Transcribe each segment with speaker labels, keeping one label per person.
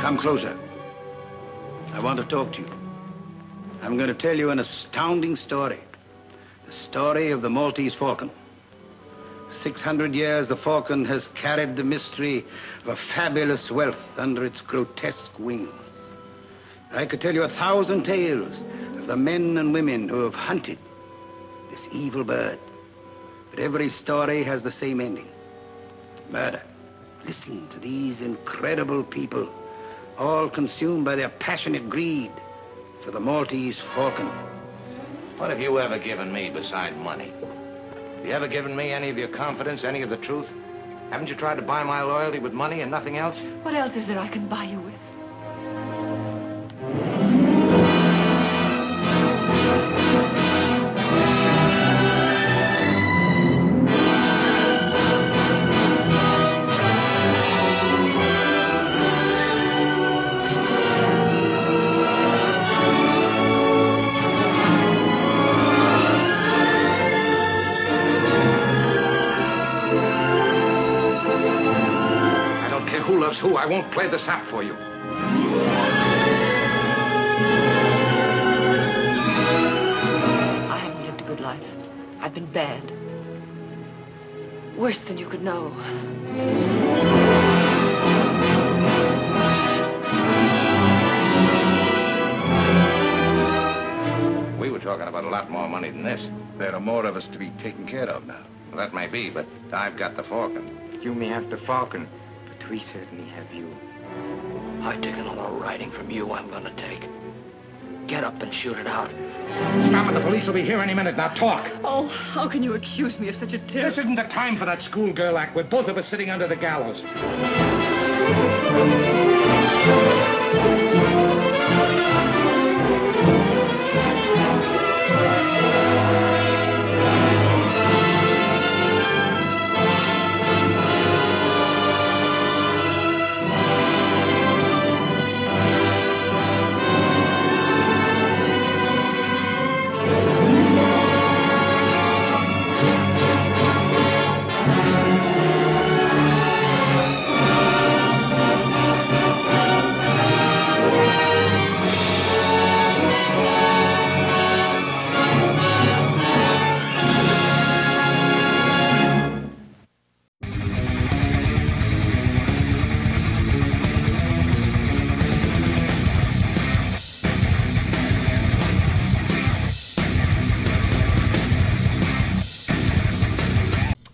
Speaker 1: Come closer. I want to talk to you. I'm going to tell you an astounding story. The story of the Maltese Falcon. 600 years the Falcon has carried the mystery of a fabulous wealth under its grotesque wings. I could tell you a thousand tales of the men and women who have hunted this evil bird. But every story has the same ending. Murder. Listen to these incredible people, all consumed by their passionate greed for the Maltese Falcon.
Speaker 2: What have you ever given me beside money? Have you ever given me any of your confidence, any of the truth? Haven't you tried to buy my loyalty with money and nothing else?
Speaker 3: What else is there I can buy you with?
Speaker 2: I don't care who loves who. I won't play the sap for you.
Speaker 3: I haven't lived a good life. I've been bad. Worse than you could know.
Speaker 2: We were talking about a lot more money than this. There are more of us to be taken care of now. Well, that may be, but I've got the Falcon.
Speaker 4: You may have the Falcon, but we certainly have you.
Speaker 5: I've taken a lot of riding from you I'm gonna take. Get up and shoot it out.
Speaker 2: Stop it. The police will be here any minute. Now talk.
Speaker 3: Oh, how can you accuse me of such a terrible...
Speaker 2: This isn't the time for that schoolgirl act. We're both of us sitting under the gallows.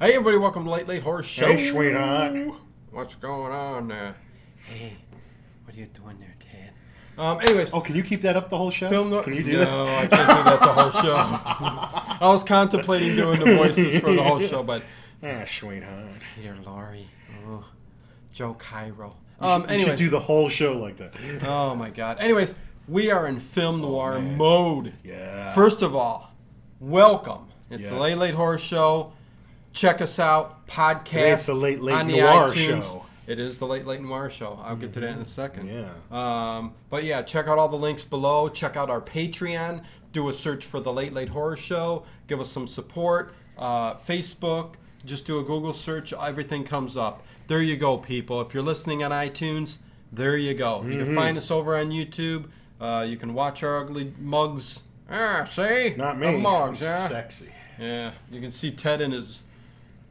Speaker 6: Hey everybody, welcome to Late Late Horse Show.
Speaker 7: Hey, sweetheart.
Speaker 6: What's going on there? Hey, what are you doing there, Ted? Um, anyways,
Speaker 7: Oh, can you keep that up the whole show?
Speaker 6: film no-
Speaker 7: can you do
Speaker 6: no,
Speaker 7: that?
Speaker 6: I can't do that the whole show. I was contemplating doing the voices for the whole show, but
Speaker 7: Ah, sweetheart.
Speaker 6: Peter Laurie, oh, Joe Cairo.
Speaker 7: You
Speaker 6: Um,
Speaker 7: should- you
Speaker 6: anyway,
Speaker 7: should do the whole show like that.
Speaker 6: oh my God. Anyways, we are in film noir mode.
Speaker 7: Yeah.
Speaker 6: First of all, welcome. It's the
Speaker 7: Yes.
Speaker 6: Late Late Horror Show. Check us out, podcast.
Speaker 7: Today it's the Late Late
Speaker 6: on the
Speaker 7: Noir
Speaker 6: iTunes.
Speaker 7: Show.
Speaker 6: It is the Late Late Noir Show. I'll get to that in a second.
Speaker 7: Yeah.
Speaker 6: Um, but yeah, check out all the links below. Check out our Patreon. Do a search for the Late Late Horror Show. Give us some support. Uh, Facebook. Just do a Google search. Everything comes up. There you go, people. If you're listening on iTunes, there you go. You
Speaker 7: Mm-hmm.
Speaker 6: can find us over on YouTube. Uh, you can watch our ugly mugs. Ah, see?
Speaker 7: Not
Speaker 6: The
Speaker 7: me.
Speaker 6: mugs,
Speaker 7: I'm
Speaker 6: yeah.
Speaker 7: Sexy.
Speaker 6: Yeah, you can see Ted in his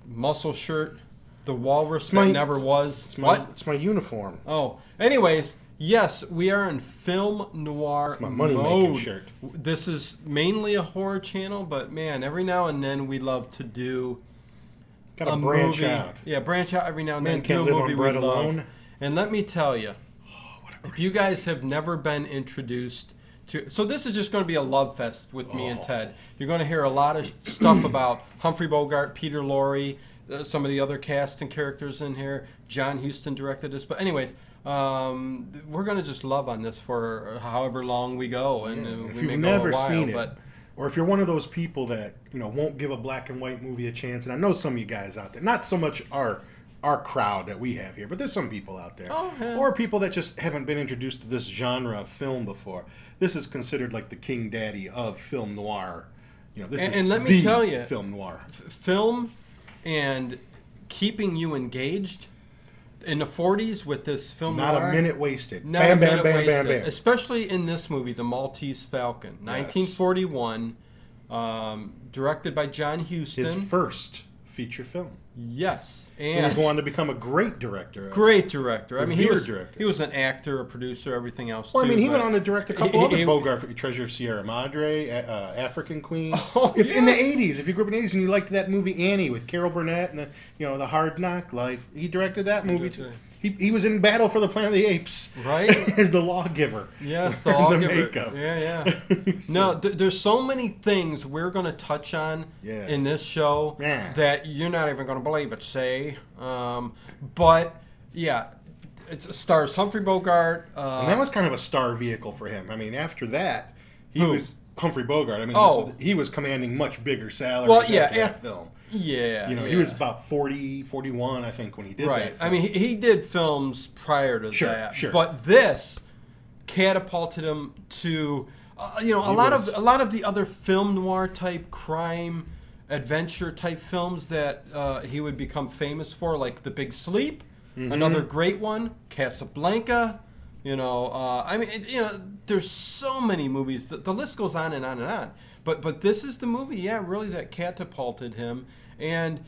Speaker 6: muscle shirt, the walrus
Speaker 7: my-
Speaker 6: that never was.
Speaker 7: It's my,
Speaker 6: what?
Speaker 7: It's my uniform.
Speaker 6: Oh, anyways, yes, we are in film noir
Speaker 7: It's my money-making
Speaker 6: mode.
Speaker 7: shirt.
Speaker 6: This is mainly a horror channel, but man, every now and then we love to do
Speaker 7: Got
Speaker 6: a
Speaker 7: to branch
Speaker 6: movie.
Speaker 7: out.
Speaker 6: Yeah, branch out every now and
Speaker 7: Man
Speaker 6: then. do a
Speaker 7: can't live on
Speaker 6: movie
Speaker 7: bread
Speaker 6: we love.
Speaker 7: alone. Oh,
Speaker 6: And let me tell you, if you guys have never been introduced to, so this is just going to be a love fest with me
Speaker 7: Oh.
Speaker 6: and Ted. You're going to hear a lot of stuff about Humphrey Bogart, Peter Lorre, uh, some of the other cast and characters in here. John Huston directed this, but anyways. Um, th- we're gonna just love on this for however long we go, and uh, we
Speaker 7: If
Speaker 6: may
Speaker 7: you've
Speaker 6: go a
Speaker 7: never
Speaker 6: while,
Speaker 7: seen it,
Speaker 6: but
Speaker 7: or if you're one of those people that you know won't give a black and white movie a chance, and I know some of you guys out there, not so much our our crowd that we have here, but there's some people out there,
Speaker 6: Oh, yeah.
Speaker 7: or people that just haven't been introduced to this genre of film before. This is considered like the king daddy of film noir. You know, this
Speaker 6: And-
Speaker 7: is
Speaker 6: and let me
Speaker 7: the
Speaker 6: tell you-
Speaker 7: film noir.
Speaker 6: film and keeping you engaged in the 40s with this film
Speaker 7: Not
Speaker 6: noir,
Speaker 7: a minute wasted.
Speaker 6: not
Speaker 7: bam,
Speaker 6: a
Speaker 7: bam,
Speaker 6: minute
Speaker 7: bam,
Speaker 6: wasted.
Speaker 7: bam, bam,
Speaker 6: Especially in this movie, The Maltese Falcon, 1941, um, directed by John Huston.
Speaker 7: His first feature film.
Speaker 6: yes,
Speaker 7: He would
Speaker 6: and
Speaker 7: go on to become a great director. of it.
Speaker 6: great director. I mean, he
Speaker 7: Revered
Speaker 6: was
Speaker 7: director.
Speaker 6: he was an actor, a producer, everything else.
Speaker 7: Well, I
Speaker 6: too,
Speaker 7: mean, he went
Speaker 6: but-
Speaker 7: on to direct a couple
Speaker 6: He-
Speaker 7: other
Speaker 6: he-
Speaker 7: Bogart, fi- Treasure of Sierra Madre, uh, uh, African Queen.
Speaker 6: Oh,
Speaker 7: if in the
Speaker 6: yeah.
Speaker 7: '80s, if you grew up in the '80s and you liked that movie Annie with Carol Burnett and the you know the Hard Knock Life, he directed that movie
Speaker 6: directed
Speaker 7: too. He, he was in Battle for the Planet of the Apes,
Speaker 6: Right.
Speaker 7: as the lawgiver.
Speaker 6: Yes, the
Speaker 7: wearing
Speaker 6: all
Speaker 7: the
Speaker 6: giver.
Speaker 7: makeup.
Speaker 6: Yeah, yeah.
Speaker 7: So-
Speaker 6: No, th- there's so many things we're going to touch on
Speaker 7: Yeah.
Speaker 6: in this show
Speaker 7: Yeah.
Speaker 6: that you're not even going to believe it, say. Um, but, yeah, it stars Humphrey Bogart. Uh,
Speaker 7: And that was kind of a star vehicle for him. I mean, after that, he
Speaker 6: Who?
Speaker 7: was Humphrey Bogart. I mean,
Speaker 6: Oh.
Speaker 7: he was commanding much bigger salaries
Speaker 6: Well, yeah,
Speaker 7: after that
Speaker 6: af-
Speaker 7: film.
Speaker 6: yeah.
Speaker 7: You know,
Speaker 6: yeah.
Speaker 7: he was about 40, 41, I think, when he did
Speaker 6: Right.
Speaker 7: that.
Speaker 6: I
Speaker 7: film.
Speaker 6: mean, he, he did films prior to
Speaker 7: Sure,
Speaker 6: that.
Speaker 7: sure.
Speaker 6: But this catapulted him to, uh, you know, a
Speaker 7: He
Speaker 6: lot
Speaker 7: was-
Speaker 6: of a lot of the other film noir type crime adventure type films that uh, he would become famous for, like The Big Sleep,
Speaker 7: Mm-hmm.
Speaker 6: another great one, Casablanca. You know, uh, I mean, it, you know, there's so many movies. The, the list goes on and on and on. But but this is the movie, yeah, really that catapulted him and.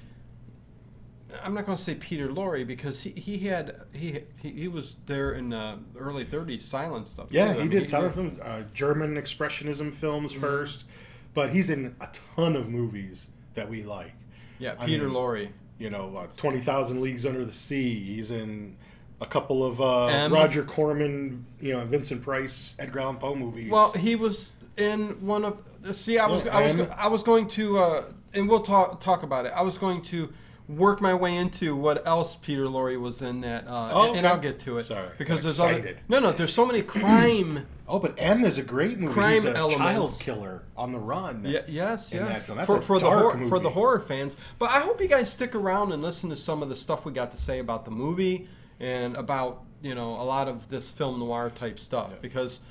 Speaker 6: I'm not going to say Peter Lorre because he, he had he, he he was there in uh, the early 30s silent stuff.
Speaker 7: Yeah,
Speaker 6: too. I
Speaker 7: he
Speaker 6: mean,
Speaker 7: did silent
Speaker 6: did- Mm-hmm.
Speaker 7: films, uh, German expressionism films first, but he's in a ton of movies that we like.
Speaker 6: Yeah,
Speaker 7: I
Speaker 6: Peter
Speaker 7: mean,
Speaker 6: Lorre.
Speaker 7: You know, uh, Twenty Thousand Leagues Under the Sea. He's in a couple of uh,
Speaker 6: M.
Speaker 7: Roger Corman, you know, Vincent Price, Edgar Allan Poe movies.
Speaker 6: Well, he was in one of see I was
Speaker 7: Yeah,
Speaker 6: I was
Speaker 7: I'm-
Speaker 6: I was going to uh, and we'll talk talk about it. I was going to work my way into what else Peter Lorre was in that uh,
Speaker 7: Oh,
Speaker 6: and, and
Speaker 7: okay.
Speaker 6: I'll get to it
Speaker 7: Sorry,
Speaker 6: because
Speaker 7: got
Speaker 6: there's
Speaker 7: excited.
Speaker 6: other No, no, there's so many crime
Speaker 7: oh, but M is a great movie. he's
Speaker 6: Crime
Speaker 7: a
Speaker 6: elements.
Speaker 7: child killer on the run.
Speaker 6: Ye- yes,
Speaker 7: in
Speaker 6: yes.
Speaker 7: that film. That's
Speaker 6: for,
Speaker 7: a
Speaker 6: for the
Speaker 7: dark
Speaker 6: horror, for
Speaker 7: movie.
Speaker 6: the horror fans. But I hope you guys stick around and listen to some of the stuff we got to say about the movie and about you know a lot of this film noir type stuff because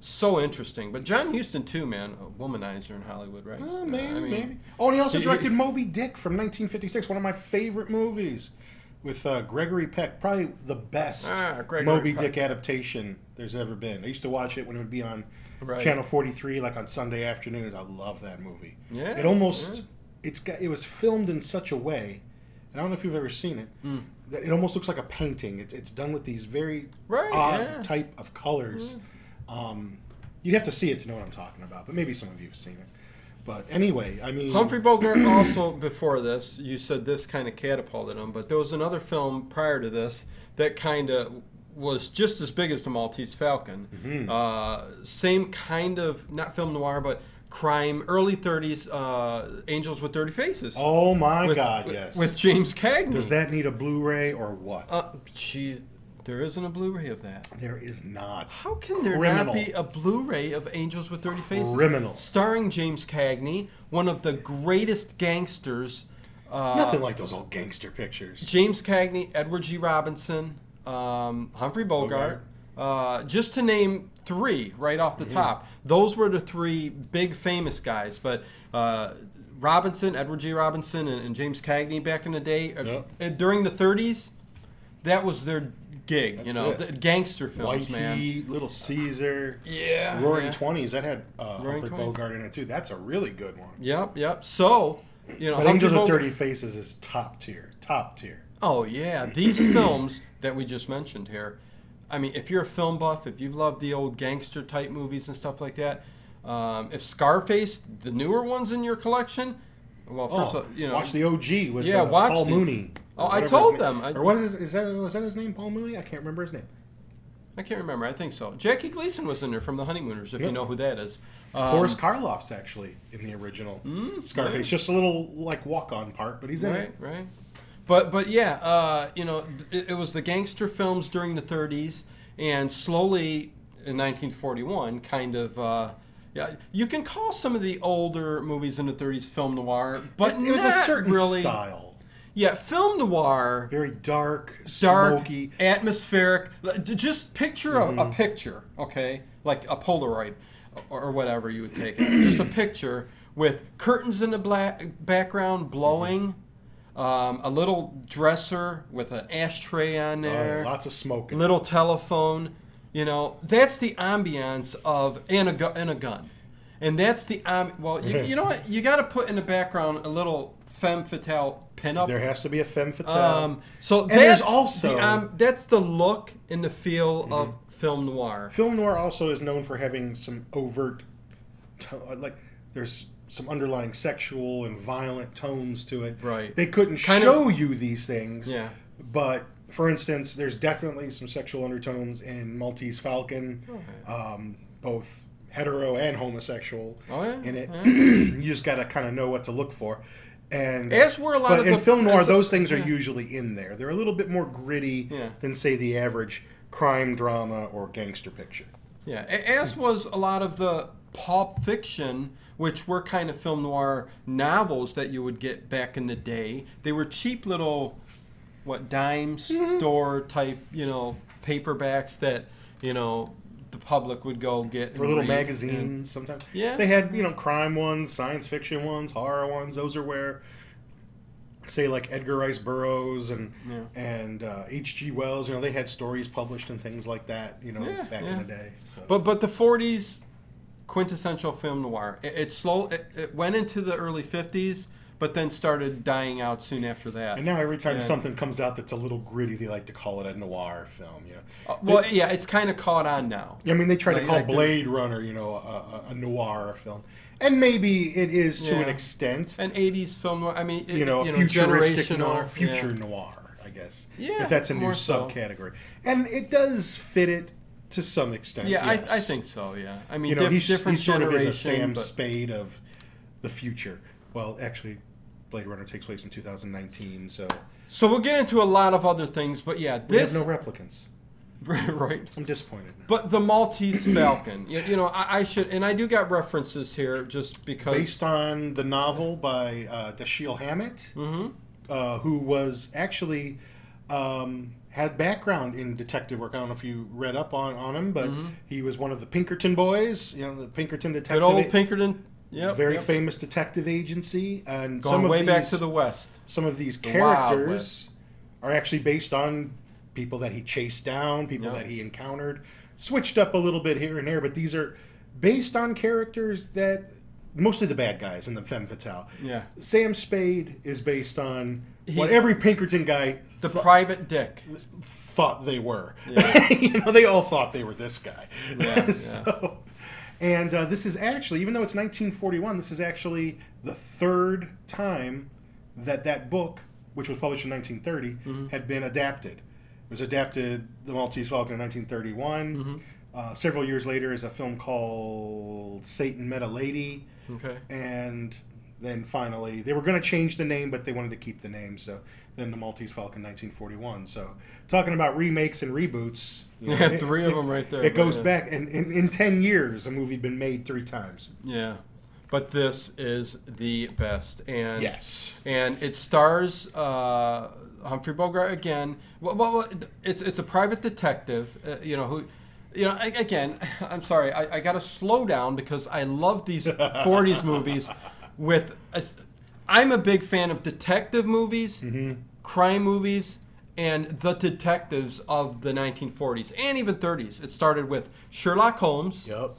Speaker 6: so interesting. But John Huston too, man, a womanizer in Hollywood, right? Uh,
Speaker 7: Oh, maybe,
Speaker 6: I mean,
Speaker 7: maybe. Oh, and he also
Speaker 6: he-
Speaker 7: directed
Speaker 6: he-
Speaker 7: Moby Dick from 1956, one of my favorite movies, with uh, Gregory Peck, probably the best
Speaker 6: Ah, Gregory
Speaker 7: Moby
Speaker 6: Peck.
Speaker 7: Dick adaptation there's ever been. I used to watch it when it would be on
Speaker 6: Right.
Speaker 7: Channel 43, like on Sunday afternoons. I love that movie.
Speaker 6: Yeah,
Speaker 7: It almost
Speaker 6: yeah.
Speaker 7: it's got it was filmed in such a way. And I don't know if you've ever seen it.
Speaker 6: Hmm.
Speaker 7: That it almost looks like a painting. It's it's done with these very
Speaker 6: Right,
Speaker 7: odd
Speaker 6: yeah.
Speaker 7: type of colors. Um, you'd have to see it to know what I'm talking about, but maybe some of you have seen it. But anyway, I mean,
Speaker 6: Humphrey Bogart also before this, you said this kind of catapulted him, but there was another film prior to this that kind of was just as big as the Maltese Falcon.
Speaker 7: Mm-hmm.
Speaker 6: Uh, same kind of not film noir, but crime, early '30s uh, Angels with Dirty Faces.
Speaker 7: oh my
Speaker 6: with,
Speaker 7: God,
Speaker 6: with-
Speaker 7: yes.
Speaker 6: With James Cagney.
Speaker 7: Does that need a Blu-ray or what?
Speaker 6: Uh, gee, there isn't a Blu-ray of that.
Speaker 7: there is not.
Speaker 6: How can there not
Speaker 7: Criminal.
Speaker 6: be a Blu-ray of Angels with Dirty Faces?
Speaker 7: Criminal.
Speaker 6: Starring James Cagney, one of the greatest gangsters. Uh,
Speaker 7: Nothing like those old gangster pictures.
Speaker 6: James Cagney, Edward G. Robinson, um, Humphrey Bogart, uh, just to name three right off the top. Those were the three big famous guys. But uh, Robinson, Edward G. Robinson, and, and James Cagney back in the day, uh,
Speaker 7: Yep.
Speaker 6: uh, during the 30s, that was their gig. you
Speaker 7: That's
Speaker 6: know,
Speaker 7: it.
Speaker 6: the gangster films,
Speaker 7: White
Speaker 6: man.
Speaker 7: Heat, Little Caesar,
Speaker 6: Yeah.
Speaker 7: Roaring
Speaker 6: yeah.
Speaker 7: Twenties. That had uh,
Speaker 6: Roaring
Speaker 7: Humphrey
Speaker 6: Twenties.
Speaker 7: Bogart in it too. That's a really good one.
Speaker 6: Yep, yep. So, you know,
Speaker 7: But
Speaker 6: Humphrey
Speaker 7: Angels with
Speaker 6: Bogart-
Speaker 7: Dirty Faces is top tier. Top tier.
Speaker 6: Oh yeah, these films that we just mentioned here. I mean, if you're a film buff, if you've loved the old gangster type movies and stuff like that, um, if Scarface, the newer ones in your collection, well, first
Speaker 7: Oh,
Speaker 6: of all, you know,
Speaker 7: watch the OG with
Speaker 6: Yeah,
Speaker 7: uh,
Speaker 6: watch
Speaker 7: Paul
Speaker 6: these.
Speaker 7: Mooney.
Speaker 6: Oh, I
Speaker 7: or whatever his
Speaker 6: told
Speaker 7: name-
Speaker 6: them. I-
Speaker 7: or what is is that was that his name? Paul Mooney? I can't remember his name.
Speaker 6: I can't remember. I think so. Jackie Gleason was in there from The Honeymooners, if
Speaker 7: Yeah.
Speaker 6: you know who that is. Um,
Speaker 7: Boris Karloff's actually in the original Scarface. Just a little like walk on part, but he's in
Speaker 6: Hmm, right,
Speaker 7: it.
Speaker 6: right. But but yeah, uh, you know, th- it, it was the gangster films during the 30s, and slowly in 1941, kind of. Uh, yeah, you can call some of the older movies in the 30s film noir, but
Speaker 7: it, it was a
Speaker 6: not
Speaker 7: certain
Speaker 6: really,
Speaker 7: style,
Speaker 6: Yeah, film noir,
Speaker 7: very dark,
Speaker 6: dark,
Speaker 7: smoky. Mm-hmm.
Speaker 6: atmospheric. L- j- Just picture a, a picture, okay, like a Polaroid or, or whatever you would take. it. Just a picture with curtains in the black background blowing, um, a little dresser with an ashtray on
Speaker 7: Oh, yeah,
Speaker 6: there,
Speaker 7: lots of smoking.
Speaker 6: little telephone. You know, that's the ambiance of and a, gu- and a gun. And that's the um, well, you, you know what? You got to put in the background a little femme fatale pinup.
Speaker 7: There has to be a femme fatale.
Speaker 6: Um, so
Speaker 7: And
Speaker 6: that's
Speaker 7: there's also- Mm-hmm.
Speaker 6: the, um, that's the look and the feel of film noir.
Speaker 7: Film noir also is known for having some overt, to- like there's some underlying sexual and violent tones to it.
Speaker 6: Right.
Speaker 7: They couldn't
Speaker 6: Kind of-
Speaker 7: show you these things.
Speaker 6: Yeah.
Speaker 7: But for instance, there's definitely some sexual undertones in Maltese Falcon, um, both hetero and homosexual
Speaker 6: Oh, yeah,
Speaker 7: in it.
Speaker 6: yeah.
Speaker 7: you just got to kind of know what to look for. And
Speaker 6: As were a lot
Speaker 7: but
Speaker 6: of
Speaker 7: in
Speaker 6: the-
Speaker 7: film noir,
Speaker 6: as a-
Speaker 7: those things are
Speaker 6: yeah.
Speaker 7: usually in there. They're a little bit more gritty
Speaker 6: Yeah.
Speaker 7: than say the average crime drama or gangster picture.
Speaker 6: Yeah, a-
Speaker 7: Mm-hmm.
Speaker 6: as was a lot of the pulp fiction, which were kind of film noir novels that you would get back in the day. They were cheap little, what dime
Speaker 7: Mm-hmm.
Speaker 6: store type, you know, paperbacks that you know the public would go get. and
Speaker 7: Or little
Speaker 6: read.
Speaker 7: magazines
Speaker 6: And-
Speaker 7: sometimes.
Speaker 6: Yeah.
Speaker 7: They had, you know, crime ones, science fiction ones, horror ones. Those are where say like Edgar Rice Burroughs and
Speaker 6: Yeah.
Speaker 7: and uh, H.G. Wells, you know, they had stories published and things like that, you know,
Speaker 6: Yeah,
Speaker 7: back
Speaker 6: yeah.
Speaker 7: in the day. So
Speaker 6: But but the '40s quintessential film noir. It, it slow. It, it went into the early '50s, but then started dying out soon after that.
Speaker 7: and now every time
Speaker 6: Yeah.
Speaker 7: something comes out that's a little gritty, they like to call it a noir film, you know.
Speaker 6: Uh, well, yeah, it's kind of caught on now.
Speaker 7: I mean, they try to
Speaker 6: Like-
Speaker 7: call
Speaker 6: like the-
Speaker 7: Blade Runner, you know, a, a, a noir film, and maybe it is to an
Speaker 6: Yeah.
Speaker 7: extent,
Speaker 6: An '80s film noir. I mean, it,
Speaker 7: you know, a
Speaker 6: generation
Speaker 7: futuristic
Speaker 6: or-
Speaker 7: noir,
Speaker 6: yeah.
Speaker 7: future noir, I guess.
Speaker 6: Yeah,
Speaker 7: if that's a new
Speaker 6: more so.
Speaker 7: subcategory, and it does fit it to some extent.
Speaker 6: Yeah,
Speaker 7: yes.
Speaker 6: I, I think so. Yeah, I mean,
Speaker 7: You know,
Speaker 6: diff-
Speaker 7: he's,
Speaker 6: different
Speaker 7: he sort of is
Speaker 6: generation.
Speaker 7: a Sam
Speaker 6: but-
Speaker 7: Spade of the future. Well, actually, Blade Runner takes place in 2019, so
Speaker 6: so we'll get into a lot of other things, but yeah,
Speaker 7: we
Speaker 6: this
Speaker 7: have no replicants.
Speaker 6: right.
Speaker 7: I'm disappointed. Now.
Speaker 6: But the Maltese Falcon, you, you know, I, I should, and I do got references here just because.
Speaker 7: based on the novel by uh, Dashiell Hammett,
Speaker 6: Mm-hmm.
Speaker 7: uh, who was actually um, had background in detective work. I don't know if you read up on, on him, but he was one of the Pinkerton boys, you know, the Pinkerton detective,
Speaker 6: Mm-hmm. good old Pinkerton. Yep,
Speaker 7: very
Speaker 6: yep.
Speaker 7: famous detective agency,
Speaker 6: Going
Speaker 7: and some of
Speaker 6: way
Speaker 7: these,
Speaker 6: back to the West.
Speaker 7: some of these
Speaker 6: The Wild
Speaker 7: characters are actually based on people that he chased down, people
Speaker 6: Yeah.
Speaker 7: that he encountered, switched up a little bit here and there, but these are based on characters that mostly the bad guys in the femme fatale.
Speaker 6: Yeah.
Speaker 7: Sam Spade is based on what
Speaker 6: He's-
Speaker 7: every Pinkerton guy
Speaker 6: The
Speaker 7: th-
Speaker 6: private dick.
Speaker 7: thought they were.
Speaker 6: Yeah.
Speaker 7: you know, they all thought they were this guy.
Speaker 6: Yeah, yeah.
Speaker 7: so, and uh, this is actually, even though it's 1941, this is actually the third time that that book, which was published in 1930, had been adapted. It was adapted, The Maltese Falcon, in 1931. Uh, several years later is a film called Satan Met a Lady
Speaker 6: Okay.
Speaker 7: and then finally they were going to change the name but they wanted to keep the name so then the maltese falcon 1941 so talking about remakes and reboots you know,
Speaker 6: Yeah,
Speaker 7: it-
Speaker 6: three of
Speaker 7: it-
Speaker 6: them right there.
Speaker 7: it goes
Speaker 6: yeah.
Speaker 7: back and in, in 10 years a movie been made three times
Speaker 6: Yeah, but this is the best, and
Speaker 7: yes
Speaker 6: and it stars uh, Humphrey Bogart again. Well, well, well, it's it's a private detective, uh, you know who. You know, I, again, I'm sorry. I, I got to slow down because I love these '40s movies. With, a s- I'm a big fan of detective movies,
Speaker 7: Mm-hmm.
Speaker 6: crime movies, and the detectives of the 1940s and even 30s. It started with Sherlock Holmes,
Speaker 7: yep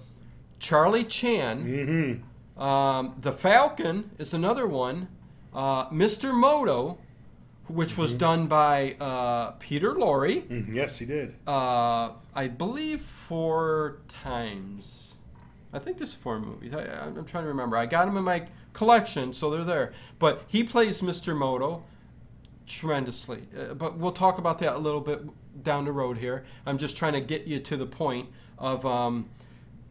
Speaker 6: Charlie Chan,
Speaker 7: mm-hmm.
Speaker 6: um, the Falcon is another one. Uh, Mr. Moto, which was done by uh, Peter Lorre,
Speaker 7: Mm-hmm. yes he did
Speaker 6: uh, I believe four times. I think there's four movies. I, I- I'm trying to remember. I got them in my collection, so they're there. But he plays Mr. Moto tremendously. Uh, but we'll talk about that a little bit down the road here. I'm just trying to get you to the point of um,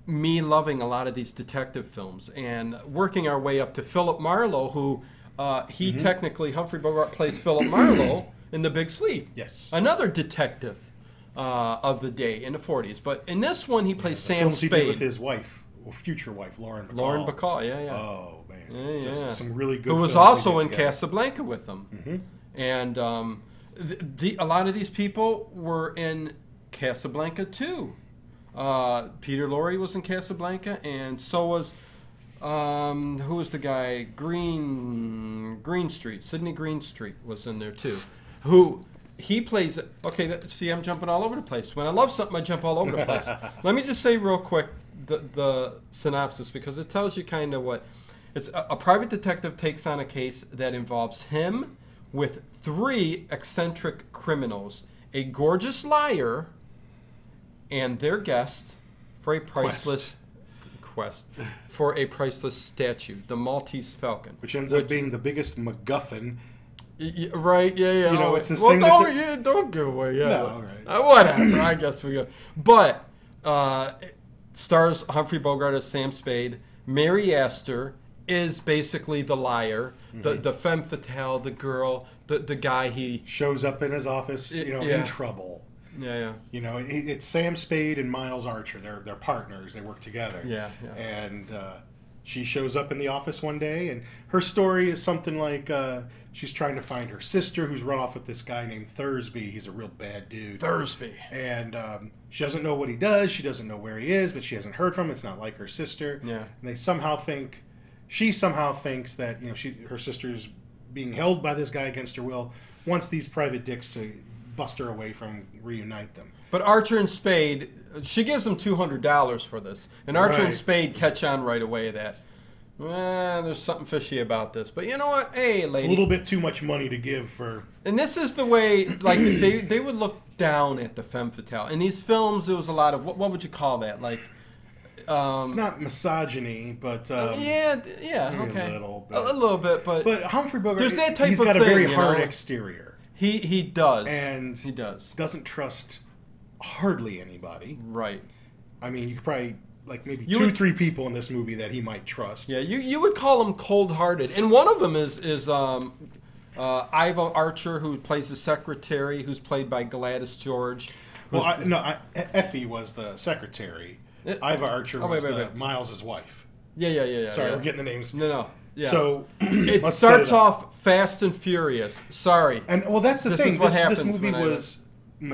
Speaker 6: me loving a lot of these detective films and working our way up to Philip Marlowe, who uh, he
Speaker 7: Mm-hmm.
Speaker 6: technically, Humphrey Bogart plays Philip Marlowe in The Big Sleep.
Speaker 7: Yes.
Speaker 6: Another detective uh, of the day in the 40s. But in this one, he plays
Speaker 7: The
Speaker 6: Sam
Speaker 7: films he did
Speaker 6: Spade.
Speaker 7: with his wife well, future wife lauren bacall.
Speaker 6: Lauren Bacall, yeah, yeah.
Speaker 7: oh
Speaker 6: Yeah,
Speaker 7: man So
Speaker 6: yeah.
Speaker 7: some really good
Speaker 6: Who was
Speaker 7: films they
Speaker 6: also
Speaker 7: did
Speaker 6: in
Speaker 7: together. Mm-hmm.
Speaker 6: Casablanca with them, and um, th the, a lot of these people were in Casablanca too. Uh, Peter Lorre was in Casablanca, and so was Um, who was the guy? Green Greenstreet. Sidney Greenstreet was in there too. Who he plays? Okay, that, see, I'm jumping all over the place. When I love something, I jump all over the place. Let me just say real quick the the synopsis because it tells you kind of what it's. A, a private detective takes on a case that involves him with three eccentric criminals, a gorgeous liar, and their guest for a priceless quest for a priceless statue, the Maltese Falcon.
Speaker 7: which ends up being the biggest MacGuffin.
Speaker 6: Y- y- right? Yeah, yeah.
Speaker 7: You know,
Speaker 6: oh,
Speaker 7: it's this
Speaker 6: well,
Speaker 7: thing that
Speaker 6: don't,
Speaker 7: the-
Speaker 6: yeah, don't give away. Yeah,
Speaker 7: No, all right.
Speaker 6: Uh, whatever. I guess we go. But uh, it stars Humphrey Bogart as Sam Spade. Mary Astor is basically the liar,
Speaker 7: Mm-hmm.
Speaker 6: the the femme fatale, the girl, the the guy he.
Speaker 7: Shows up in his office,
Speaker 6: Y-
Speaker 7: you know,
Speaker 6: yeah.
Speaker 7: in trouble.
Speaker 6: Yeah, yeah.
Speaker 7: You know, it, it's Sam Spade and Miles Archer. They're they're partners. They work together.
Speaker 6: Yeah, yeah.
Speaker 7: And uh, she shows up in the office one day, and her story is something like uh, she's trying to find her sister, who's run off with this guy named Thursby. He's a real bad dude.
Speaker 6: Thursby.
Speaker 7: and um, she doesn't know what he does. She doesn't know where he is, but she hasn't heard from him. It's not like her sister.
Speaker 6: Yeah.
Speaker 7: And they somehow think, she somehow thinks that you know she her sister's being held by this guy against her will. Wants these private dicks to bust her away from reunite them.
Speaker 6: But Archer and Spade, she gives him two hundred dollars for this, and Archer and
Speaker 7: Right.
Speaker 6: Spade catch on right away that, eh, there's something fishy about this. But you know what? Hey,
Speaker 7: It's
Speaker 6: lady,
Speaker 7: a little bit too much money to give for
Speaker 6: and this is the way like they they would look down at the femme fatale in these films. There was a lot of what, what would you call that? Like, um,
Speaker 7: it's not misogyny, but um,
Speaker 6: Oh, yeah, th- yeah,
Speaker 7: maybe a
Speaker 6: okay,
Speaker 7: little
Speaker 6: A- a
Speaker 7: bit.
Speaker 6: little bit, but,
Speaker 7: But Humphrey Bogart,
Speaker 6: There's that type
Speaker 7: he's
Speaker 6: of
Speaker 7: got a
Speaker 6: thing,
Speaker 7: very
Speaker 6: you
Speaker 7: hard
Speaker 6: know?
Speaker 7: exterior
Speaker 6: he he does,
Speaker 7: And-
Speaker 6: he does,
Speaker 7: doesn't trust hardly anybody.
Speaker 6: right?
Speaker 7: I mean, you could probably like maybe
Speaker 6: You
Speaker 7: two,
Speaker 6: would-
Speaker 7: three people in this movie that he might trust.
Speaker 6: Yeah, you you would call him cold hearted, and one of them is is um, uh, Ivo Archer, who plays the secretary, who's played by Gladys George.
Speaker 7: Well, I, no, I, E- Effie was the secretary.
Speaker 6: Eh,
Speaker 7: Iva Archer
Speaker 6: oh, wait,
Speaker 7: was
Speaker 6: wait,
Speaker 7: the
Speaker 6: wait.
Speaker 7: Miles's wife.
Speaker 6: Yeah, yeah, yeah, yeah.
Speaker 7: Sorry,
Speaker 6: yeah.
Speaker 7: we're getting the names.
Speaker 6: no, no. Yeah.
Speaker 7: So
Speaker 6: it
Speaker 7: let's set
Speaker 6: starts
Speaker 7: it up.
Speaker 6: off fast and furious. Sorry.
Speaker 7: and well, that's the
Speaker 6: This
Speaker 7: thing.
Speaker 6: is what
Speaker 7: this,
Speaker 6: happens
Speaker 7: this movie
Speaker 6: when I-
Speaker 7: was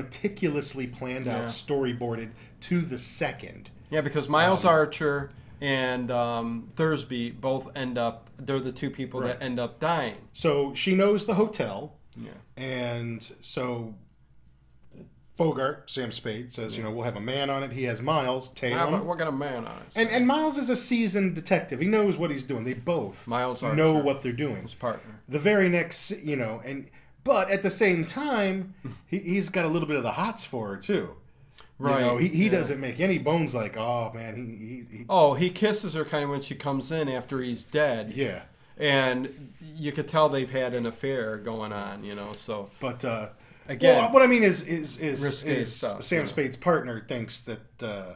Speaker 7: meticulously planned out,
Speaker 6: Yeah.
Speaker 7: storyboarded to the second.
Speaker 6: Yeah, because Miles
Speaker 7: Um,
Speaker 6: Archer and um, Thursby both end up. They're the two people that end up dying.
Speaker 7: So she knows the hotel,
Speaker 6: Yeah.
Speaker 7: and so Fogart, Sam Spade, says, you know, we'll have a man on it. He has Miles, tame
Speaker 6: Ah,
Speaker 7: him.
Speaker 6: but we're gonna man on it.
Speaker 7: And and Miles is a seasoned detective. He knows what he's doing. They both
Speaker 6: Miles Archer.
Speaker 7: know what they're doing.
Speaker 6: His partner.
Speaker 7: The very next, you know, and but at the same time, he, he's got a little bit of the hots for her too.
Speaker 6: Right.
Speaker 7: You know, he, he
Speaker 6: yeah.
Speaker 7: doesn't make any bones. Like, oh man, he, he, he
Speaker 6: Oh, he kisses her kind of when she comes in after he's dead.
Speaker 7: yeah.
Speaker 6: and you could tell they've had an affair going on, you know. So
Speaker 7: But uh,
Speaker 6: Again,
Speaker 7: well, what I mean is is is,
Speaker 6: risque
Speaker 7: is
Speaker 6: stuff,
Speaker 7: Sam
Speaker 6: yeah.
Speaker 7: Spade's partner thinks that. Uh,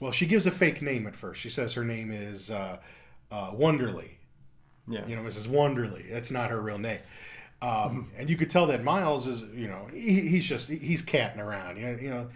Speaker 7: well, she gives a fake name at first. She says her name is uh, uh, Wonderly.
Speaker 6: yeah, Mm-hmm.
Speaker 7: you know mrs wonderly that's not her real name um, and you could tell that miles is you know he, he's just he's catting around you know, you know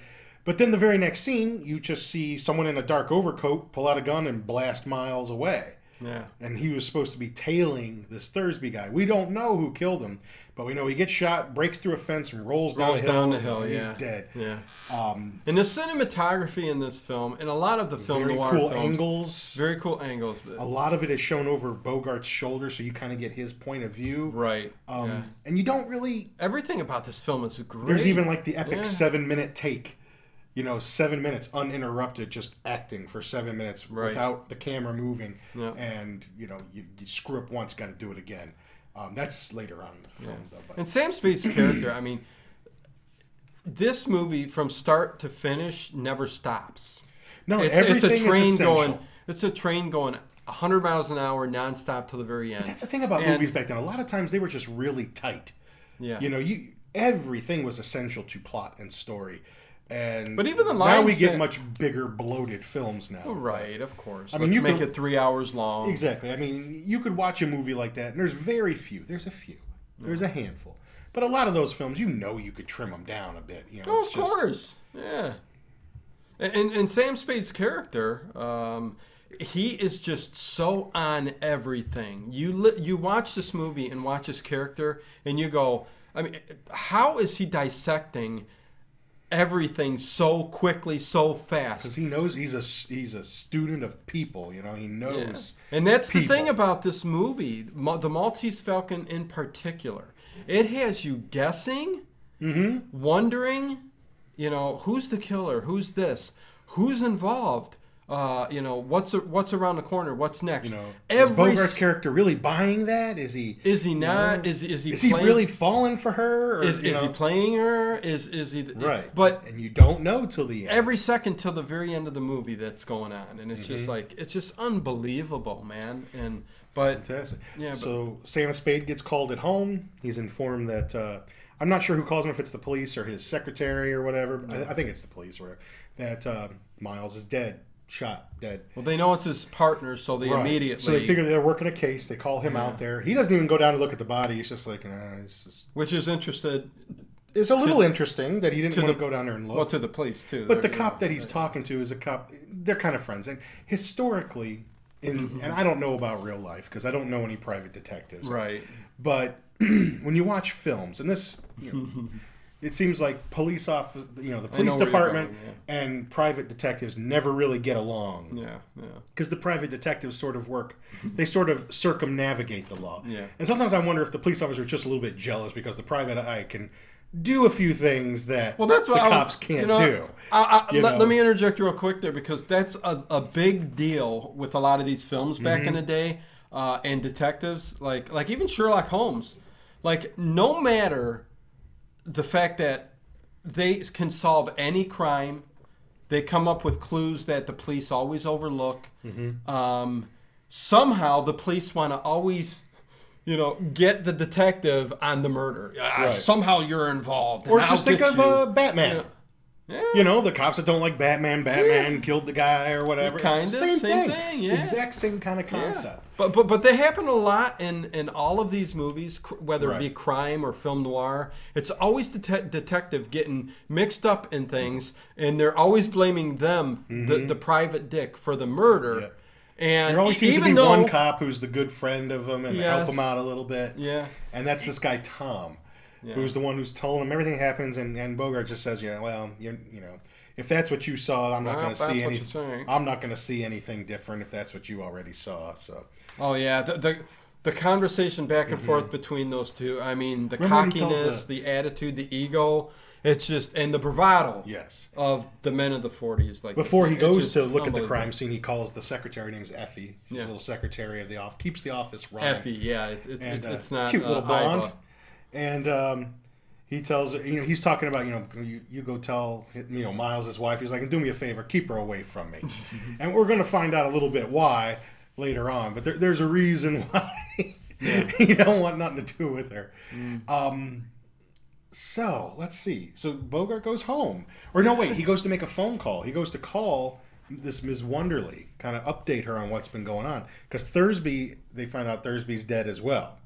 Speaker 7: but then the very next scene you just see someone in a dark overcoat pull out a gun and blast miles away
Speaker 6: yeah,
Speaker 7: and he was supposed to be tailing this thursby guy we don't know who killed him but we know he gets shot breaks through a fence and rolls,
Speaker 6: rolls down
Speaker 7: down
Speaker 6: the hill.
Speaker 7: and
Speaker 6: Yeah,
Speaker 7: he's dead
Speaker 6: Yeah,
Speaker 7: um,
Speaker 6: and the cinematography in this film, and a lot of the film
Speaker 7: very
Speaker 6: noir
Speaker 7: cool
Speaker 6: films,
Speaker 7: angles
Speaker 6: very cool angles. but-
Speaker 7: a lot of it is shown over bogart's shoulder so you kind of get his point of view
Speaker 6: right.
Speaker 7: um,
Speaker 6: yeah.
Speaker 7: and you don't really
Speaker 6: Everything about this film is great.
Speaker 7: There's even like the epic
Speaker 6: Yeah.
Speaker 7: seven minute take. You know, seven minutes uninterrupted, just acting for seven minutes
Speaker 6: Right.
Speaker 7: without the camera moving.
Speaker 6: Yeah.
Speaker 7: And, you know, you, you screw up once, got to do it again. Um, that's later on in the film, though. But
Speaker 6: And Sam Spade's character, I mean, this movie from start to finish never stops.
Speaker 7: no,
Speaker 6: It's, it's
Speaker 7: Oh, everything
Speaker 6: a train
Speaker 7: is essential.
Speaker 6: going. It's a train going 100 miles an hour nonstop till the very end.
Speaker 7: That's the thing about
Speaker 6: And-
Speaker 7: movies back then. A lot of times they were just really tight.
Speaker 6: Yeah.
Speaker 7: You know, you everything was essential to plot and story. And
Speaker 6: But even the
Speaker 7: now we
Speaker 6: lines
Speaker 7: get
Speaker 6: that- Oh,
Speaker 7: much bigger, bloated films now.
Speaker 6: Right, of course. I
Speaker 7: I
Speaker 6: mean,
Speaker 7: mean,
Speaker 6: you
Speaker 7: you
Speaker 6: make
Speaker 7: could-
Speaker 6: it three hours long.
Speaker 7: Exactly. I mean, you could watch a movie like that, and there's very few. There's a few. There's a handful. But a lot of those films, you know, you could trim them down a bit. You know,
Speaker 6: Oh,
Speaker 7: it's
Speaker 6: of
Speaker 7: just-
Speaker 6: course, yeah. And, and and Sam Spade's character, um, he is just so on everything. You li- you watch this movie and watch his character, and you go, I mean, how is he dissecting everything so quickly, so fast.
Speaker 7: because he knows he's a s- he's a student of people. You know, he
Speaker 6: Yeah.
Speaker 7: knows.
Speaker 6: And that's the
Speaker 7: people.
Speaker 6: thing about this movie, Mo- the Maltese Falcon in particular. It has you guessing,
Speaker 7: Mm-hmm.
Speaker 6: wondering, you know, who's the killer, who's this, who's involved, uh, you know, what's a, what's around the corner, what's next.
Speaker 7: You know,
Speaker 6: Every
Speaker 7: is Bogart's
Speaker 6: s-
Speaker 7: character really buying that? Is he?
Speaker 6: is he
Speaker 7: you
Speaker 6: not?
Speaker 7: know,
Speaker 6: Is is he
Speaker 7: Is he
Speaker 6: playing,
Speaker 7: really falling for her? Or,
Speaker 6: Is,
Speaker 7: you
Speaker 6: is he
Speaker 7: know,
Speaker 6: playing her? Is is he?
Speaker 7: Right.
Speaker 6: But
Speaker 7: and you don't know till the end.
Speaker 6: every second till the very end of the movie that's going on and it's
Speaker 7: Mm-hmm.
Speaker 6: just like it's just unbelievable man and but
Speaker 7: Fantastic.
Speaker 6: Yeah, but-
Speaker 7: so Sam Spade gets called at home. He's informed that uh, I'm not sure who calls him if it's the police or his secretary or whatever. I, I think it's the police or whatever. That um, Miles is dead, shot dead.
Speaker 6: well they know it's his partner so they
Speaker 7: Right.
Speaker 6: immediately
Speaker 7: So they figure they're working a case. They call him out there. He doesn't even go down to look at the body. He's just like, nah, it's just.
Speaker 6: which is interested
Speaker 7: It's a little interesting that he didn't
Speaker 6: to
Speaker 7: want to
Speaker 6: the-
Speaker 7: go down there and look.
Speaker 6: well to the police too
Speaker 7: But the
Speaker 6: They're-
Speaker 7: cop that he's talking to is a cop. They're kind of friends, and historically, in
Speaker 6: Mm-hmm.
Speaker 7: and I don't know about real life because I don't know any private detectives.
Speaker 6: right
Speaker 7: But when you watch films, and this, you know, it seems like police office, you know, the
Speaker 6: know
Speaker 7: police
Speaker 6: where you're
Speaker 7: department
Speaker 6: going,
Speaker 7: and private detectives never really get along
Speaker 6: yeah yeah
Speaker 7: because the private detectives sort of work they sort of circumnavigate the law
Speaker 6: Yeah.
Speaker 7: and sometimes i wonder if the police officers are just a little bit jealous because the private eye can do a few things that
Speaker 6: well that's what I
Speaker 7: the
Speaker 6: was-
Speaker 7: cops can't
Speaker 6: you know,
Speaker 7: do
Speaker 6: I, I,
Speaker 7: you
Speaker 6: let,
Speaker 7: know?
Speaker 6: let me interject real quick there because that's a, a big deal with a lot of these films back
Speaker 7: Mm-hmm.
Speaker 6: in the day uh, and detectives like like even sherlock holmes like no matter the fact that they can solve any crime. They come up with clues that the police always overlook.
Speaker 7: Mm-hmm.
Speaker 6: Um, somehow, the police want to always, you know, get the detective on the murder. Uh,
Speaker 7: Right.
Speaker 6: Somehow you're involved.
Speaker 7: or
Speaker 6: and
Speaker 7: just
Speaker 6: I'll
Speaker 7: think
Speaker 6: get
Speaker 7: of
Speaker 6: you.
Speaker 7: uh, batman
Speaker 6: Yeah.
Speaker 7: you know the cops that don't like batman batman killed the guy or whatever It's the
Speaker 6: Kinda, same thing, yeah.
Speaker 7: exact same kind of
Speaker 6: Yeah.
Speaker 7: concept
Speaker 6: But but but they happen a lot in in all of these movies, cr- whether it be
Speaker 7: Right.
Speaker 6: crime or film noir. It's always the te- detective getting mixed up in things, and they're always blaming them, the, the private dick, for the murder.
Speaker 7: Mm-hmm. Yep.
Speaker 6: And
Speaker 7: There always
Speaker 6: e-
Speaker 7: seems to
Speaker 6: even
Speaker 7: be
Speaker 6: though,
Speaker 7: one cop who's the good friend of him and help
Speaker 6: Yes.
Speaker 7: him out a little bit.
Speaker 6: Yeah.
Speaker 7: And that's this guy Tom, who's the one who's telling him everything happens, and, and Bogart just says, "Yeah, well, you you know, if that's what you saw, I'm not
Speaker 6: Well,
Speaker 7: going to
Speaker 6: if
Speaker 7: see
Speaker 6: that's what you
Speaker 7: anything.
Speaker 6: think."
Speaker 7: I'm not going to see anything different if that's what you already saw." So
Speaker 6: Oh yeah, the the, the conversation back and forth between those two. I mean, the
Speaker 7: Mm-hmm. Remember when he tells
Speaker 6: cockiness,
Speaker 7: the-
Speaker 6: the attitude, the ego. It's just and the bravado.
Speaker 7: yes.
Speaker 6: Of the men of the forties, like
Speaker 7: Before
Speaker 6: it's-
Speaker 7: he
Speaker 6: it's
Speaker 7: goes
Speaker 6: just
Speaker 7: to look at the
Speaker 6: unbelievable.
Speaker 7: crime scene, he calls the secretary. Her name's Effie. She's
Speaker 6: Yeah.
Speaker 7: a little secretary of the office. Keeps the office running.
Speaker 6: Effie, yeah, it's it's,
Speaker 7: and
Speaker 6: it's,
Speaker 7: uh,
Speaker 6: it's not
Speaker 7: cute
Speaker 6: uh,
Speaker 7: little blonde.
Speaker 6: Iva.
Speaker 7: And um, he tells her, you know, he's talking about, you know, you, you go tell, you know, Miles, his wife, he's like, do me a favor, keep her away from me. and we're going to find out a little bit why later on, but there, there's a reason why you don't want nothing to do with her. Um, so let's see. So Bogart goes home, or no, wait, he goes to make a phone call. He goes to call this Ms. Wonderly, kind of update her on what's been going on, because Thursby, they find out Thursby's dead as well.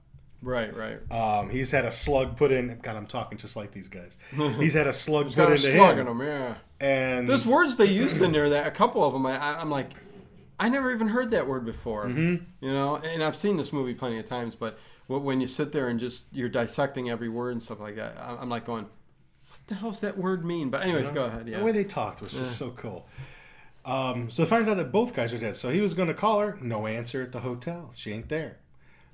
Speaker 6: Right, right.
Speaker 7: Um, he's had a slug put in. God, I'm talking just like these guys. He's had a slug
Speaker 6: He's
Speaker 7: put
Speaker 6: got a
Speaker 7: into
Speaker 6: slug in
Speaker 7: him,
Speaker 6: him, yeah.
Speaker 7: and
Speaker 6: There's words they used in there that a couple of them I, I, I'm like, I never even heard that word before.
Speaker 7: Mm-hmm.
Speaker 6: You know, and I've seen this movie plenty of times, but wh- when you sit there and just you're dissecting every word and stuff like that, I- I'm like going, what the hell's that word mean? But anyways, go ahead.
Speaker 7: the way
Speaker 6: Yeah.
Speaker 7: they talked was just so cool. Um, so he finds out that both guys are dead. So he was going to call her. No answer at the hotel. She ain't there.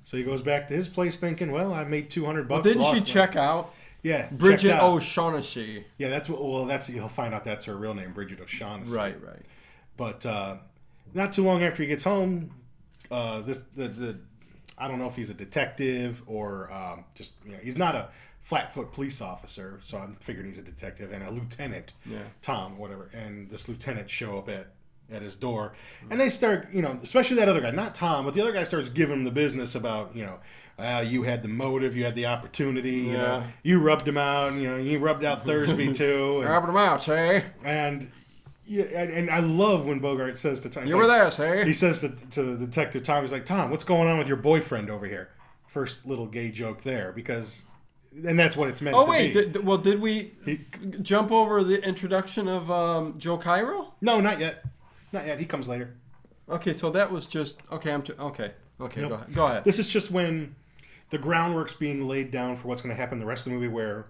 Speaker 7: So he goes back to his place thinking, well, I made 200 bucks.
Speaker 6: Didn't she
Speaker 7: lost
Speaker 6: check out
Speaker 7: my- Yeah, checked
Speaker 6: Bridget Oh,
Speaker 7: out.
Speaker 6: O'Shaughnessy?
Speaker 7: Yeah, that's what. Well, that's you'll find out that's her real name, Bridget O'Shaughnessy.
Speaker 6: Right, right.
Speaker 7: But uh, not too long after he gets home, uh, this the, the I don't know if he's a detective or um, just you know he's not a flatfoot police officer, so I'm figuring he's a detective and a lieutenant,
Speaker 6: Yeah.
Speaker 7: Tom whatever. And this lieutenant show up at at his door,
Speaker 6: Mm-hmm.
Speaker 7: and they start you know especially that other guy, not Tom, but the other guy starts giving him the business about you know. Uh, you had the motive, you had the opportunity, you know,
Speaker 6: Yeah.
Speaker 7: you rubbed him out, and, you know, you rubbed out Thursby too, and,
Speaker 6: Grabbing them out, say.
Speaker 7: and yeah, and, and I love when Bogart says to Tom, he's
Speaker 6: You were
Speaker 7: like-
Speaker 6: there, say.
Speaker 7: He says to, to the detective Tom, he's like, Tom, what's going on with your boyfriend over here? First little gay joke there because, and that's what it's meant
Speaker 6: Oh
Speaker 7: to
Speaker 6: wait,
Speaker 7: be.
Speaker 6: did, well, did we
Speaker 7: He-
Speaker 6: g- jump over the introduction of um, Joe Cairo?
Speaker 7: no, not yet, not yet. He comes later.
Speaker 6: Okay, so that was just okay. I'm t- okay. Okay, go ahead. Go ahead.
Speaker 7: This is just when the groundwork's being laid down for what's going to happen the rest of the movie, where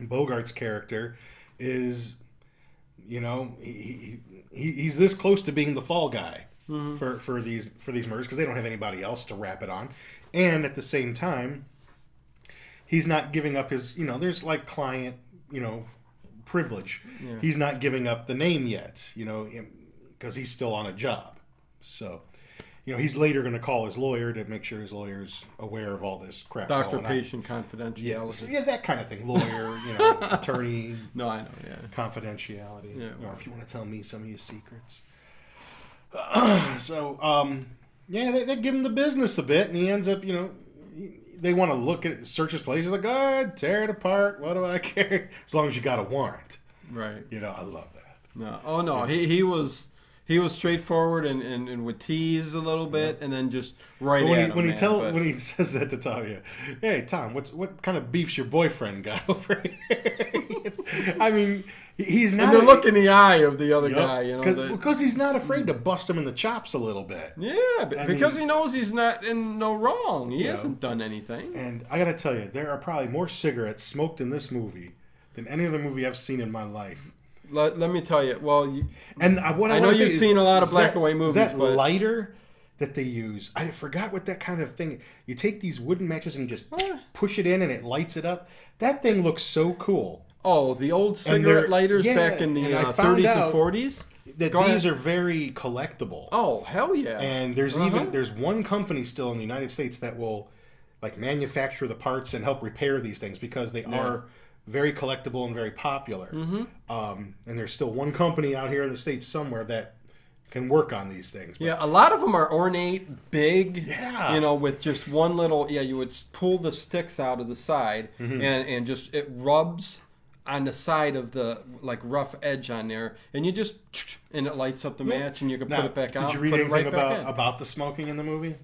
Speaker 7: Bogart's character is, you know, he, he he's this close to being the fall guy
Speaker 6: Mm-hmm.
Speaker 7: for for these for these murders because they don't have anybody else to wrap it on, and at the same time, he's not giving up his you know there's like client you know privilege. He's not giving up the name yet, you know, because he's still on a job. So, you know, he's later going to call his lawyer to make sure his lawyer's aware of all this crap.
Speaker 6: Doctor
Speaker 7: going on.
Speaker 6: patient confidentiality.
Speaker 7: Yeah, so- yeah, that kind of thing. Lawyer, you know, attorney,
Speaker 6: No, I know. Yeah.
Speaker 7: confidentiality.
Speaker 6: Yeah,
Speaker 7: or
Speaker 6: well.
Speaker 7: if you want to tell me some of your secrets. so, um, yeah, they, they give him the business a bit, and he ends up, you know, he- they want to look at search his place. He's like, oh, tear it apart. What do I care? As long as you got a warrant.
Speaker 6: Right.
Speaker 7: You know, I love that.
Speaker 6: No. Oh no. He he was he was straightforward and and, and would tease a little bit and then just right
Speaker 7: But when
Speaker 6: at
Speaker 7: he
Speaker 6: him,
Speaker 7: when he
Speaker 6: man,
Speaker 7: tell
Speaker 6: but-
Speaker 7: when he says that to Tom, yeah, hey Tom, what's what kind of beefs your boyfriend got over here? I mean, he- he's not.
Speaker 6: and the look in the eye of the other
Speaker 7: Yup.
Speaker 6: guy, you know.
Speaker 7: Cause,
Speaker 6: the-
Speaker 7: because he's not afraid to bust him in the chops a little bit.
Speaker 6: yeah, b-
Speaker 7: I
Speaker 6: because
Speaker 7: mean-
Speaker 6: he knows he's not in no wrong. He
Speaker 7: Yeah.
Speaker 6: hasn't done anything.
Speaker 7: And I gotta tell you, there are probably more cigarettes smoked in this movie than any other movie I've seen in my life.
Speaker 6: Let, let me tell you. Well, you,
Speaker 7: And I, what I,
Speaker 6: I
Speaker 7: wanna
Speaker 6: know
Speaker 7: say
Speaker 6: you've
Speaker 7: is-
Speaker 6: seen a lot of
Speaker 7: is
Speaker 6: black
Speaker 7: that-
Speaker 6: and white movies,
Speaker 7: Is that
Speaker 6: but-
Speaker 7: lighter that they use? I forgot what that kind of thing. You take these wooden matches and you just
Speaker 6: Eh.
Speaker 7: push it in, and it lights it up. That thing looks so cool.
Speaker 6: oh, the old
Speaker 7: And they're-
Speaker 6: cigarette lighters
Speaker 7: yeah,
Speaker 6: back in
Speaker 7: and
Speaker 6: the
Speaker 7: I
Speaker 6: uh,
Speaker 7: found
Speaker 6: 30s
Speaker 7: out
Speaker 6: and 40s.
Speaker 7: That
Speaker 6: Go
Speaker 7: these
Speaker 6: ahead.
Speaker 7: are very collectible.
Speaker 6: Oh hell yeah!
Speaker 7: And there's
Speaker 6: Uh-huh.
Speaker 7: even there's one company still in the United States that will like manufacture the parts and help repair these things because they are very collectible and very popular.
Speaker 6: Mm-hmm.
Speaker 7: Um, and there's still one company out here in the states somewhere that can work on these things. But
Speaker 6: Yeah, a lot of them are ornate, big.
Speaker 7: Yeah.
Speaker 6: You know, with just one little. Yeah, you would s- pull the sticks out of the side,
Speaker 7: Mm-hmm.
Speaker 6: and and just it rubs on the side of the like rough edge on there, and you just and it lights up the match, and you can
Speaker 7: Now,
Speaker 6: put it back
Speaker 7: did
Speaker 6: out.
Speaker 7: you read
Speaker 6: put
Speaker 7: anything
Speaker 6: it right
Speaker 7: about
Speaker 6: back in.
Speaker 7: about the smoking in the movie?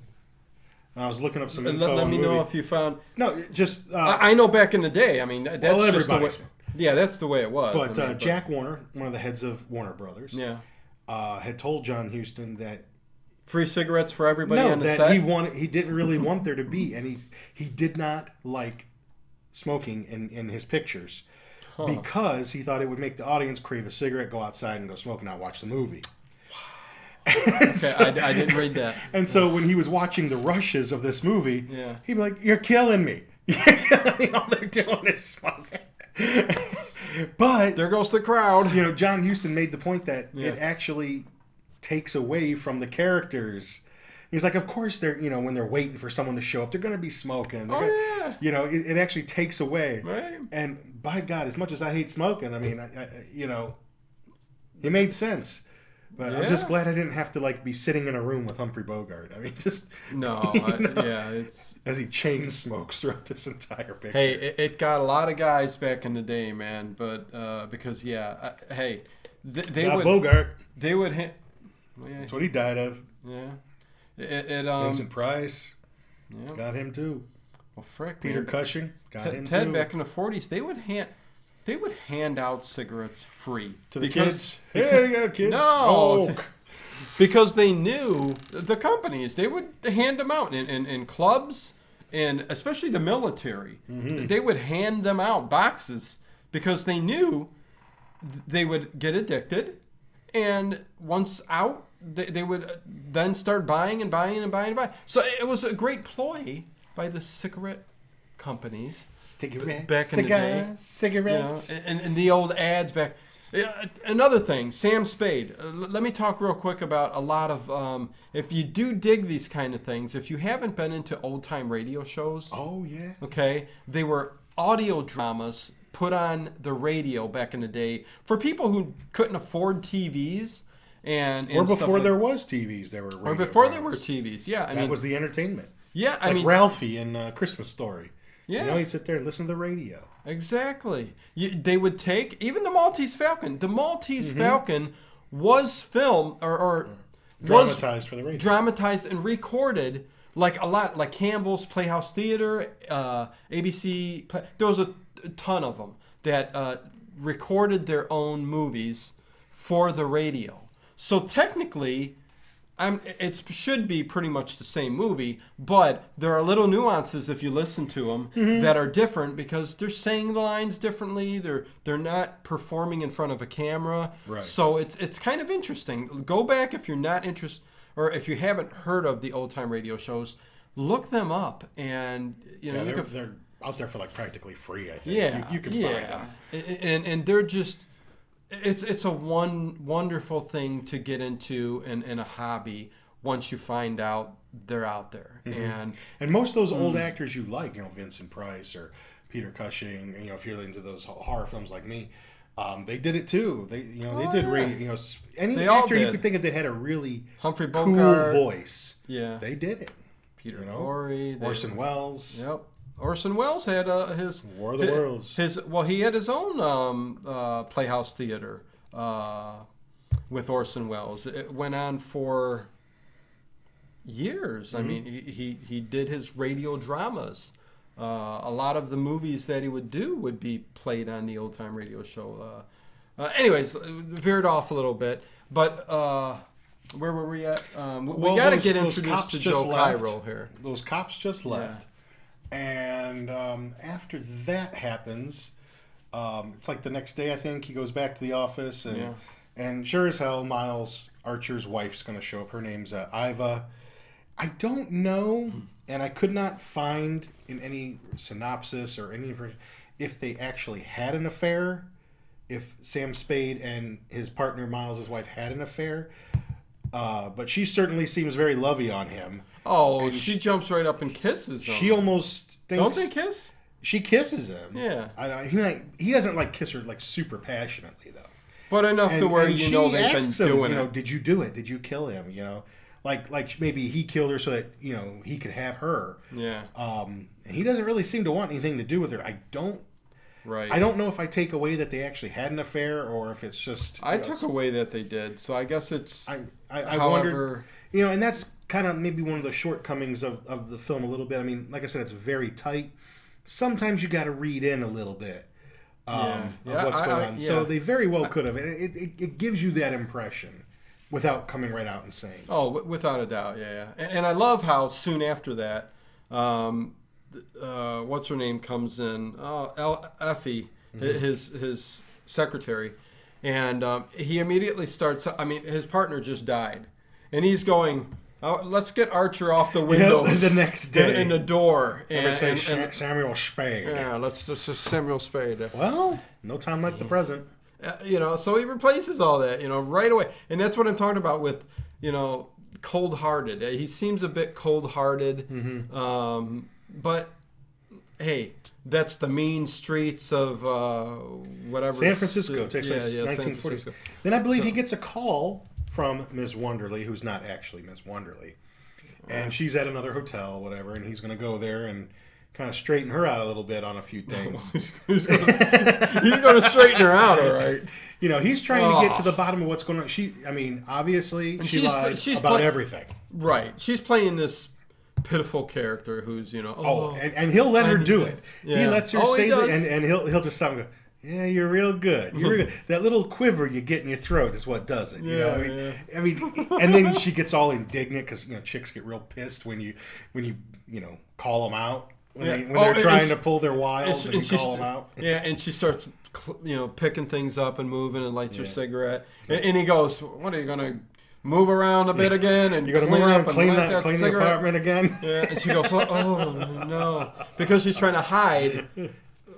Speaker 7: I was looking up some
Speaker 6: And
Speaker 7: info.
Speaker 6: let, let
Speaker 7: on
Speaker 6: me
Speaker 7: the movie.
Speaker 6: know if you found.
Speaker 7: no, it just uh,
Speaker 6: I, I know back in the day. I mean, that's just the
Speaker 7: everybody
Speaker 6: way.
Speaker 7: smoked.
Speaker 6: Yeah, that's the way it was.
Speaker 7: but
Speaker 6: I mean,
Speaker 7: uh, Jack Warner, one of the heads of Warner Brothers,
Speaker 6: Yeah.
Speaker 7: uh, had told John Huston that
Speaker 6: Free cigarettes for everybody
Speaker 7: no,
Speaker 6: on the
Speaker 7: that
Speaker 6: set.
Speaker 7: he wanted. He didn't really want there to be, and he he did not like smoking in in his pictures because he thought it would make the audience crave a cigarette, go outside, and go smoke, not watch the movie. and,
Speaker 6: Okay,
Speaker 7: so,
Speaker 6: I, I didn't read that.
Speaker 7: and so when he was watching the rushes of this movie,
Speaker 6: Yeah.
Speaker 7: he'd be like, "You're killing me! You're killing me! All they're doing is smoking." but
Speaker 6: There goes the crowd.
Speaker 7: you know, John Houston made the point that it
Speaker 6: Yeah.
Speaker 7: actually takes away from the characters. He's like, of course they're you know when they're waiting for someone to show up, they're going to be smoking. They're
Speaker 6: Oh,
Speaker 7: gonna-
Speaker 6: yeah.
Speaker 7: You know, it, it actually takes away.
Speaker 6: Right.
Speaker 7: And by God, as much as I hate smoking, I mean, I, I, you know, it made sense. But I'm just
Speaker 6: Yeah.
Speaker 7: glad I didn't have to like be sitting in a room with Humphrey Bogart. I mean, just
Speaker 6: No, I, yeah, it's
Speaker 7: as he chain smokes throughout this entire picture.
Speaker 6: Hey, it, it got a lot of guys back in the day, man. But uh, because yeah, I, hey, th- they
Speaker 7: God,
Speaker 6: would
Speaker 7: Bogart.
Speaker 6: they would hit. Yeah,
Speaker 7: That's what he died of.
Speaker 6: yeah. It, it um.
Speaker 7: Vincent Price
Speaker 6: yeah.
Speaker 7: got him too.
Speaker 6: Well, frick,
Speaker 7: Peter
Speaker 6: man.
Speaker 7: Cushing got
Speaker 6: Ted,
Speaker 7: him
Speaker 6: Ted
Speaker 7: too.
Speaker 6: back in the '40s, they would hand they would hand out cigarettes free
Speaker 7: to the
Speaker 6: because-
Speaker 7: kids. Here you go, kids.
Speaker 6: No.
Speaker 7: Smoke.
Speaker 6: because they knew the companies they would hand them out in, in, in clubs and especially the military they would hand them out boxes because they knew they would get addicted and once out they, they would uh, then start buying and buying and buying and buying so it was a great ploy by the cigarette companies
Speaker 7: Cigarette,
Speaker 6: Back in the
Speaker 7: cigar,
Speaker 6: day. you know,
Speaker 7: cigarettes.
Speaker 6: and, and the old ads back. Yeah, Another thing, Sam Spade. Uh, l- let me talk real quick about a lot of. Um, if you do dig these kind of things, if you haven't been into old time radio shows,
Speaker 7: oh yeah.
Speaker 6: okay, they were audio dramas put on the radio back in the day for people who couldn't afford TVs and, and
Speaker 7: Or
Speaker 6: stuff
Speaker 7: before
Speaker 6: like-
Speaker 7: there was TVs, there were radio
Speaker 6: or before there were
Speaker 7: dramas.
Speaker 6: TVs. Yeah, I
Speaker 7: That
Speaker 6: mean,
Speaker 7: was the entertainment.
Speaker 6: yeah, I
Speaker 7: like
Speaker 6: mean,
Speaker 7: Ralphie in uh, Christmas Story.
Speaker 6: Yeah.
Speaker 7: You know, he'd sit there and listen to the radio.
Speaker 6: Exactly. You, they would take even the Maltese Falcon. The Maltese
Speaker 7: Mm-hmm.
Speaker 6: Falcon was filmed or, or was
Speaker 7: Mm. Dramatized for the radio.
Speaker 6: dramatized and recorded like a lot, like Campbell's Playhouse Theater, uh, ABC. Play, there was a, a ton of them that uh, recorded their own movies for the radio. So technically, I'm, it should be pretty much the same movie, but there are little nuances if you listen to them that are different because they're saying the lines differently. They're they're not performing in front of a camera,
Speaker 7: Right.
Speaker 6: so it's it's kind of interesting. Go back if you're not interested or if you haven't heard of the old time radio shows, look them up and you know
Speaker 7: Yeah,
Speaker 6: you
Speaker 7: they're,
Speaker 6: can-
Speaker 7: they're out there for like practically free. I think.
Speaker 6: yeah,
Speaker 7: you, you can find
Speaker 6: yeah.
Speaker 7: them.
Speaker 6: A- and and they're just it's it's a one wonderful thing to get into and in, a hobby once you find out they're out there
Speaker 7: Mm-hmm.
Speaker 6: and
Speaker 7: And most of those
Speaker 6: Mm.
Speaker 7: old actors you like, you know, Vincent Price or Peter Cushing, you know, if you're into those ho- horror films like me, um, they did it too. They, you know, they did, ra- you know, s- any
Speaker 6: They all
Speaker 7: actor you
Speaker 6: did.
Speaker 7: could think of that had a really
Speaker 6: Humphrey
Speaker 7: cool
Speaker 6: Bogart.
Speaker 7: voice,
Speaker 6: yeah
Speaker 7: they did it.
Speaker 6: Peter
Speaker 7: you know,
Speaker 6: Lorre they-
Speaker 7: Orson Welles.
Speaker 6: yep Orson Welles had uh, his
Speaker 7: War of the
Speaker 6: hi-
Speaker 7: Worlds.
Speaker 6: his well he had his own um, uh, Playhouse Theater uh, with Orson Welles it went on for years.
Speaker 7: Mm-hmm.
Speaker 6: I mean, he, he he did his radio dramas. Uh, a lot of the movies that he would do would be played on the old time radio show. Uh, uh, anyways, veered off a little bit, but uh, where were we at? Um, we
Speaker 7: Well,
Speaker 6: got to
Speaker 7: those-
Speaker 6: get
Speaker 7: those
Speaker 6: introduced
Speaker 7: cops
Speaker 6: to
Speaker 7: just
Speaker 6: Joe
Speaker 7: left.
Speaker 6: Cairo here.
Speaker 7: Those cops just left. And um, after that happens, um, it's like the next day, I think, he goes back to the office. And,
Speaker 6: Yeah.
Speaker 7: and sure as hell, Miles Archer's wife's going to show up. Her name's uh, Iva. I don't know, and I could not find in any synopsis or any information if they actually had an affair, if Sam Spade and his partner, Miles' wife, had an affair. Uh, but she certainly seems very lovey on him.
Speaker 6: Oh,
Speaker 7: And
Speaker 6: she jumps right up and kisses him.
Speaker 7: She almost
Speaker 6: Um, Don't
Speaker 7: thinks
Speaker 6: they kiss?
Speaker 7: she kisses him.
Speaker 6: Yeah.
Speaker 7: I, I, he, like, he doesn't like kiss her like super passionately though.
Speaker 6: But enough to where you
Speaker 7: she
Speaker 6: know they've been
Speaker 7: asks him,
Speaker 6: doing
Speaker 7: you know,
Speaker 6: it.
Speaker 7: Did you do it? Did you kill him? You know, like like maybe he killed her so that you know he could have her.
Speaker 6: Yeah,
Speaker 7: Um, and he doesn't really seem to want anything to do with her. I don't.
Speaker 6: right.
Speaker 7: I don't know if I take away that they actually had an affair or if it's just.
Speaker 6: I
Speaker 7: you know,
Speaker 6: took away that they did, so I guess it's.
Speaker 7: I, I, I
Speaker 6: However-
Speaker 7: wondered, you know, and that's kind of maybe one of the shortcomings of, of the film a little bit. I mean, like I said, it's very tight. Sometimes you got to read in a little bit um,
Speaker 6: Yeah.
Speaker 7: of
Speaker 6: Yeah,
Speaker 7: what's
Speaker 6: I-
Speaker 7: going
Speaker 6: I-
Speaker 7: on. So
Speaker 6: yeah.
Speaker 7: they very well could have, and it, it, it gives you that impression without coming right out and saying.
Speaker 6: Oh, w- without a doubt, yeah, yeah. And, and I love how soon after that, um, th- uh, what's her name comes in, oh, El- Effie, hi-
Speaker 7: Mm-hmm.
Speaker 6: his his secretary, and um, he immediately starts. I mean, his partner just died, and he's going. Oh, let's get Archer off the window
Speaker 7: the next day.
Speaker 6: in the door.
Speaker 7: I
Speaker 6: And,
Speaker 7: would say
Speaker 6: and-
Speaker 7: Sa-
Speaker 6: and-
Speaker 7: Samuel Spade.
Speaker 6: yeah, let's just just Samuel Spade.
Speaker 7: Well, no time like the present.
Speaker 6: Uh, you know so he replaces all that you know right away and that's what i'm talking about with you know cold-hearted Uh, he seems a bit cold-hearted
Speaker 7: Mm-hmm.
Speaker 6: um, but hey that's the mean streets of uh, whatever
Speaker 7: San Francisco
Speaker 6: ci-
Speaker 7: takes place
Speaker 6: yeah, yeah, San
Speaker 7: 1940.
Speaker 6: Francisco.
Speaker 7: Then I believe he gets a call from Miss Wonderly, who's not actually Miss Wonderly, and she's at another hotel, whatever, and he's going to go there and kind of straighten her out a little bit on a few things.
Speaker 6: He's gonna- he's going to straighten her out all right
Speaker 7: you know, he's trying to get to
Speaker 6: Oh.
Speaker 7: the bottom of what's going on. She, I mean, obviously she
Speaker 6: she's-
Speaker 7: lied
Speaker 6: she's
Speaker 7: about
Speaker 6: pla-
Speaker 7: everything.
Speaker 6: right she's playing this pitiful character who's you know oh,
Speaker 7: Oh, and, and he'll let her
Speaker 6: I'm-
Speaker 7: do it. He
Speaker 6: yeah.
Speaker 7: lets her
Speaker 6: Oh, he
Speaker 7: say that,
Speaker 6: does.
Speaker 7: and, and he'll he'll just stop and go. Yeah, you're real good. You're real good. That little quiver you get in your throat is what does it. You know, I
Speaker 6: Yeah,
Speaker 7: mean, I mean, and then she gets all indignant because you know chicks get real pissed when you when you you know call them out when,
Speaker 6: Yeah.
Speaker 7: they, when
Speaker 6: Oh,
Speaker 7: they're
Speaker 6: and-
Speaker 7: trying
Speaker 6: and
Speaker 7: to
Speaker 6: she-
Speaker 7: pull their wiles
Speaker 6: It's-
Speaker 7: and, you
Speaker 6: it's just-
Speaker 7: call them out.
Speaker 6: Yeah, and she starts, cl- you know, picking things up and moving and lights her cigarette. And, and he goes, "What are you gonna move around a bit again and
Speaker 7: You got to
Speaker 6: clean up
Speaker 7: move around,
Speaker 6: and
Speaker 7: clean
Speaker 6: light
Speaker 7: that,
Speaker 6: that
Speaker 7: clean the
Speaker 6: cigarette?"
Speaker 7: apartment again.
Speaker 6: Yeah, and she goes, "Oh no," because she's trying to hide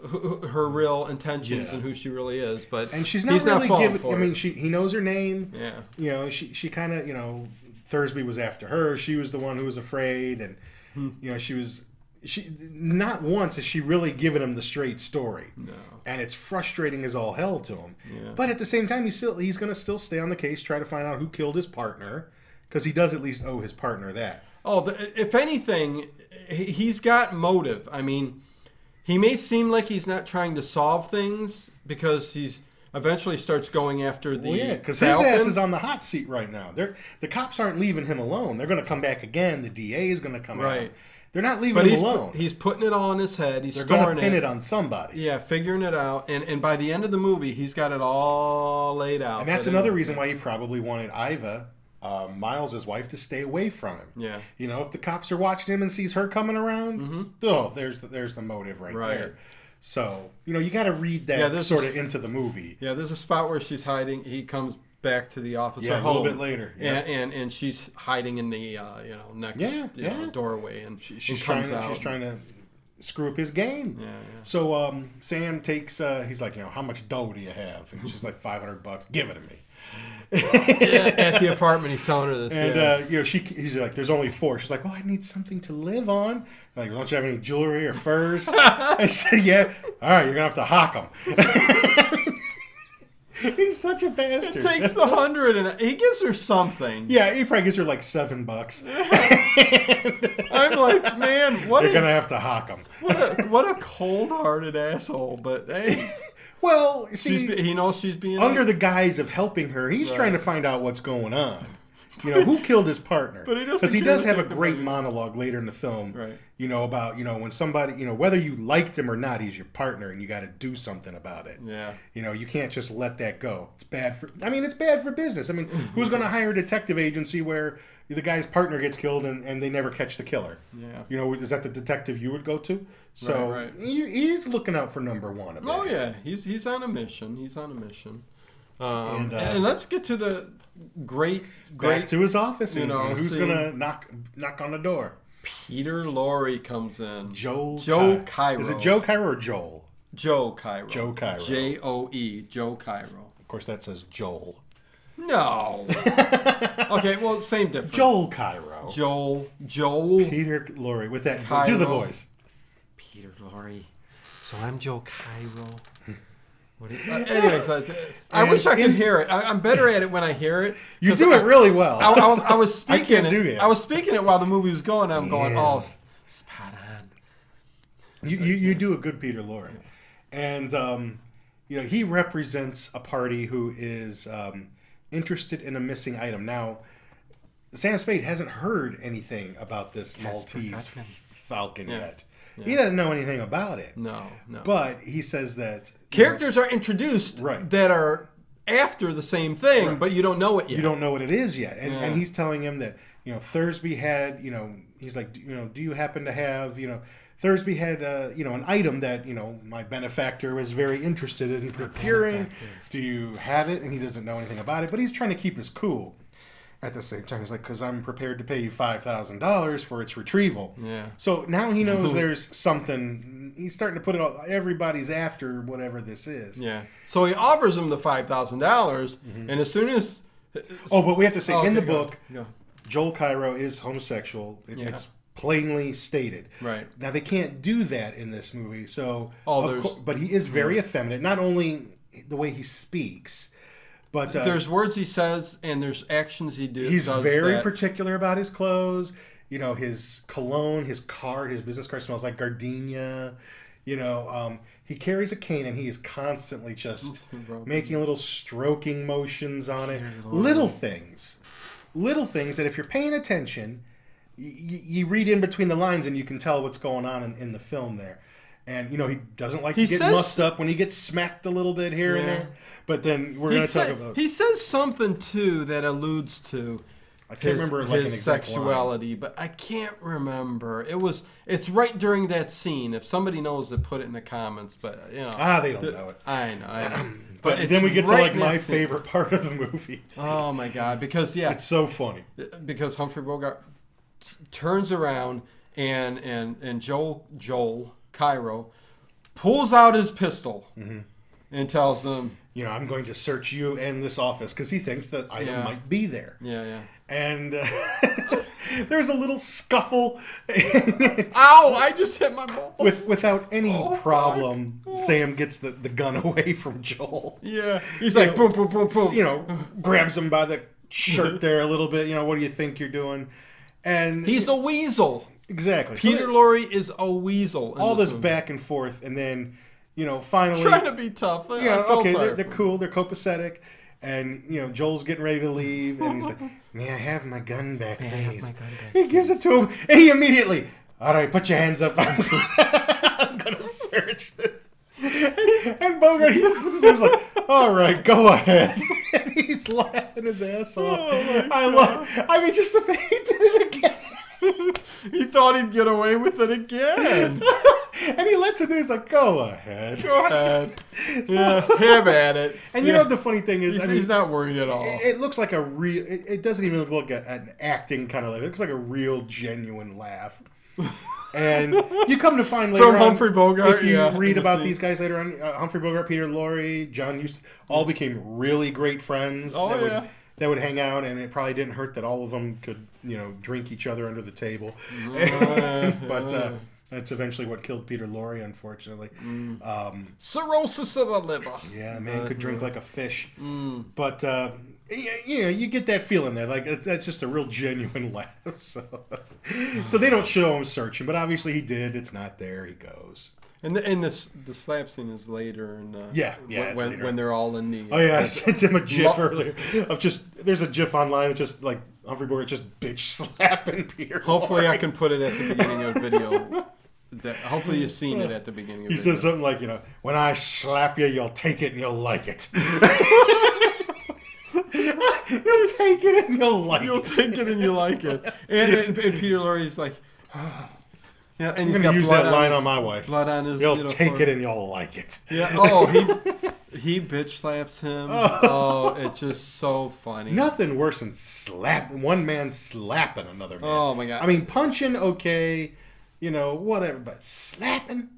Speaker 6: who- who- her real intentions
Speaker 7: Yeah.
Speaker 6: and who she really is. But
Speaker 7: And she's not
Speaker 6: he's
Speaker 7: really
Speaker 6: falling
Speaker 7: giving.
Speaker 6: for
Speaker 7: I mean,
Speaker 6: it.
Speaker 7: she he knows her name.
Speaker 6: yeah,
Speaker 7: you know, she she kind of you know Thursby was after her. She was the one who was afraid, and
Speaker 6: Hmm.
Speaker 7: you know she was she not once has she really given him the straight story. No, and it's frustrating as all hell to him.
Speaker 6: Yeah.
Speaker 7: But at the same time, he's still he's going to still stay on the case, try to find out who killed his partner, because he does at least owe his partner that.
Speaker 6: Oh, the, if anything, he- he's got motive. I mean, he may seem like he's not trying to solve things because he's eventually starts going after the
Speaker 7: Well, yeah, because his
Speaker 6: Falcon.
Speaker 7: ass is on the hot seat right now. They're the cops aren't leaving him alone. They're going to come back again. The DA is going to come out.
Speaker 6: Right.
Speaker 7: They're not leaving
Speaker 6: but
Speaker 7: him
Speaker 6: he's,
Speaker 7: alone.
Speaker 6: he's putting it all in his head. He's
Speaker 7: They're going
Speaker 6: storing
Speaker 7: to pin
Speaker 6: it.
Speaker 7: it on somebody.
Speaker 6: Yeah, figuring it out, and and by the end of the movie, he's got it all laid out.
Speaker 7: And that's
Speaker 6: But
Speaker 7: another
Speaker 6: anyway.
Speaker 7: reason why he probably wanted Iva uh, uh, Miles, his wife, to stay away from him.
Speaker 6: Yeah.
Speaker 7: You know, if the cops are watching him and sees her coming around, oh, there's the, there's the motive right,
Speaker 6: Mm-hmm. Right.
Speaker 7: there. So you know, you got to read that
Speaker 6: Yeah, this
Speaker 7: sort
Speaker 6: is-
Speaker 7: of into the movie.
Speaker 6: Yeah, there's a spot where she's hiding. He comes back to the office.
Speaker 7: Yeah,
Speaker 6: or
Speaker 7: a little
Speaker 6: home,
Speaker 7: bit later, yeah.
Speaker 6: and, and and she's hiding in the uh, you know next
Speaker 7: Yeah,
Speaker 6: you know,
Speaker 7: yeah.
Speaker 6: doorway, and
Speaker 7: She- She's
Speaker 6: and
Speaker 7: trying.
Speaker 6: comes
Speaker 7: To,
Speaker 6: out.
Speaker 7: she's trying to screw up his game.
Speaker 6: Yeah, yeah.
Speaker 7: So um, Sam takes. Uh, he's like, you know, how much dough do you have? And she's like, five hundred bucks. Give it to me.
Speaker 6: at the apartment. He's telling her this.
Speaker 7: And
Speaker 6: yeah.
Speaker 7: uh, you know, she he's like, "There's only four. She's like, "Well, I need something to live on." I'm like, don't you have any jewelry or furs? I said, "Yeah." All right, you're gonna have to hock him. he's such a bastard.
Speaker 6: takes the hundred and he gives her something.
Speaker 7: yeah, he probably gives her like seven bucks.
Speaker 6: I'm like, man, what
Speaker 7: You're
Speaker 6: a,
Speaker 7: gonna have to hock him.
Speaker 6: what a what a cold-hearted asshole. But hey,
Speaker 7: Well,
Speaker 6: she's,
Speaker 7: see,
Speaker 6: be- he knows she's being
Speaker 7: under the guise of helping her, he's trying to find out what's going on. You know, who killed his partner?
Speaker 6: But he doesn't
Speaker 7: Because he
Speaker 6: care
Speaker 7: does
Speaker 6: to
Speaker 7: have a
Speaker 6: take the
Speaker 7: great
Speaker 6: money.
Speaker 7: monologue later in the film.
Speaker 6: Right.
Speaker 7: You know, about, you know, when somebody, you know, whether you liked him or not, he's your partner and you got to do something about it.
Speaker 6: Yeah.
Speaker 7: You know, you can't just let that go. It's bad for, I mean, it's bad for business. I mean, who's going to hire a detective agency where the guy's partner gets killed and, and they never catch the killer?
Speaker 6: Yeah.
Speaker 7: You know, is that the detective you would go to? So
Speaker 6: Right, right.
Speaker 7: He, he's looking out for number one. a bit.
Speaker 6: Oh yeah, he's he's on a mission. He's on a mission. Um, and,
Speaker 7: And, uh,
Speaker 6: and let's get to the great
Speaker 7: Back
Speaker 6: great
Speaker 7: to his office and
Speaker 6: you know,
Speaker 7: who's
Speaker 6: see-
Speaker 7: gonna knock knock on the door?
Speaker 6: Peter Lorre comes in.
Speaker 7: Joel
Speaker 6: Joe
Speaker 7: Ky-
Speaker 6: Cairo.
Speaker 7: Is it Joe Cairo or Joel?
Speaker 6: Joe Cairo.
Speaker 7: Joe Cairo.
Speaker 6: J O E. Joe Cairo.
Speaker 7: Of course that says Joel.
Speaker 6: No. okay, well, same difference.
Speaker 7: Joel Cairo.
Speaker 6: Joel. Joel.
Speaker 7: Peter Lorre with that
Speaker 6: Cairo.
Speaker 7: do the voice.
Speaker 6: Peter Lorre. So I'm Joe Cairo. What do you- uh, anyways, that's, I
Speaker 7: And
Speaker 6: wish I could
Speaker 7: in-
Speaker 6: hear it. I, I'm better at it when I hear it.
Speaker 7: You
Speaker 6: 'cause
Speaker 7: do
Speaker 6: I-
Speaker 7: it really well.
Speaker 6: I, I was, I was
Speaker 7: I
Speaker 6: speaking.
Speaker 7: can't
Speaker 6: it,
Speaker 7: do it.
Speaker 6: I was speaking it while the movie was going. I'm going, oh,
Speaker 7: Yes.
Speaker 6: s- spot on.
Speaker 7: you, you, you do a good Peter Lorre. And um, you know, he represents a party who is um, interested in a missing item. Now, Sam Spade hasn't heard anything about this Maltese
Speaker 6: Gutman.
Speaker 7: f- falcon
Speaker 6: Yeah.
Speaker 7: yet. He doesn't know anything about it.
Speaker 6: No, no.
Speaker 7: But he says that
Speaker 6: Characters are introduced
Speaker 7: Right.
Speaker 6: that are after the same thing, but you don't know it yet.
Speaker 7: you don't know what it is yet. And, and
Speaker 6: Yeah.
Speaker 7: he's telling him that, you know, Thursby had, you know, he's like, you know, do you happen to have, you know, Thursby had, uh, you know, an item that, you know, my benefactor was very interested in procuring. Do you have it? And he doesn't know anything about it, but he's trying to keep his cool. At the same time, he's like, because I'm prepared to pay you $5,000 for its retrieval.
Speaker 6: Yeah.
Speaker 7: So now he knows there's something. He's starting to put it all, everybody's after whatever this is.
Speaker 6: Yeah. So he offers him the five dollars, and as soon as
Speaker 7: Oh, but we have to say
Speaker 6: Oh,
Speaker 7: Mm-hmm. in
Speaker 6: okay,
Speaker 7: the
Speaker 6: go.
Speaker 7: book,
Speaker 6: Go.
Speaker 7: Joel Cairo is homosexual. It-
Speaker 6: Yeah.
Speaker 7: It's plainly stated.
Speaker 6: Right.
Speaker 7: Now they can't do that in this movie. So,
Speaker 6: Oh,
Speaker 7: of
Speaker 6: there's-
Speaker 7: cour- but he is very effeminate. Not only the way he speaks, but uh,
Speaker 6: there's words he says and there's actions he do,
Speaker 7: he's
Speaker 6: does.
Speaker 7: very
Speaker 6: that-
Speaker 7: particular about his clothes. You know, his cologne, his car, his business card smells like gardenia. You know, um, he carries a cane and he is constantly just making little stroking motions on it. Little things. Little things that if you're paying attention, y- y- you read in between the lines and you can tell what's going on in, in the film there. And, you know, he doesn't like
Speaker 6: He
Speaker 7: to get
Speaker 6: says-
Speaker 7: mussed up when he gets smacked a little bit here and
Speaker 6: Yeah.
Speaker 7: there. But then we're
Speaker 6: he,
Speaker 7: going to talk
Speaker 6: sa-
Speaker 7: about.
Speaker 6: he says something too that alludes to
Speaker 7: I
Speaker 6: his,
Speaker 7: can't remember like
Speaker 6: his
Speaker 7: an exact line.
Speaker 6: sexuality, but I can't remember. It was it's right during that scene. If somebody knows it, put it in the comments. But you know,
Speaker 7: Ah, they don't
Speaker 6: the-
Speaker 7: know it.
Speaker 6: I know. I know.
Speaker 7: But
Speaker 6: it's
Speaker 7: then we get to
Speaker 6: right
Speaker 7: like
Speaker 6: in
Speaker 7: my
Speaker 6: that scene.
Speaker 7: favorite part of the movie.
Speaker 6: Oh my god! Because yeah,
Speaker 7: It's so funny.
Speaker 6: because Humphrey Bogart t- turns around and and and Joel Joel Cairo pulls out his pistol
Speaker 7: Mm-hmm.
Speaker 6: and tells them,
Speaker 7: You know, I'm going to search you and this office because he thinks that item
Speaker 6: Yeah.
Speaker 7: might be there.
Speaker 6: "Yeah, yeah."
Speaker 7: And uh, there's a little scuffle
Speaker 6: Ow! I just hit my balls.
Speaker 7: with without any
Speaker 6: fuck.
Speaker 7: problem. Sam gets the, the gun away from Joel.
Speaker 6: yeah, he's
Speaker 7: You
Speaker 6: like,
Speaker 7: know,
Speaker 6: boom, boom, boom, boom.
Speaker 7: You know, grabs him by the shirt there a little bit. You know, what do you think you're doing? And
Speaker 6: he's a weasel.
Speaker 7: exactly So
Speaker 6: Peter
Speaker 7: they-
Speaker 6: Lorre is a weasel. in
Speaker 7: all this
Speaker 6: movie.
Speaker 7: back and forth, and then you know, finally
Speaker 6: trying to be tough.
Speaker 7: Yeah,
Speaker 6: I felt
Speaker 7: okay,
Speaker 6: sorry
Speaker 7: they're, they're
Speaker 6: for him.
Speaker 7: cool, they're copacetic, and you know Joel's getting ready to leave, and he's like, "May I have my gun back,
Speaker 6: I have my
Speaker 7: please?"
Speaker 6: gun back,
Speaker 7: he gives it to him, and he immediately, "All right, put your hands up. I'm, I'm gonna search this." And, and Bogart, he just puts his arms like, "All right, go ahead." And he's laughing his ass off.
Speaker 6: Oh
Speaker 7: I love. I mean, just the fact he did it again,
Speaker 6: He thought he'd get away with it again.
Speaker 7: and he lets it do. He's like, "Go ahead."
Speaker 6: Uh, yeah, have at it.
Speaker 7: And you
Speaker 6: Yeah.
Speaker 7: know what the funny thing is?
Speaker 6: he's,
Speaker 7: I mean,
Speaker 6: he's not worried at all.
Speaker 7: It, it looks like a real. It, it doesn't even look at an acting kind of laugh. It looks like a real, genuine laugh. And you come to find later on,
Speaker 6: Humphrey Bogart,
Speaker 7: if you
Speaker 6: yeah, in
Speaker 7: read
Speaker 6: the
Speaker 7: about
Speaker 6: scene.
Speaker 7: these guys later on, uh, Humphrey Bogart, Peter Lorre, John Huston, all became really great friends.
Speaker 6: Mm. Oh,
Speaker 7: that
Speaker 6: yeah.
Speaker 7: Would, that would hang out, and it probably didn't hurt that all of them could, you know, drink each other under the table. but uh, that's eventually what killed Peter Lorre, unfortunately.
Speaker 6: Mm.
Speaker 7: Um,
Speaker 6: Cirrhosis of the liver.
Speaker 7: yeah, man could drink
Speaker 6: Uh-huh.
Speaker 7: like a fish.
Speaker 6: Mm.
Speaker 7: But uh, you, you know, you get that feeling there. Like it- that's just a real genuine laugh. So, so they don't show him searching, but obviously he did. It's not there. He goes.
Speaker 6: And the, and this the slap scene is later and uh,
Speaker 7: Yeah, yeah,
Speaker 6: when
Speaker 7: it's
Speaker 6: when,
Speaker 7: later.
Speaker 6: when they're all in the
Speaker 7: Oh yeah, I sent him a GIF
Speaker 6: Lo-
Speaker 7: earlier of just there's a GIF online of just like Humphrey Bogart just bitch slapping Peter.
Speaker 6: Hopefully, I
Speaker 7: Lorre.
Speaker 6: can put it at the beginning of video. that, hopefully, you've seen it at the beginning. of
Speaker 7: He
Speaker 6: video.
Speaker 7: says something like, you know, when I slap you, you'll take it and you'll like it. you'll take it and you'll like
Speaker 6: You'll
Speaker 7: it.
Speaker 6: take it and you like it. And, and, and Peter Lorre's like, yeah, and
Speaker 7: I'm
Speaker 6: he's
Speaker 7: gonna
Speaker 6: got
Speaker 7: use
Speaker 6: blood
Speaker 7: that line
Speaker 6: his,
Speaker 7: on my wife.
Speaker 6: blood on his.
Speaker 7: You'll
Speaker 6: little
Speaker 7: take
Speaker 6: forehead.
Speaker 7: it and you'll like it.
Speaker 6: Yeah. Oh, he he bitch slaps him. Oh, it's just so funny.
Speaker 7: Nothing worse than slap one man slapping another man.
Speaker 6: Oh, my God.
Speaker 7: I mean, punching okay, you know whatever, but slapping.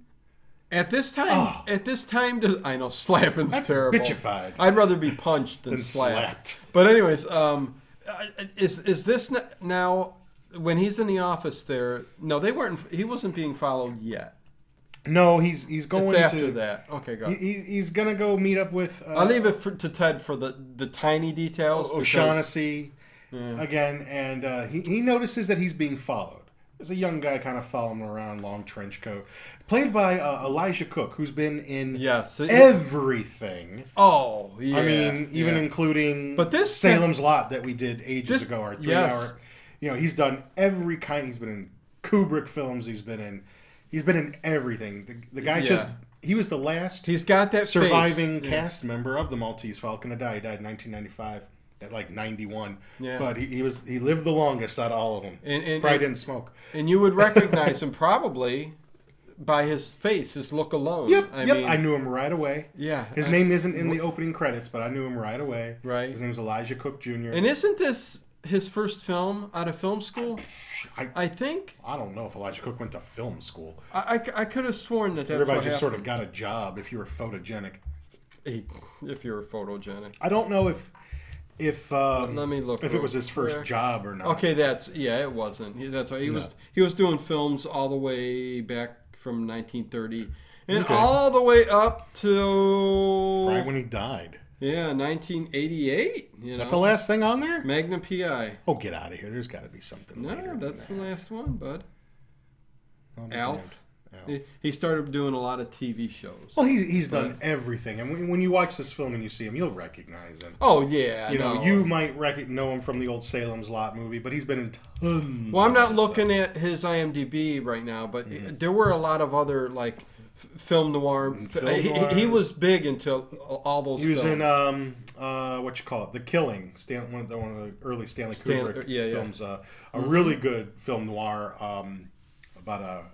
Speaker 6: At this time,
Speaker 7: Oh.
Speaker 6: at this time, does- I know slapping's
Speaker 7: That's
Speaker 6: terrible.
Speaker 7: bitchified.
Speaker 6: I'd rather be punched than,
Speaker 7: Than
Speaker 6: slapped.
Speaker 7: slapped.
Speaker 6: But anyways, um, I- I- is is this n- now when he's in the office there? No, they weren't. He wasn't being followed yet.
Speaker 7: No, he's he's going
Speaker 6: It's
Speaker 7: to.
Speaker 6: after that. Okay, go.
Speaker 7: He, he- he's gonna go meet up with. Uh,
Speaker 6: I'll leave it for, to Ted for the the tiny details.
Speaker 7: Oh,
Speaker 6: because-
Speaker 7: O'Shaughnessy again, and uh, he, he notices that he's being followed. There's a young guy kind of following him around, long trench coat, played by uh, Elijah Cook, who's been in
Speaker 6: Yes.
Speaker 7: everything.
Speaker 6: Oh, yeah.
Speaker 7: I mean, even
Speaker 6: yeah.
Speaker 7: including
Speaker 6: But this-
Speaker 7: Salem's Lot that we did ages
Speaker 6: This-
Speaker 7: ago, our three
Speaker 6: yes.
Speaker 7: hour. You know, he's done every kind. He's been in Kubrick films. He's been in. He's been in everything. The, the guy
Speaker 6: Yeah.
Speaker 7: just. He was the last
Speaker 6: he's got that face.
Speaker 7: surviving
Speaker 6: Yeah.
Speaker 7: cast member of the Maltese Falcon to die. He died in 1995 at like 91.
Speaker 6: Yeah.
Speaker 7: But he, he was he lived the longest out of all of them.
Speaker 6: And- and-
Speaker 7: Probably
Speaker 6: and-
Speaker 7: didn't smoke.
Speaker 6: And you would recognize him probably by his face, his look alone.
Speaker 7: Yep,
Speaker 6: I
Speaker 7: yep.
Speaker 6: Mean,
Speaker 7: I knew him right away.
Speaker 6: Yeah,
Speaker 7: His
Speaker 6: I-
Speaker 7: name isn't in the opening credits, but I knew him right away.
Speaker 6: Right.
Speaker 7: His name's Elijah Cook Jr.
Speaker 6: And isn't this his first film out of film school?
Speaker 7: I,
Speaker 6: I think
Speaker 7: I don't know if Elijah Cook went to film school.
Speaker 6: I, I, could have sworn that that's
Speaker 7: Everybody
Speaker 6: what
Speaker 7: just sort
Speaker 6: happened.
Speaker 7: of got a job if you were photogenic.
Speaker 6: He- if you were photogenic.
Speaker 7: I don't know if if um,
Speaker 6: Let me look
Speaker 7: if it
Speaker 6: real
Speaker 7: was his first
Speaker 6: quick.
Speaker 7: job or not.
Speaker 6: Okay, that's yeah, it wasn't. He- That's why he was he was doing films all the way back from 1930 and
Speaker 7: Okay.
Speaker 6: all the way up to
Speaker 7: Right when he died.
Speaker 6: yeah 1988. You know,
Speaker 7: That's the last thing on there.
Speaker 6: Magnum PI.
Speaker 7: Oh, get out of here. There's got to be something. later
Speaker 6: No,
Speaker 7: than
Speaker 6: that's the
Speaker 7: that.
Speaker 6: last one, bud.
Speaker 7: I'll be
Speaker 6: Alf.
Speaker 7: damned. Alf.
Speaker 6: He- He started doing a lot of TV shows.
Speaker 7: Well, he, he's done everything. And when, when you watch this film and you see him, you'll recognize him.
Speaker 6: Oh yeah,
Speaker 7: you know,
Speaker 6: no.
Speaker 7: you might rec- know him from the old Salem's Lot movie, but he's been in tons.
Speaker 6: Well, I'm
Speaker 7: of
Speaker 6: not
Speaker 7: other
Speaker 6: looking at his IMDb right now, but there were a lot of other like f- film noir.
Speaker 7: Mm, film
Speaker 6: he, he- he
Speaker 7: noirs.
Speaker 6: was big into all those.
Speaker 7: stuff. He was
Speaker 6: films.
Speaker 7: in um, uh, what you call it, The Killing, Stan, one, of the, one of the early Stanley
Speaker 6: Stan-
Speaker 7: Kubrick
Speaker 6: yeah, Mm-hmm. yeah.
Speaker 7: films. Uh, a really good film noir um, about a,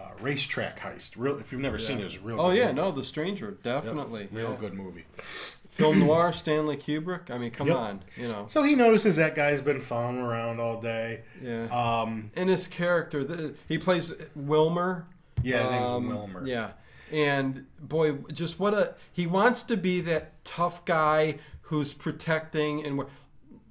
Speaker 7: a racetrack heist. Real, if you've never seen it, it's a real.
Speaker 6: oh
Speaker 7: good
Speaker 6: yeah,
Speaker 7: movie.
Speaker 6: no, The Stranger, definitely.
Speaker 7: real
Speaker 6: yeah.
Speaker 7: good movie.
Speaker 6: Film noir, Stanley Kubrick. I mean, come
Speaker 7: Yep.
Speaker 6: on, you know.
Speaker 7: So he notices that guy's been following around all day.
Speaker 6: Yeah.
Speaker 7: Um,
Speaker 6: and his character, the, he plays Wilmer.
Speaker 7: yeah, his name's
Speaker 6: Um,
Speaker 7: Wilmer.
Speaker 6: Yeah, and boy, just what a he wants to be that tough guy who's protecting and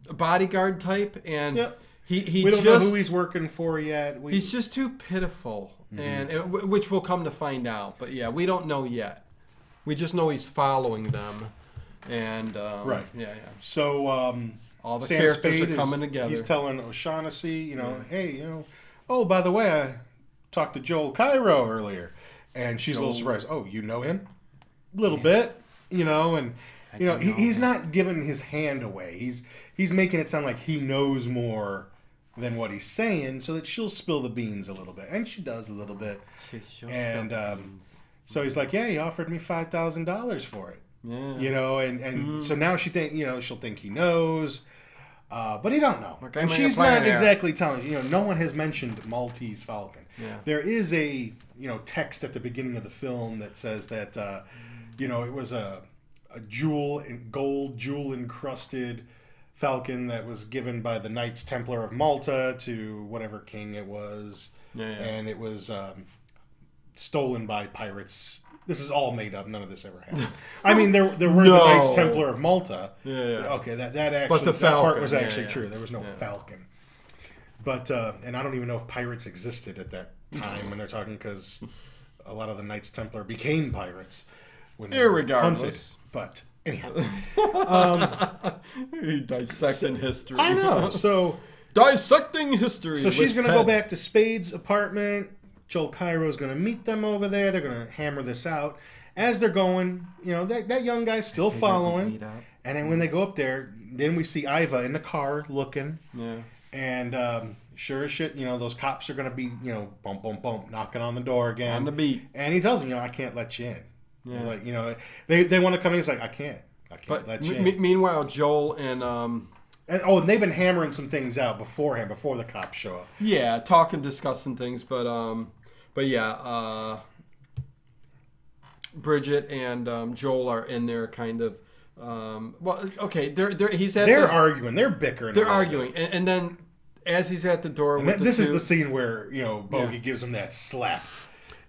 Speaker 6: a bodyguard type, and
Speaker 7: Yep.
Speaker 6: he he
Speaker 7: we don't
Speaker 6: just
Speaker 7: know who he's Mm-hmm. working for yet. We,
Speaker 6: he's just too pitiful, and and wh- which we'll come to find out. But yeah, we don't know yet. We just know he's following them, and um,
Speaker 7: Right.
Speaker 6: yeah, yeah.
Speaker 7: so um,
Speaker 6: All the
Speaker 7: Sam
Speaker 6: characters
Speaker 7: Spade
Speaker 6: are
Speaker 7: is-
Speaker 6: coming together.
Speaker 7: He's telling O'Shaughnessy, you know, hey, you know, oh by the way, I talked to Joel Cairo earlier, and she's a little surprised. Oh, you know him? A little bit, you know, and you know, he, he's not giving his hand away. He's he's making it sound like he knows more than what he's saying, so that she'll spill the beans a little bit, and she does a little bit.
Speaker 6: She's just
Speaker 7: and um, so he's like, "Yeah, he offered me five thousand dollars for it."
Speaker 6: Yeah. Hmm.
Speaker 7: you know, and and so now she think you know she'll think he knows, uh, but he don't know,
Speaker 6: Okay,
Speaker 7: and
Speaker 6: I'm
Speaker 7: she's
Speaker 6: gonna play
Speaker 7: not
Speaker 6: there.
Speaker 7: exactly telling you know. No one has mentioned Maltese Falcon.
Speaker 6: Yeah.
Speaker 7: There is a you know text at the beginning of the film that says that uh, you know it was a a jewel and gold jewel encrusted falcon that was given by the Knights Templar of Malta to whatever king it was,
Speaker 6: Yeah, yeah.
Speaker 7: and it was. Um, stolen by pirates. This is all made up. None of this ever happened. I mean, there there were the
Speaker 6: No.
Speaker 7: Knights Templar of Malta.
Speaker 6: Yeah, yeah.
Speaker 7: Okay, that that actually
Speaker 6: But the
Speaker 7: that part
Speaker 6: Falcon,
Speaker 7: was
Speaker 6: yeah,
Speaker 7: actually
Speaker 6: yeah.
Speaker 7: true. There was no Falcon. But uh, and I don't even know if pirates existed at that time when they're talking because a lot of the Knights Templar became pirates when they were hunted.
Speaker 6: Irregardless.
Speaker 7: But anyhow,
Speaker 6: He dissecting history.
Speaker 7: I know. So
Speaker 6: Dissecting history.
Speaker 7: so she's
Speaker 6: with
Speaker 7: gonna go
Speaker 6: Ted.
Speaker 7: back to Spade's apartment. Joel Cairo's gonna meet them over there. They're gonna hammer this out. As they're going, you know, that, that young guy's still following.
Speaker 4: meet up.
Speaker 7: And then when they go up there, then we see Iva in the car looking.
Speaker 6: Yeah.
Speaker 7: And um, sure as shit, you know, those cops are gonna be, you know, bump, bump, bump, knocking on the door again.
Speaker 6: On the beat.
Speaker 7: And he tells him, you know, I can't let you in. They're Like, you know, they, they want to come in. He's like, I can't. I can't
Speaker 6: But
Speaker 7: let you
Speaker 6: me-
Speaker 7: in.
Speaker 6: me- meanwhile, Joel and um,
Speaker 7: and, oh, and they've been hammering some things out beforehand, before the cops show up.
Speaker 6: yeah, talking, discussing things, but um, but yeah, uh, Bridget and um, Joel are in there, kind of. Um, well, okay, they're, they're he's at
Speaker 7: They're
Speaker 6: the,
Speaker 7: arguing. They're bickering.
Speaker 6: they're
Speaker 7: about it.
Speaker 6: arguing, and, and then as he's at the door,
Speaker 7: And
Speaker 6: with
Speaker 7: that- this
Speaker 6: the
Speaker 7: is
Speaker 6: two-
Speaker 7: the scene where you know Bogey
Speaker 6: Yeah.
Speaker 7: gives him that slap.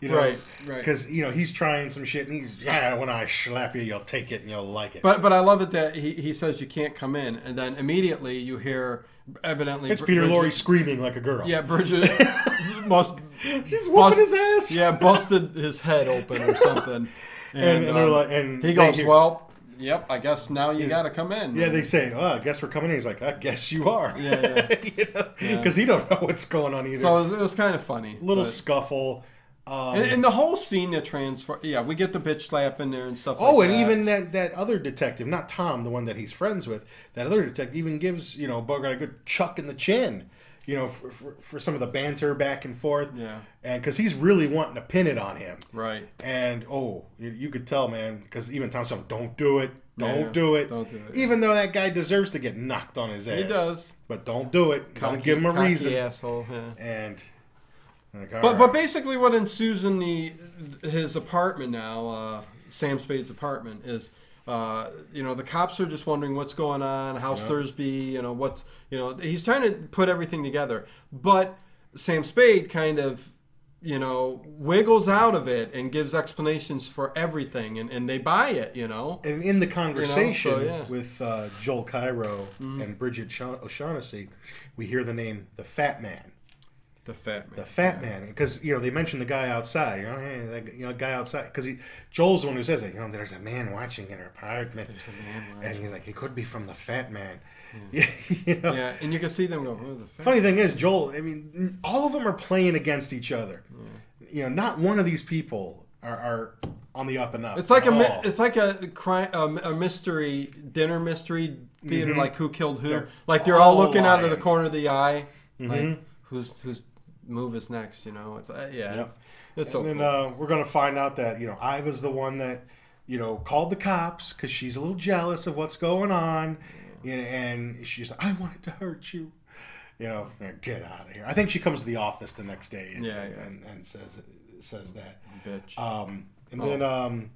Speaker 7: You know,
Speaker 6: Right, right.
Speaker 7: Because you know he's trying some shit, and he's yeah. When I slap you, you'll take it and you'll like it.
Speaker 6: But but I love it that he, he says you can't come in, and then immediately you hear evidently
Speaker 7: it's
Speaker 6: Br-
Speaker 7: Peter
Speaker 6: Bridget-
Speaker 7: Lorre screaming like a girl.
Speaker 6: Yeah, Bridget must.
Speaker 7: she's
Speaker 6: bust-
Speaker 7: whooping his ass.
Speaker 6: Yeah, busted his head open or something. And,
Speaker 7: and they're like- and
Speaker 6: he
Speaker 7: they
Speaker 6: goes,
Speaker 7: hear-
Speaker 6: well, yep, I guess now you got to come in.
Speaker 7: yeah. They say, "Oh, I guess we're coming in." He's like, "I guess you are."
Speaker 6: Yeah,
Speaker 7: because he don't know what's going on either.
Speaker 6: So it was, it was kind of funny.
Speaker 7: Little
Speaker 6: but-
Speaker 7: scuffle. Um,
Speaker 6: and, and the whole scene that transfer. Yeah, we get the bitch slap in there and stuff.
Speaker 7: Oh,
Speaker 6: like
Speaker 7: and
Speaker 6: that.
Speaker 7: even that, that other detective, not Tom, the one that he's friends with, that other detective even gives you know Bogart a good chuck in the chin, you know, for, for, for some of the banter back and forth.
Speaker 6: Yeah.
Speaker 7: and because he's really wanting to pin it on him.
Speaker 6: right.
Speaker 7: And oh, you, you could tell, man, because even Tom's like, "Don't do it, don't
Speaker 6: Yeah,
Speaker 7: do it,"
Speaker 6: don't do it.
Speaker 7: even though that guy deserves to get knocked on his ass.
Speaker 6: He does.
Speaker 7: but don't do it. don't give him a
Speaker 6: Cocky
Speaker 7: reason.
Speaker 6: Asshole. Yeah.
Speaker 7: And like, all
Speaker 6: But but
Speaker 7: right.
Speaker 6: basically, what ensues in the his apartment now, uh, Sam Spade's apartment, is uh, you know the cops are just wondering what's going on, how's Thursby, you know what's you know he's trying to put everything together, but Sam Spade kind of you know wiggles out of it and gives explanations for everything, and, and they buy it, you know.
Speaker 7: and in the conversation
Speaker 6: yeah. Mm-hmm.
Speaker 7: with uh, Joel Cairo and Bridget Sha- O'Shaughnessy, we hear the name the Fat Man.
Speaker 6: The fat man.
Speaker 7: The Fat Man, because you know they mentioned the guy outside. You know, hey, that g- you know, guy outside, because he Joel's the one who says it. You know, there's a man watching in our apartment. There's a man watching. And he's like, he could be from the Fat Man. you know?
Speaker 6: Mm. yeah, and you can see them go. "Who the fat
Speaker 7: Funny thing is, Joel. I mean, all of them are playing against each other. You know, not one of these people are, are on the up and up.
Speaker 6: It's like
Speaker 7: at
Speaker 6: a mi-
Speaker 7: all.
Speaker 6: it's like a crime a, a mystery dinner mystery theater like who killed who
Speaker 7: Mm-hmm. They're Mm-hmm.
Speaker 6: like they're all
Speaker 7: all
Speaker 6: looking out of the
Speaker 7: lying.
Speaker 6: corner of the eye like who's whose move is next you know it's uh, yeah it's, it's so
Speaker 7: and then
Speaker 6: cool.
Speaker 7: uh, we're gonna find out that you know Iva's the one that you know called the cops because she's a little jealous of what's going on, you know, and she's like, I wanted to hurt you, you know, like, get out of here. I think she comes to the office the next day and
Speaker 6: Yeah,
Speaker 7: and,
Speaker 6: yeah.
Speaker 7: and, and says says that.
Speaker 6: bitch Oh.
Speaker 7: Um, and then um,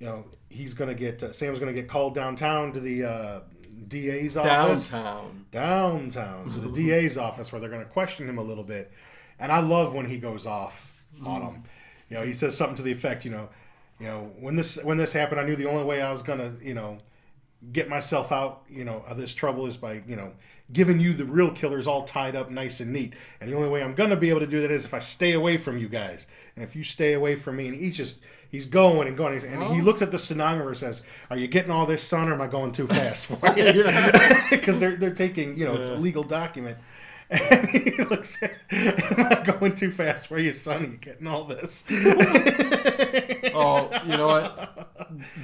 Speaker 7: you know he's gonna get uh, Sam's gonna get called downtown to the uh, DA's office
Speaker 6: downtown
Speaker 7: downtown to the DA's office where they're going to question him a little bit. And I love when he goes off on him. You know, he says something to the effect, you know, you know, when this when this happened, I knew the only way I was going to, you know, get myself out, you know, of this trouble is by, you know, giving you the real killers all tied up nice and neat. And the only way I'm going to be able to do that is if I stay away from you guys. And if you stay away from me, and he's just he's going and going and he looks at the stenographer and says, "Are you getting all this son or am I going too fast for you?" because they're they're taking you know it's a legal document. And he looks at, am I going too fast for you, son? Are you getting all this?
Speaker 6: oh you know what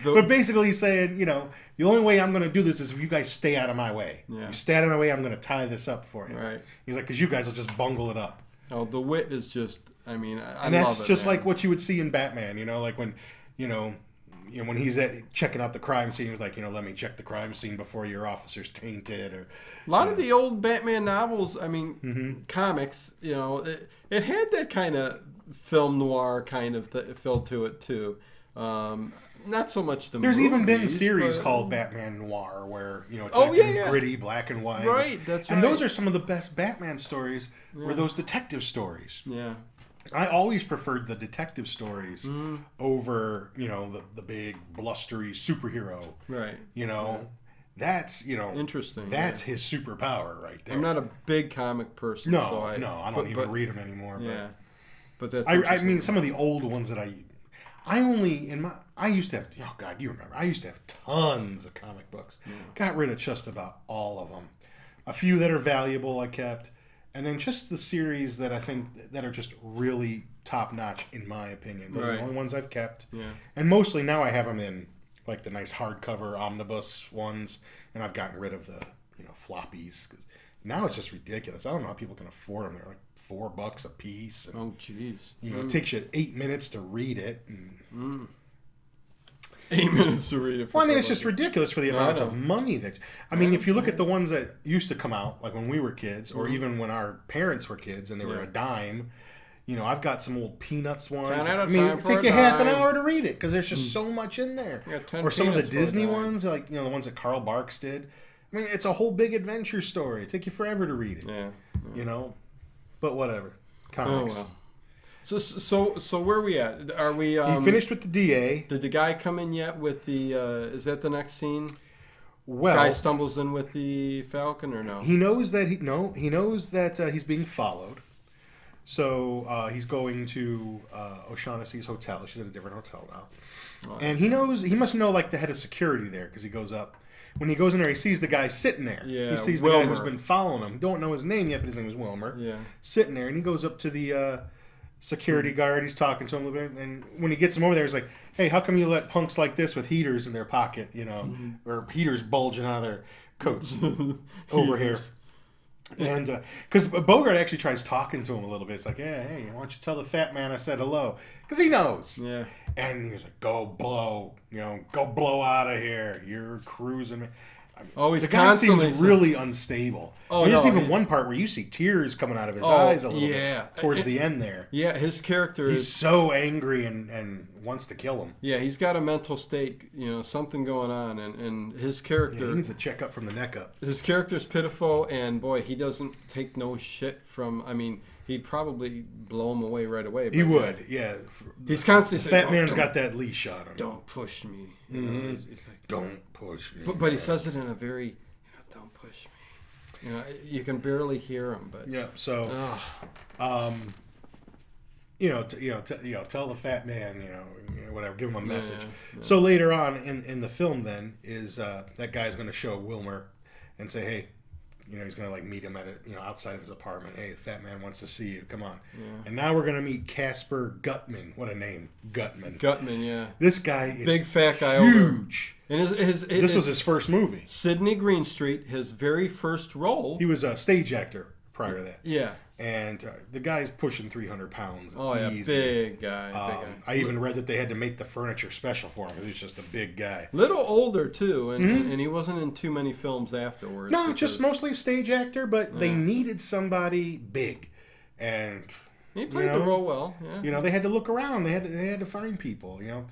Speaker 6: The-
Speaker 7: but basically, he's saying, you know, the only way I'm going to do this is if you guys stay out of my way.
Speaker 6: Yeah.
Speaker 7: You stay out of my way, I'm going to tie this up for you.
Speaker 6: Right.
Speaker 7: He's like, because you guys will just bungle it up.
Speaker 6: oh the wit is just I mean I, I
Speaker 7: And that's
Speaker 6: love it,
Speaker 7: just
Speaker 6: man.
Speaker 7: like what you would see in Batman, you know, like when, you know, you know, when he's at checking out the crime scene, he was like, you know, let me check the crime scene before your officer's tainted, or
Speaker 6: A lot of the old Batman novels, I mean,
Speaker 7: Mm-hmm.
Speaker 6: comics, you know, it, it had that kind of film noir kind of th- feel to it too. Um, not so much the.
Speaker 7: There's even been
Speaker 6: movies,
Speaker 7: series
Speaker 6: but-
Speaker 7: called Batman Noir where you know it's
Speaker 6: Oh,
Speaker 7: like
Speaker 6: yeah,
Speaker 7: in
Speaker 6: yeah.
Speaker 7: gritty, black and white.
Speaker 6: Right, that's
Speaker 7: and those
Speaker 6: right.
Speaker 7: are some of the best Batman stories. Were those detective stories?
Speaker 6: Yeah.
Speaker 7: I always preferred the detective stories
Speaker 6: Mm.
Speaker 7: over you know the the big blustery superhero.
Speaker 6: Right.
Speaker 7: You know, that's you know
Speaker 6: Interesting,
Speaker 7: That's his superpower right there.
Speaker 6: I'm not a big comic person.
Speaker 7: no,
Speaker 6: so I,
Speaker 7: no, I don't
Speaker 6: but-
Speaker 7: even
Speaker 6: but-
Speaker 7: read them anymore. but-
Speaker 6: Yeah. But that's.
Speaker 7: I, I
Speaker 6: interesting.
Speaker 7: mean, some of the old ones that I, I only in my, I used to have. Oh God, you remember? I used to have tons of comic books.
Speaker 6: Mm.
Speaker 7: Got rid of just about all of them. A few that are valuable I kept, and then just the series that I think that are just really top notch in my opinion. Those are
Speaker 6: Right.
Speaker 7: the only ones I've kept.
Speaker 6: Yeah.
Speaker 7: And mostly now I have them in like the nice hardcover omnibus ones, and I've gotten rid of the you know floppies. 'cause Now it's just ridiculous. I don't know how people can afford them. They're like four bucks a piece. and-
Speaker 6: Oh, jeez.
Speaker 7: you know, it takes you eight minutes to read it. And,
Speaker 6: Eight minutes to read it. for
Speaker 7: well, I mean, it's
Speaker 6: Phil
Speaker 7: just ridiculous for the
Speaker 6: I
Speaker 7: amount
Speaker 6: know.
Speaker 7: of money that. I mean, if you look at the ones that used to come out, like when we were kids, or even when our parents were kids, and they were
Speaker 6: Mm-hmm. Yeah.
Speaker 7: a dime. You know, I've got some old peanuts ones.
Speaker 6: Ten at a
Speaker 7: I mean,
Speaker 6: time
Speaker 7: it
Speaker 6: for a
Speaker 7: take you half an
Speaker 6: dime. Mm.
Speaker 7: hour to read it because there's just so much in there.
Speaker 6: Yeah, ten
Speaker 7: or some of the
Speaker 6: peanuts for a
Speaker 7: Disney
Speaker 6: dime.
Speaker 7: ones, like you know, the ones that Carl Barks did. I mean, it's a whole big adventure story. It'd take you forever to read it.
Speaker 6: Yeah.
Speaker 7: You know, but whatever.
Speaker 6: Oh
Speaker 7: Comics.
Speaker 6: well. So so so where are we at? Are we? Um,
Speaker 7: He finished with the DA.
Speaker 6: Did the guy come in yet with the? Uh, is that the next scene?
Speaker 7: Well,
Speaker 6: guy stumbles in with the Falcon or no?
Speaker 7: He knows that he no. He knows that uh, he's being followed. So uh, he's going to uh, O'Shaughnessy's hotel. She's at a different hotel now, and he knows he must know like the head of security there because he goes up. When he goes in there, he sees the guy sitting there.
Speaker 6: Yeah,
Speaker 7: he sees the guy who's
Speaker 6: Wilmer.
Speaker 7: been following him. Don't know his name yet, but his name is Wilmer.
Speaker 6: Yeah. Hmm.
Speaker 7: sitting there, and he goes up to the uh, security guard. He's talking to him a little bit, and when he gets him over there, he's like, "Hey, how come you let punks like this with heaters in their pocket, you know,
Speaker 6: Mm-hmm.
Speaker 7: or heaters bulging out of their coats over here?" And because Bogart actually tries talking to him a little bit, it's like, "Yeah, hey, why don't you tell the fat man I said hello?" Because he knows.
Speaker 6: Yeah.
Speaker 7: And he was like, "Go blow, you know, go blow out of here. You're cruising." me." I mean,
Speaker 6: Oh, he's
Speaker 7: the guy seems
Speaker 6: constantly-
Speaker 7: really unstable.
Speaker 6: Oh,
Speaker 7: there's
Speaker 6: no,
Speaker 7: even
Speaker 6: he-
Speaker 7: one part where you see tears coming out of his
Speaker 6: Oh,
Speaker 7: eyes a little
Speaker 6: yeah.
Speaker 7: bit towards the end there.
Speaker 6: Yeah, his character
Speaker 7: He's
Speaker 6: is.
Speaker 7: so angry and, and wants to kill him.
Speaker 6: Yeah, he's got a mental state, you know, something going on, and and his
Speaker 7: Yeah, he
Speaker 6: character,
Speaker 7: needs a checkup from the neck up.
Speaker 6: his character's pitiful, and boy, he doesn't take no shit from. I mean, he'd probably blow him away right away.
Speaker 7: He
Speaker 6: but
Speaker 7: would, yeah.
Speaker 6: He's constantly
Speaker 7: The
Speaker 6: saying,
Speaker 7: fat
Speaker 6: "Oh,
Speaker 7: man's
Speaker 6: don't-
Speaker 7: got Mm-hmm. that leash on him.
Speaker 6: Don't push me. You know, it's- it's like-
Speaker 7: Don't push me.
Speaker 6: But, but he says it in a very, you know, don't push me. You know, you can barely hear him, but
Speaker 7: Yeah. So, um, you know, t- you know, t- you know, tell the fat man, you know, you know, whatever, give him a message. So later on in in the film, then is uh, that guy's going to show Wilmer and say, hey. You know he's gonna like meet him at a you know outside of his apartment. Hey, the fat man wants to see you. Come on. And now we're gonna meet Casper Gutman. What a name, Gutman.
Speaker 6: Gutman, yeah,
Speaker 7: this guy is
Speaker 6: big fat guy, over.
Speaker 7: huge.
Speaker 6: And his, his, his
Speaker 7: This was his first movie.
Speaker 6: Sydney Greenstreet, his very first role.
Speaker 7: He was a stage actor prior to that.
Speaker 6: yeah.
Speaker 7: and uh, the guy's pushing 300 pounds.
Speaker 6: Oh yeah,
Speaker 7: easy.
Speaker 6: big guy. big
Speaker 7: Um,
Speaker 6: guy.
Speaker 7: I even read that they had to make the furniture special for him because he's just a big guy.
Speaker 6: Little older too, and, and he wasn't in too many films afterwards.
Speaker 7: Mm-hmm. No,
Speaker 6: because
Speaker 7: just mostly a stage actor, but they needed somebody big, and
Speaker 6: he played
Speaker 7: you know,
Speaker 6: the role well. Yeah.
Speaker 7: you know they had to look around. They had to, they had to find people. You know,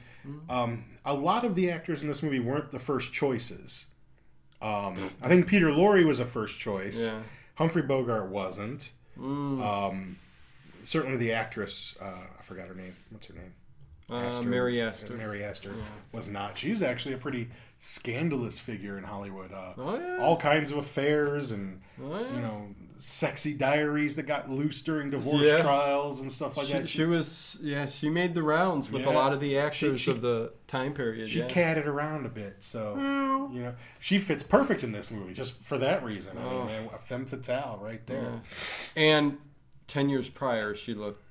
Speaker 7: um, a lot of the actors in this movie weren't the first choices. Um, I think Peter Lorre was a first choice.
Speaker 6: Yeah.
Speaker 7: Humphrey Bogart wasn't. Um, certainly the actress, uh, I forgot her name. What's her name?
Speaker 6: uh, Mary Astor.
Speaker 7: Mary Astor was not. She's actually a pretty scandalous figure in Hollywood. Uh,
Speaker 6: Oh, yeah.
Speaker 7: All kinds of affairs and
Speaker 6: Oh, yeah.
Speaker 7: you know sexy diaries that got loose during divorce
Speaker 6: Yeah.
Speaker 7: trials and stuff like
Speaker 6: she,
Speaker 7: that.
Speaker 6: she was yeah. She made the rounds with a
Speaker 7: Yeah.
Speaker 6: lot of the actors
Speaker 7: she-
Speaker 6: of the time period.
Speaker 7: she
Speaker 6: yeah.
Speaker 7: catted around a bit, so you know she fits perfect in this movie just for that reason. I mean, man, a femme fatale right there.
Speaker 6: Oh. Yeah. And ten years prior, she looked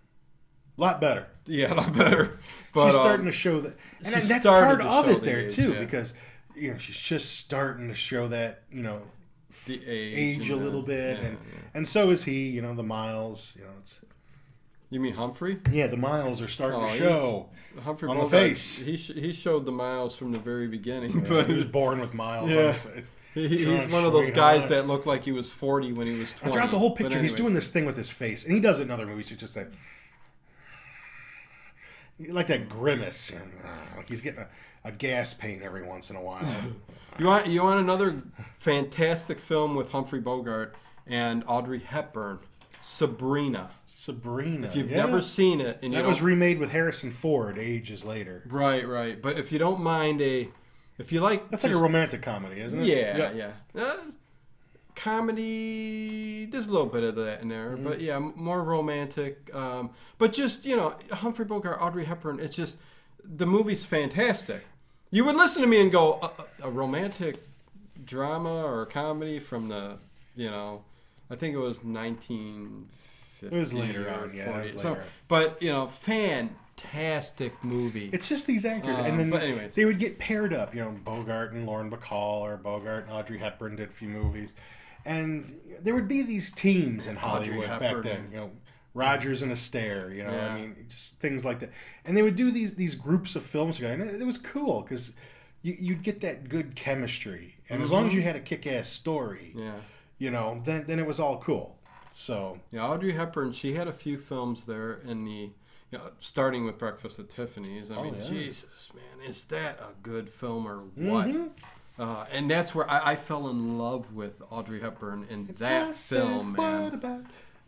Speaker 7: A lot better.
Speaker 6: yeah a lot better. But
Speaker 7: she's
Speaker 6: um,
Speaker 7: starting to show that, and
Speaker 6: she's
Speaker 7: that's part
Speaker 6: starting to
Speaker 7: of
Speaker 6: show
Speaker 7: it
Speaker 6: the
Speaker 7: there
Speaker 6: age,
Speaker 7: too,
Speaker 6: yeah.
Speaker 7: because you know she's just starting to show that you know
Speaker 6: the age,
Speaker 7: age a
Speaker 6: and, uh,
Speaker 7: little bit,
Speaker 6: yeah,
Speaker 7: and and so is he. You know, the Miles. You know, it's
Speaker 6: You mean Humphrey?
Speaker 7: Yeah, the miles are starting
Speaker 6: Oh,
Speaker 7: to
Speaker 6: he-
Speaker 7: show.
Speaker 6: Humphrey
Speaker 7: On the
Speaker 6: Bogart,
Speaker 7: face.
Speaker 6: He sh- he showed the miles from the very beginning,
Speaker 7: But
Speaker 6: but
Speaker 7: he was born with miles on
Speaker 6: Yeah.
Speaker 7: his face.
Speaker 6: he, he-
Speaker 7: Trying
Speaker 6: he's
Speaker 7: to
Speaker 6: one of those
Speaker 7: swing
Speaker 6: guys
Speaker 7: high.
Speaker 6: that looked like he was 40 when he was 20.
Speaker 7: Throughout the whole
Speaker 6: But
Speaker 7: picture, he's
Speaker 6: anyway.
Speaker 7: doing this thing with his face, and he does it in other movies. He just like, like that grimace, like he's getting a, a gas pain every once in a while.
Speaker 6: You want you want another fantastic film with Humphrey Bogart and Audrey Hepburn, Sabrina.
Speaker 7: Sabrina,
Speaker 6: If you've
Speaker 7: yeah.
Speaker 6: never seen it, and you
Speaker 7: that was
Speaker 6: don't-
Speaker 7: remade with Harrison Ford ages later.
Speaker 6: right, right. But if you don't mind a, if you like,
Speaker 7: That's like a
Speaker 6: just-
Speaker 7: romantic comedy, isn't it?
Speaker 6: yeah, yeah, Uh, comedy. There's a little bit of that in there,
Speaker 7: Mm-hmm.
Speaker 6: but yeah, m- more romantic. Um, but just you know, Humphrey Bogart, Audrey Hepburn. It's just the movie's fantastic. You would listen to me and go, a, a a romantic drama or comedy from the, you know, I think it was 1950.
Speaker 7: It was later
Speaker 6: or
Speaker 7: on, yeah, it
Speaker 6: 40,
Speaker 7: was
Speaker 6: so-
Speaker 7: later.
Speaker 6: but you know, fantastic movie.
Speaker 7: It's just these actors,
Speaker 6: Um,
Speaker 7: and then
Speaker 6: but anyways.
Speaker 7: they would get paired up. You know, Bogart and Lauren Bacall, or Bogart and Audrey Hepburn did a few movies, and there would be these teams in
Speaker 6: Audrey
Speaker 7: Hollywood back
Speaker 6: Hepburn.
Speaker 7: then. You know, Rogers and Astaire. You know,
Speaker 6: Yeah.
Speaker 7: I mean, just things like that. And they would do these these groups of films together, and it, it was cool because you, you'd get that good chemistry, and as long as you had a kick ass story,
Speaker 6: Mm-hmm. yeah.
Speaker 7: you know, then then it was all cool. So
Speaker 6: Yeah, Audrey Hepburn. She had a few films there in the, you know, starting with Breakfast at Tiffany's. I mean,
Speaker 7: Oh, yeah. Mm-hmm.
Speaker 6: Jesus, man, is that a good film or what? Uh, and that's where I, I fell in love with Audrey Hepburn in
Speaker 7: I
Speaker 6: that
Speaker 7: said,
Speaker 6: film,
Speaker 7: What
Speaker 6: man.
Speaker 7: about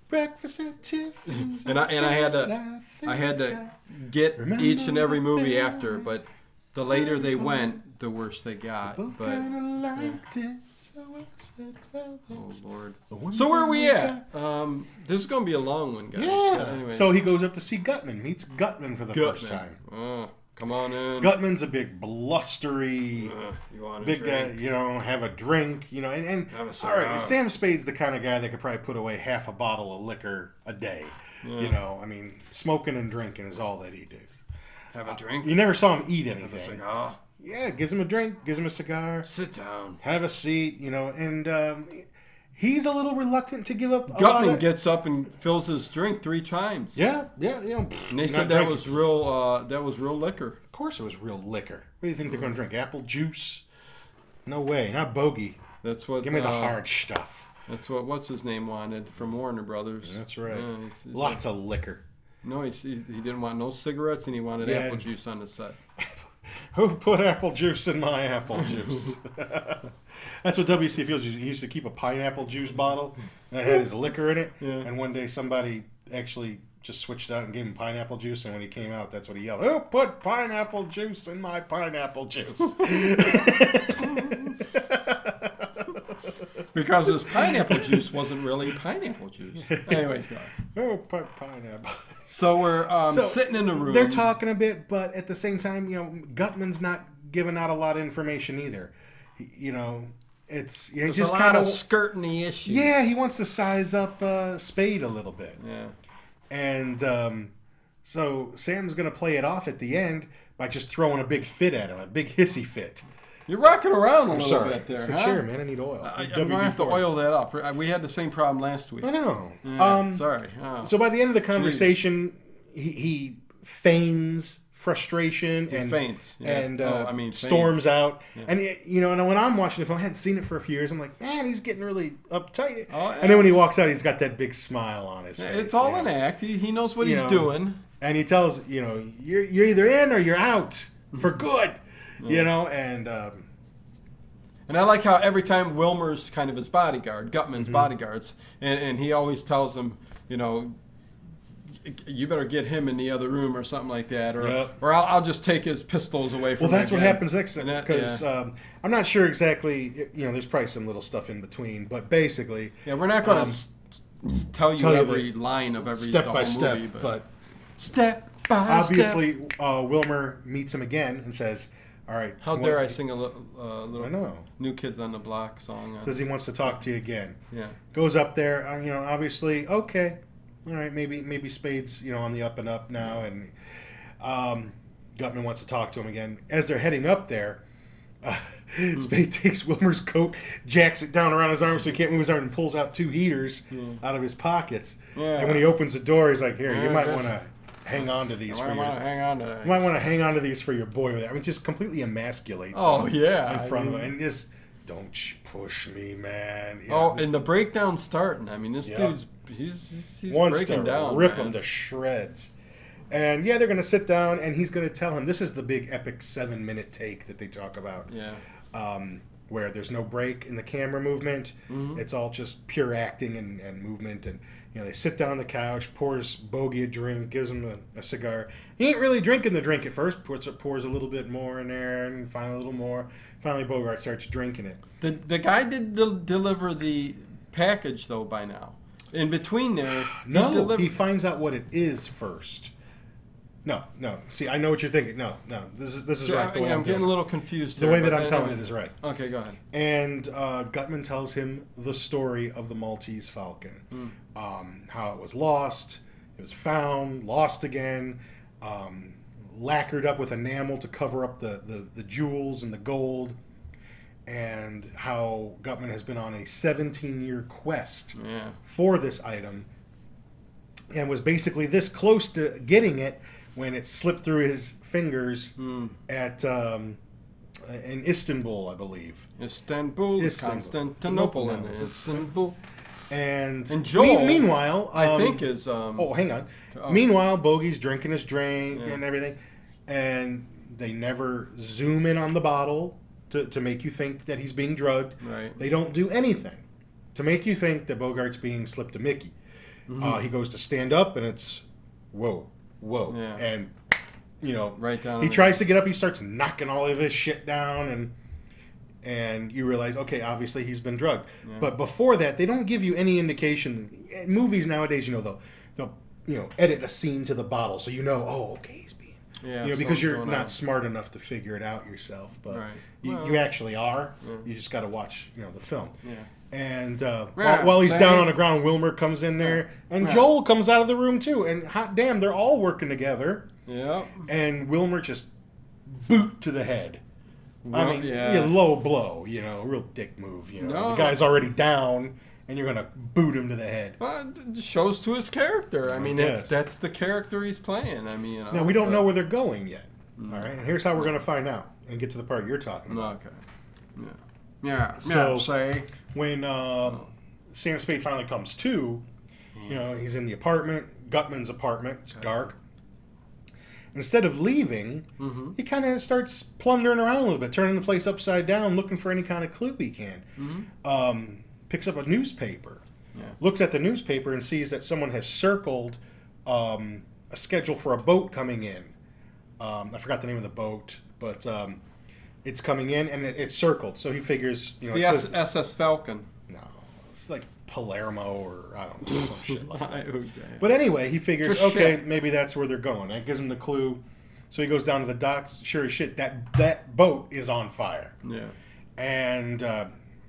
Speaker 7: breakfast at Tiffany's?
Speaker 6: And I and I had
Speaker 7: said,
Speaker 6: to
Speaker 7: think
Speaker 6: I had to
Speaker 7: I-
Speaker 6: get
Speaker 7: Remember
Speaker 6: each and every
Speaker 7: the
Speaker 6: movie
Speaker 7: thing
Speaker 6: after, but the later they went, the worse they got.
Speaker 7: Both
Speaker 6: But
Speaker 7: kinda liked it, so I said, well,
Speaker 6: oh
Speaker 7: that's
Speaker 6: lord.
Speaker 7: the one
Speaker 6: So where are
Speaker 7: thing
Speaker 6: we
Speaker 7: we
Speaker 6: at? Um, this is gonna be a long one, guys.
Speaker 7: Yeah.
Speaker 6: But anyway.
Speaker 7: So he goes up to see Gutman, meets Gutman for the first
Speaker 6: Gutman.
Speaker 7: time.
Speaker 6: Oh, come on in.
Speaker 7: Gutman's a big blustery,
Speaker 6: Uh, you want a
Speaker 7: big guy,
Speaker 6: drink?
Speaker 7: you know, have a drink, you know, and, and
Speaker 6: Have a
Speaker 7: all right,
Speaker 6: cigar.
Speaker 7: Sam Spade's the kind of guy that could probably put away half a bottle of liquor a day. You know, I mean, smoking and drinking is all that he does.
Speaker 6: Have a drink.
Speaker 7: Uh, You never saw him eat
Speaker 6: Have a
Speaker 7: anything.
Speaker 6: cigar.
Speaker 7: Yeah, gives him a drink, gives him a cigar.
Speaker 6: Sit down.
Speaker 7: have a seat, you know, and um, he's a little reluctant to give up. a lot
Speaker 6: Gutman
Speaker 7: of-
Speaker 6: gets up and fills his drink three times.
Speaker 7: yeah, yeah, you know. pfft,
Speaker 6: And they
Speaker 7: you're
Speaker 6: said
Speaker 7: not
Speaker 6: that
Speaker 7: drinking.
Speaker 6: was real. Uh, that was real liquor.
Speaker 7: of course, it was real liquor. What do you think they're going to drink? Apple juice? No way, not bogey.
Speaker 6: That's what.
Speaker 7: Give me the
Speaker 6: uh,
Speaker 7: hard stuff.
Speaker 6: That's what. What's his name wanted from Warner Brothers.
Speaker 7: That's right.
Speaker 6: Yeah, he's- he's
Speaker 7: Lots of liquor.
Speaker 6: like- no, he's, he, he didn't want no cigarettes, and he wanted
Speaker 7: Yeah.
Speaker 6: apple juice on the set.
Speaker 7: Who put apple juice in my apple juice? That's what W.C. Fields used. He used to keep a pineapple juice bottle and it had his liquor in it.
Speaker 6: Yeah.
Speaker 7: And one day somebody actually just switched out and gave him pineapple juice. And when he came out, that's what he yelled, Who put pineapple juice in my pineapple juice?
Speaker 6: Because his pineapple juice wasn't really pineapple juice. Anyways, go on.
Speaker 7: Who put pineapple?
Speaker 6: so we're um,
Speaker 7: So,
Speaker 6: sitting in the room.
Speaker 7: They're talking a bit, but at the same time, you know, Gutman's not giving out a lot of information either. He- you know, it's you know, he
Speaker 6: There's
Speaker 7: just
Speaker 6: a lot
Speaker 7: kind
Speaker 6: of
Speaker 7: of.
Speaker 6: skirting the issues.
Speaker 7: Yeah, he wants to size up uh, Spade a little bit.
Speaker 6: Yeah.
Speaker 7: And um, so Sam's going to play it off at the end by just throwing a big fit at him, a big hissy fit.
Speaker 6: You're rocking around a
Speaker 7: I'm
Speaker 6: little
Speaker 7: sorry.
Speaker 6: bit there,
Speaker 7: it's the
Speaker 6: huh?
Speaker 7: chair, man. I need oil.
Speaker 6: I, I'm gonna have to
Speaker 7: WD-40.
Speaker 6: oil that up. I- We had the same problem last week.
Speaker 7: I know.
Speaker 6: Yeah,
Speaker 7: um,
Speaker 6: sorry. Oh.
Speaker 7: So by the end of the conversation, he, he feigns frustration and
Speaker 6: faints, yeah.
Speaker 7: and uh,
Speaker 6: Oh, I mean,
Speaker 7: storms out. And it- you know, and when I'm watching the film, I hadn't seen it for a few years. I'm like, man, he's getting really uptight.
Speaker 6: Oh,
Speaker 7: And then when he walks out, he's got that big smile on his face.
Speaker 6: it's all
Speaker 7: you know?
Speaker 6: an act. He, he knows what
Speaker 7: You
Speaker 6: he's
Speaker 7: know.
Speaker 6: doing.
Speaker 7: and he tells you know you're you're either in or you're out for
Speaker 6: Mm-hmm.
Speaker 7: good, you know. And um,
Speaker 6: And I like how every time Wilmer's kind of his bodyguard, Gutman's
Speaker 7: Mm-hmm.
Speaker 6: bodyguards, and, and he always tells him, you know, "Y- you better get him in the other room or something like that, or
Speaker 7: Yep.
Speaker 6: or I'll, I'll just take his pistols away from
Speaker 7: well,
Speaker 6: him.
Speaker 7: that's what
Speaker 6: again."
Speaker 7: happens next
Speaker 6: And that-
Speaker 7: because
Speaker 6: yeah.
Speaker 7: um, I'm not sure exactly. You know, there's probably some little stuff in between, but basically,
Speaker 6: yeah, we're not going
Speaker 7: um,
Speaker 6: to s s- tell you
Speaker 7: tell you
Speaker 6: every
Speaker 7: the-
Speaker 6: line of every
Speaker 7: step
Speaker 6: the
Speaker 7: by
Speaker 6: whole
Speaker 7: step.
Speaker 6: movie,
Speaker 7: but,
Speaker 6: step by step.
Speaker 7: obviously, uh, Wilmer meets him again and says, "All right,
Speaker 6: How
Speaker 7: what-
Speaker 6: dare I sing a little, uh,
Speaker 7: I
Speaker 6: little
Speaker 7: know.
Speaker 6: New Kids on the Block song? uh,
Speaker 7: Says he wants to talk to you again.
Speaker 6: yeah.
Speaker 7: goes up there. uh, You know, obviously, okay, all right, maybe maybe Spade's you know on the up and up now, and um, Gutman wants to talk to him again. As they're heading up there,
Speaker 6: Hmm.
Speaker 7: Spade takes Wilmer's coat, jacks it down around his arm so he can't move his arm, and pulls out two heaters out of his pockets.
Speaker 6: Hmm. Yeah.
Speaker 7: And when he opens the door, he's like, "Here, you
Speaker 6: Yeah,
Speaker 7: might
Speaker 6: this-
Speaker 7: want to hang on to these for
Speaker 6: I
Speaker 7: your,
Speaker 6: want to hang on to
Speaker 7: you might want to hang on to these for your boy." With it. I mean, just completely emasculates.
Speaker 6: Oh,
Speaker 7: him
Speaker 6: yeah, I
Speaker 7: in front of
Speaker 6: mean-
Speaker 7: him, and just don't sh- push me, man. You
Speaker 6: Oh,
Speaker 7: know,
Speaker 6: and the breakdown starting. I mean, this
Speaker 7: Yeah.
Speaker 6: dude's he's he's, he's
Speaker 7: wants
Speaker 6: breaking
Speaker 7: to
Speaker 6: down.
Speaker 7: rip
Speaker 6: man.
Speaker 7: him to shreds. And yeah, they're going to sit down, and he's going to tell him this is the big epic seven minute take that they talk about,
Speaker 6: Yeah.
Speaker 7: um, where there's no break in the camera movement.
Speaker 6: Mm-hmm.
Speaker 7: It's all just pure acting and, and movement. And you know, they sit down on the couch, pours Bogey a drink, gives him a, a cigar. He ain't really drinking the drink at first. Puts pours a little bit more in there, and finally a little more. Finally, Bogart starts drinking it.
Speaker 6: The the guy did del- deliver the package though by now. In between there,
Speaker 7: No,
Speaker 6: he
Speaker 7: he,
Speaker 6: delivered.
Speaker 7: finds out what it is first. No, no. See, I know what you're thinking. No, no. This is this is
Speaker 6: I,
Speaker 7: right. The way I'm,
Speaker 6: am getting
Speaker 7: doing
Speaker 6: a
Speaker 7: it.
Speaker 6: little confused.
Speaker 7: the
Speaker 6: here,
Speaker 7: way
Speaker 6: but
Speaker 7: that I'm
Speaker 6: I-
Speaker 7: telling it is right.
Speaker 6: Okay, go ahead.
Speaker 7: And uh, Gutman tells him the story of the Maltese Falcon, um, how it was lost, it was found, lost again, um, lacquered up with enamel to cover up the, the, the jewels and the gold, and how Gutman has been on a 17 year quest
Speaker 6: Yeah.
Speaker 7: for this item and was basically this close to getting it when it slipped through his fingers at um, in Istanbul, I believe.
Speaker 6: Istanbul,
Speaker 7: Istanbul.
Speaker 6: Constantinople, and
Speaker 7: Constantinople.
Speaker 6: Istanbul.
Speaker 7: And,
Speaker 6: And Joel,
Speaker 7: me- meanwhile,
Speaker 6: I
Speaker 7: um,
Speaker 6: think is um.
Speaker 7: Oh, hang on.
Speaker 6: Oh.
Speaker 7: Meanwhile, Bogey's drinking his drink
Speaker 6: Yeah.
Speaker 7: and everything, and they never zoom in on the bottle to, to make you think that he's being drugged.
Speaker 6: Right.
Speaker 7: They don't do anything to make you think that Bogart's being slipped to Mickey.
Speaker 6: Mm-hmm.
Speaker 7: Uh, he goes to stand up, and it's whoa, whoa,
Speaker 6: Yeah.
Speaker 7: and you know,
Speaker 6: Right down
Speaker 7: He
Speaker 6: on the-
Speaker 7: tries to get up. He starts knocking all of his shit down, and and you realize, okay, obviously he's been drugged. But before that, they don't give you any indication. In Movies nowadays, you know, they'll they'll you know edit a scene to the bottle, so you know, oh, okay, he's being.
Speaker 6: Yeah,
Speaker 7: you know, because
Speaker 6: something's
Speaker 7: you're
Speaker 6: going
Speaker 7: not
Speaker 6: on.
Speaker 7: smart enough to figure it out yourself, but
Speaker 6: Right.
Speaker 7: you,
Speaker 6: Well-
Speaker 7: you actually are. You just got to watch, you know, the film.
Speaker 6: Yeah.
Speaker 7: And uh,
Speaker 6: Yeah,
Speaker 7: while, while he's
Speaker 6: they-
Speaker 7: down on the ground, Wilmer comes in there, and
Speaker 6: Yeah.
Speaker 7: Joel comes out of the room too. And hot damn, they're all working together.
Speaker 6: Yeah.
Speaker 7: And Wilmer just boot to the head. I
Speaker 6: Well,
Speaker 7: mean,
Speaker 6: yeah.
Speaker 7: yeah. low blow, you know, real dick move. You know,
Speaker 6: No.
Speaker 7: the guy's already down, and you're gonna boot him to the head.
Speaker 6: Well, it just shows to his character. I mean, that's
Speaker 7: guess.
Speaker 6: that's the character he's playing. I mean, uh, you know,
Speaker 7: Now we don't
Speaker 6: but-
Speaker 7: know where they're going yet. All right, and here's how we're gonna find out and get to the part you're talking about.
Speaker 6: Okay. Yeah. Yeah.
Speaker 7: So-
Speaker 6: yeah. Say.
Speaker 7: when uh, Sam Spade finally comes to, you know, he's in the apartment, Gutman's apartment. It's dark. Instead of leaving,
Speaker 6: Mm-hmm.
Speaker 7: he kind of starts plundering around a little bit, turning the place upside down, looking for any kind of clue he can. Um, picks up a newspaper,
Speaker 6: Mm-hmm. Yeah.
Speaker 7: looks at the newspaper, and sees that someone has circled um, a schedule for a boat coming in. Um, I forgot the name of the boat, but um, it's coming in and it, it's circled. So he figures, you know,
Speaker 6: The
Speaker 7: it says-
Speaker 6: S- SS Falcon.
Speaker 7: no, it's like Palermo or I don't know some shit like that.
Speaker 6: Okay.
Speaker 7: But anyway, he figures,
Speaker 6: Just
Speaker 7: okay,
Speaker 6: shit.
Speaker 7: maybe that's where they're going. That gives him the clue. So he goes down to the docks. Sure as shit, that that boat is on fire,
Speaker 6: yeah.
Speaker 7: and uh,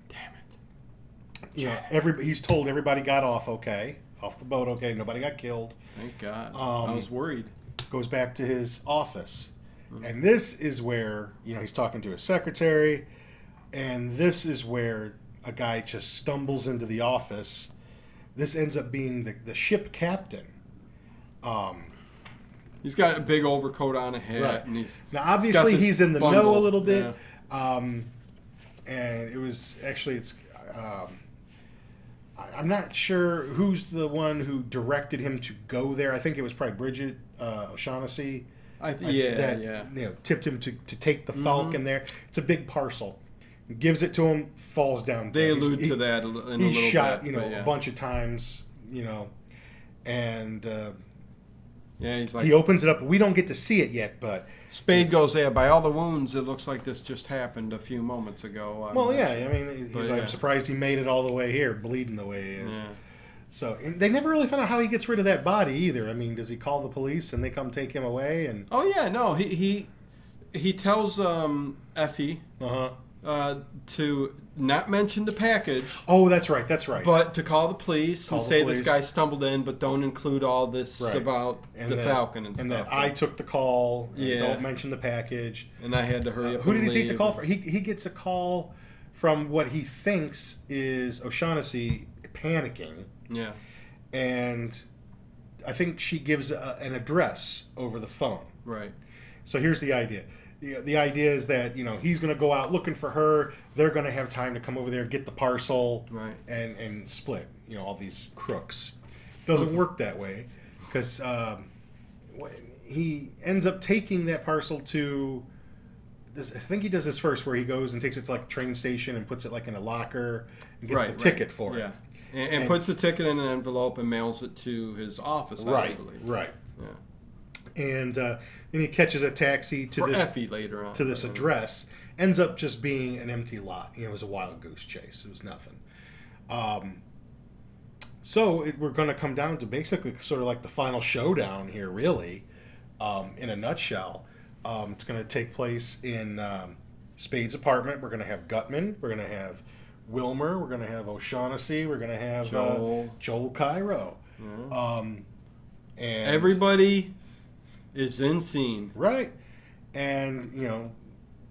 Speaker 6: Damn it.
Speaker 7: yeah, every he's told everybody got off okay, off the boat okay, nobody got killed.
Speaker 6: Thank God. I
Speaker 7: Um,
Speaker 6: was worried.
Speaker 7: goes back to his office.
Speaker 6: Mm-hmm.
Speaker 7: And this is where, you know, he's talking to his secretary. And this is where a guy just stumbles into the office. This ends up being the, the ship captain. Um,
Speaker 6: He's got a big overcoat on, a hat,
Speaker 7: Right.
Speaker 6: and he's
Speaker 7: now, obviously,
Speaker 6: this
Speaker 7: he's, in the know
Speaker 6: bundle,
Speaker 7: a little bit. Um, and it was actually, it's. Um, I- I'm not sure who's the one who directed him to go there. I think it was probably Bridget uh, O'Shaughnessy.
Speaker 6: I th-
Speaker 7: I
Speaker 6: yeah,
Speaker 7: think that,
Speaker 6: yeah. Mm-hmm.
Speaker 7: You know, tipped him to, to take the Falcon there. It's a big parcel. Gives it to him, falls down.
Speaker 6: They
Speaker 7: dead. He's-
Speaker 6: allude
Speaker 7: he-
Speaker 6: to that a li- in a
Speaker 7: He's
Speaker 6: little
Speaker 7: shot,
Speaker 6: bit,
Speaker 7: you know,
Speaker 6: but yeah.
Speaker 7: a bunch of times, you know, and uh,
Speaker 6: Yeah, he's like
Speaker 7: he opens it up. We don't get to see it yet, but
Speaker 6: Spade goes there. By all the wounds, it looks like this just happened a few moments ago. I'm
Speaker 7: well,
Speaker 6: not
Speaker 7: yeah.
Speaker 6: sure.
Speaker 7: I mean, he's
Speaker 6: But,
Speaker 7: like,
Speaker 6: yeah.
Speaker 7: I'm surprised he made it all the way here, bleeding the way he is.
Speaker 6: Yeah.
Speaker 7: So and they never really found out how he gets rid of that body either. I mean, does he call the police and they come take him away? And
Speaker 6: Oh yeah, no, he he he tells um, Effie
Speaker 7: uh huh.
Speaker 6: uh, to not mention the package,
Speaker 7: Oh, that's right. That's right.
Speaker 6: but to call the police
Speaker 7: Call
Speaker 6: and
Speaker 7: the
Speaker 6: say
Speaker 7: police.
Speaker 6: this guy stumbled in, but don't include all this
Speaker 7: Right.
Speaker 6: about
Speaker 7: And
Speaker 6: the
Speaker 7: that-
Speaker 6: Falcon and,
Speaker 7: and
Speaker 6: stuff.
Speaker 7: that I took the call. And
Speaker 6: Yeah.
Speaker 7: Don't mention the package.
Speaker 6: and I had to hurry up.
Speaker 7: Uh, Who did
Speaker 6: and
Speaker 7: he take the
Speaker 6: leave.
Speaker 7: call from? He, he gets a call from what he thinks is O'Shaughnessy panicking,
Speaker 6: Yeah.
Speaker 7: and I think she gives a, an address over the phone.
Speaker 6: Right.
Speaker 7: So here's the idea. The, the idea is that you know he's going to go out looking for her. They're going to have time to come over there and get the parcel,
Speaker 6: Right.
Speaker 7: And and split. You know all these crooks. Doesn't work that way because um, wh- he ends up taking that parcel to. This, I think he does this first, where he goes and takes it to like a train station and puts it like in a locker and gets
Speaker 6: right.
Speaker 7: the
Speaker 6: right.
Speaker 7: ticket for it.
Speaker 6: Yeah. And, and,
Speaker 7: And-
Speaker 6: puts the ticket in an envelope and mails it to his office. I
Speaker 7: Right.
Speaker 6: believe.
Speaker 7: Right.
Speaker 6: Yeah.
Speaker 7: And uh, then he catches a taxi to
Speaker 6: For
Speaker 7: this
Speaker 6: Effie later on.
Speaker 7: to this
Speaker 6: I don't know.
Speaker 7: address ends up just being an empty lot. You know, it was a wild goose chase. It was nothing. Um, so it, we're going to come down to basically sort of like the final showdown here, really, um, in a nutshell. Um, it's going to take place in um, Spade's apartment. We're going to have Gutman. We're going to have Wilmer. We're going to have O'Shaughnessy. We're going to have
Speaker 6: Joel.
Speaker 7: Uh, Joel Cairo.
Speaker 6: Yeah.
Speaker 7: Um, and
Speaker 6: Everybody is in scene.
Speaker 7: Right. And, you know,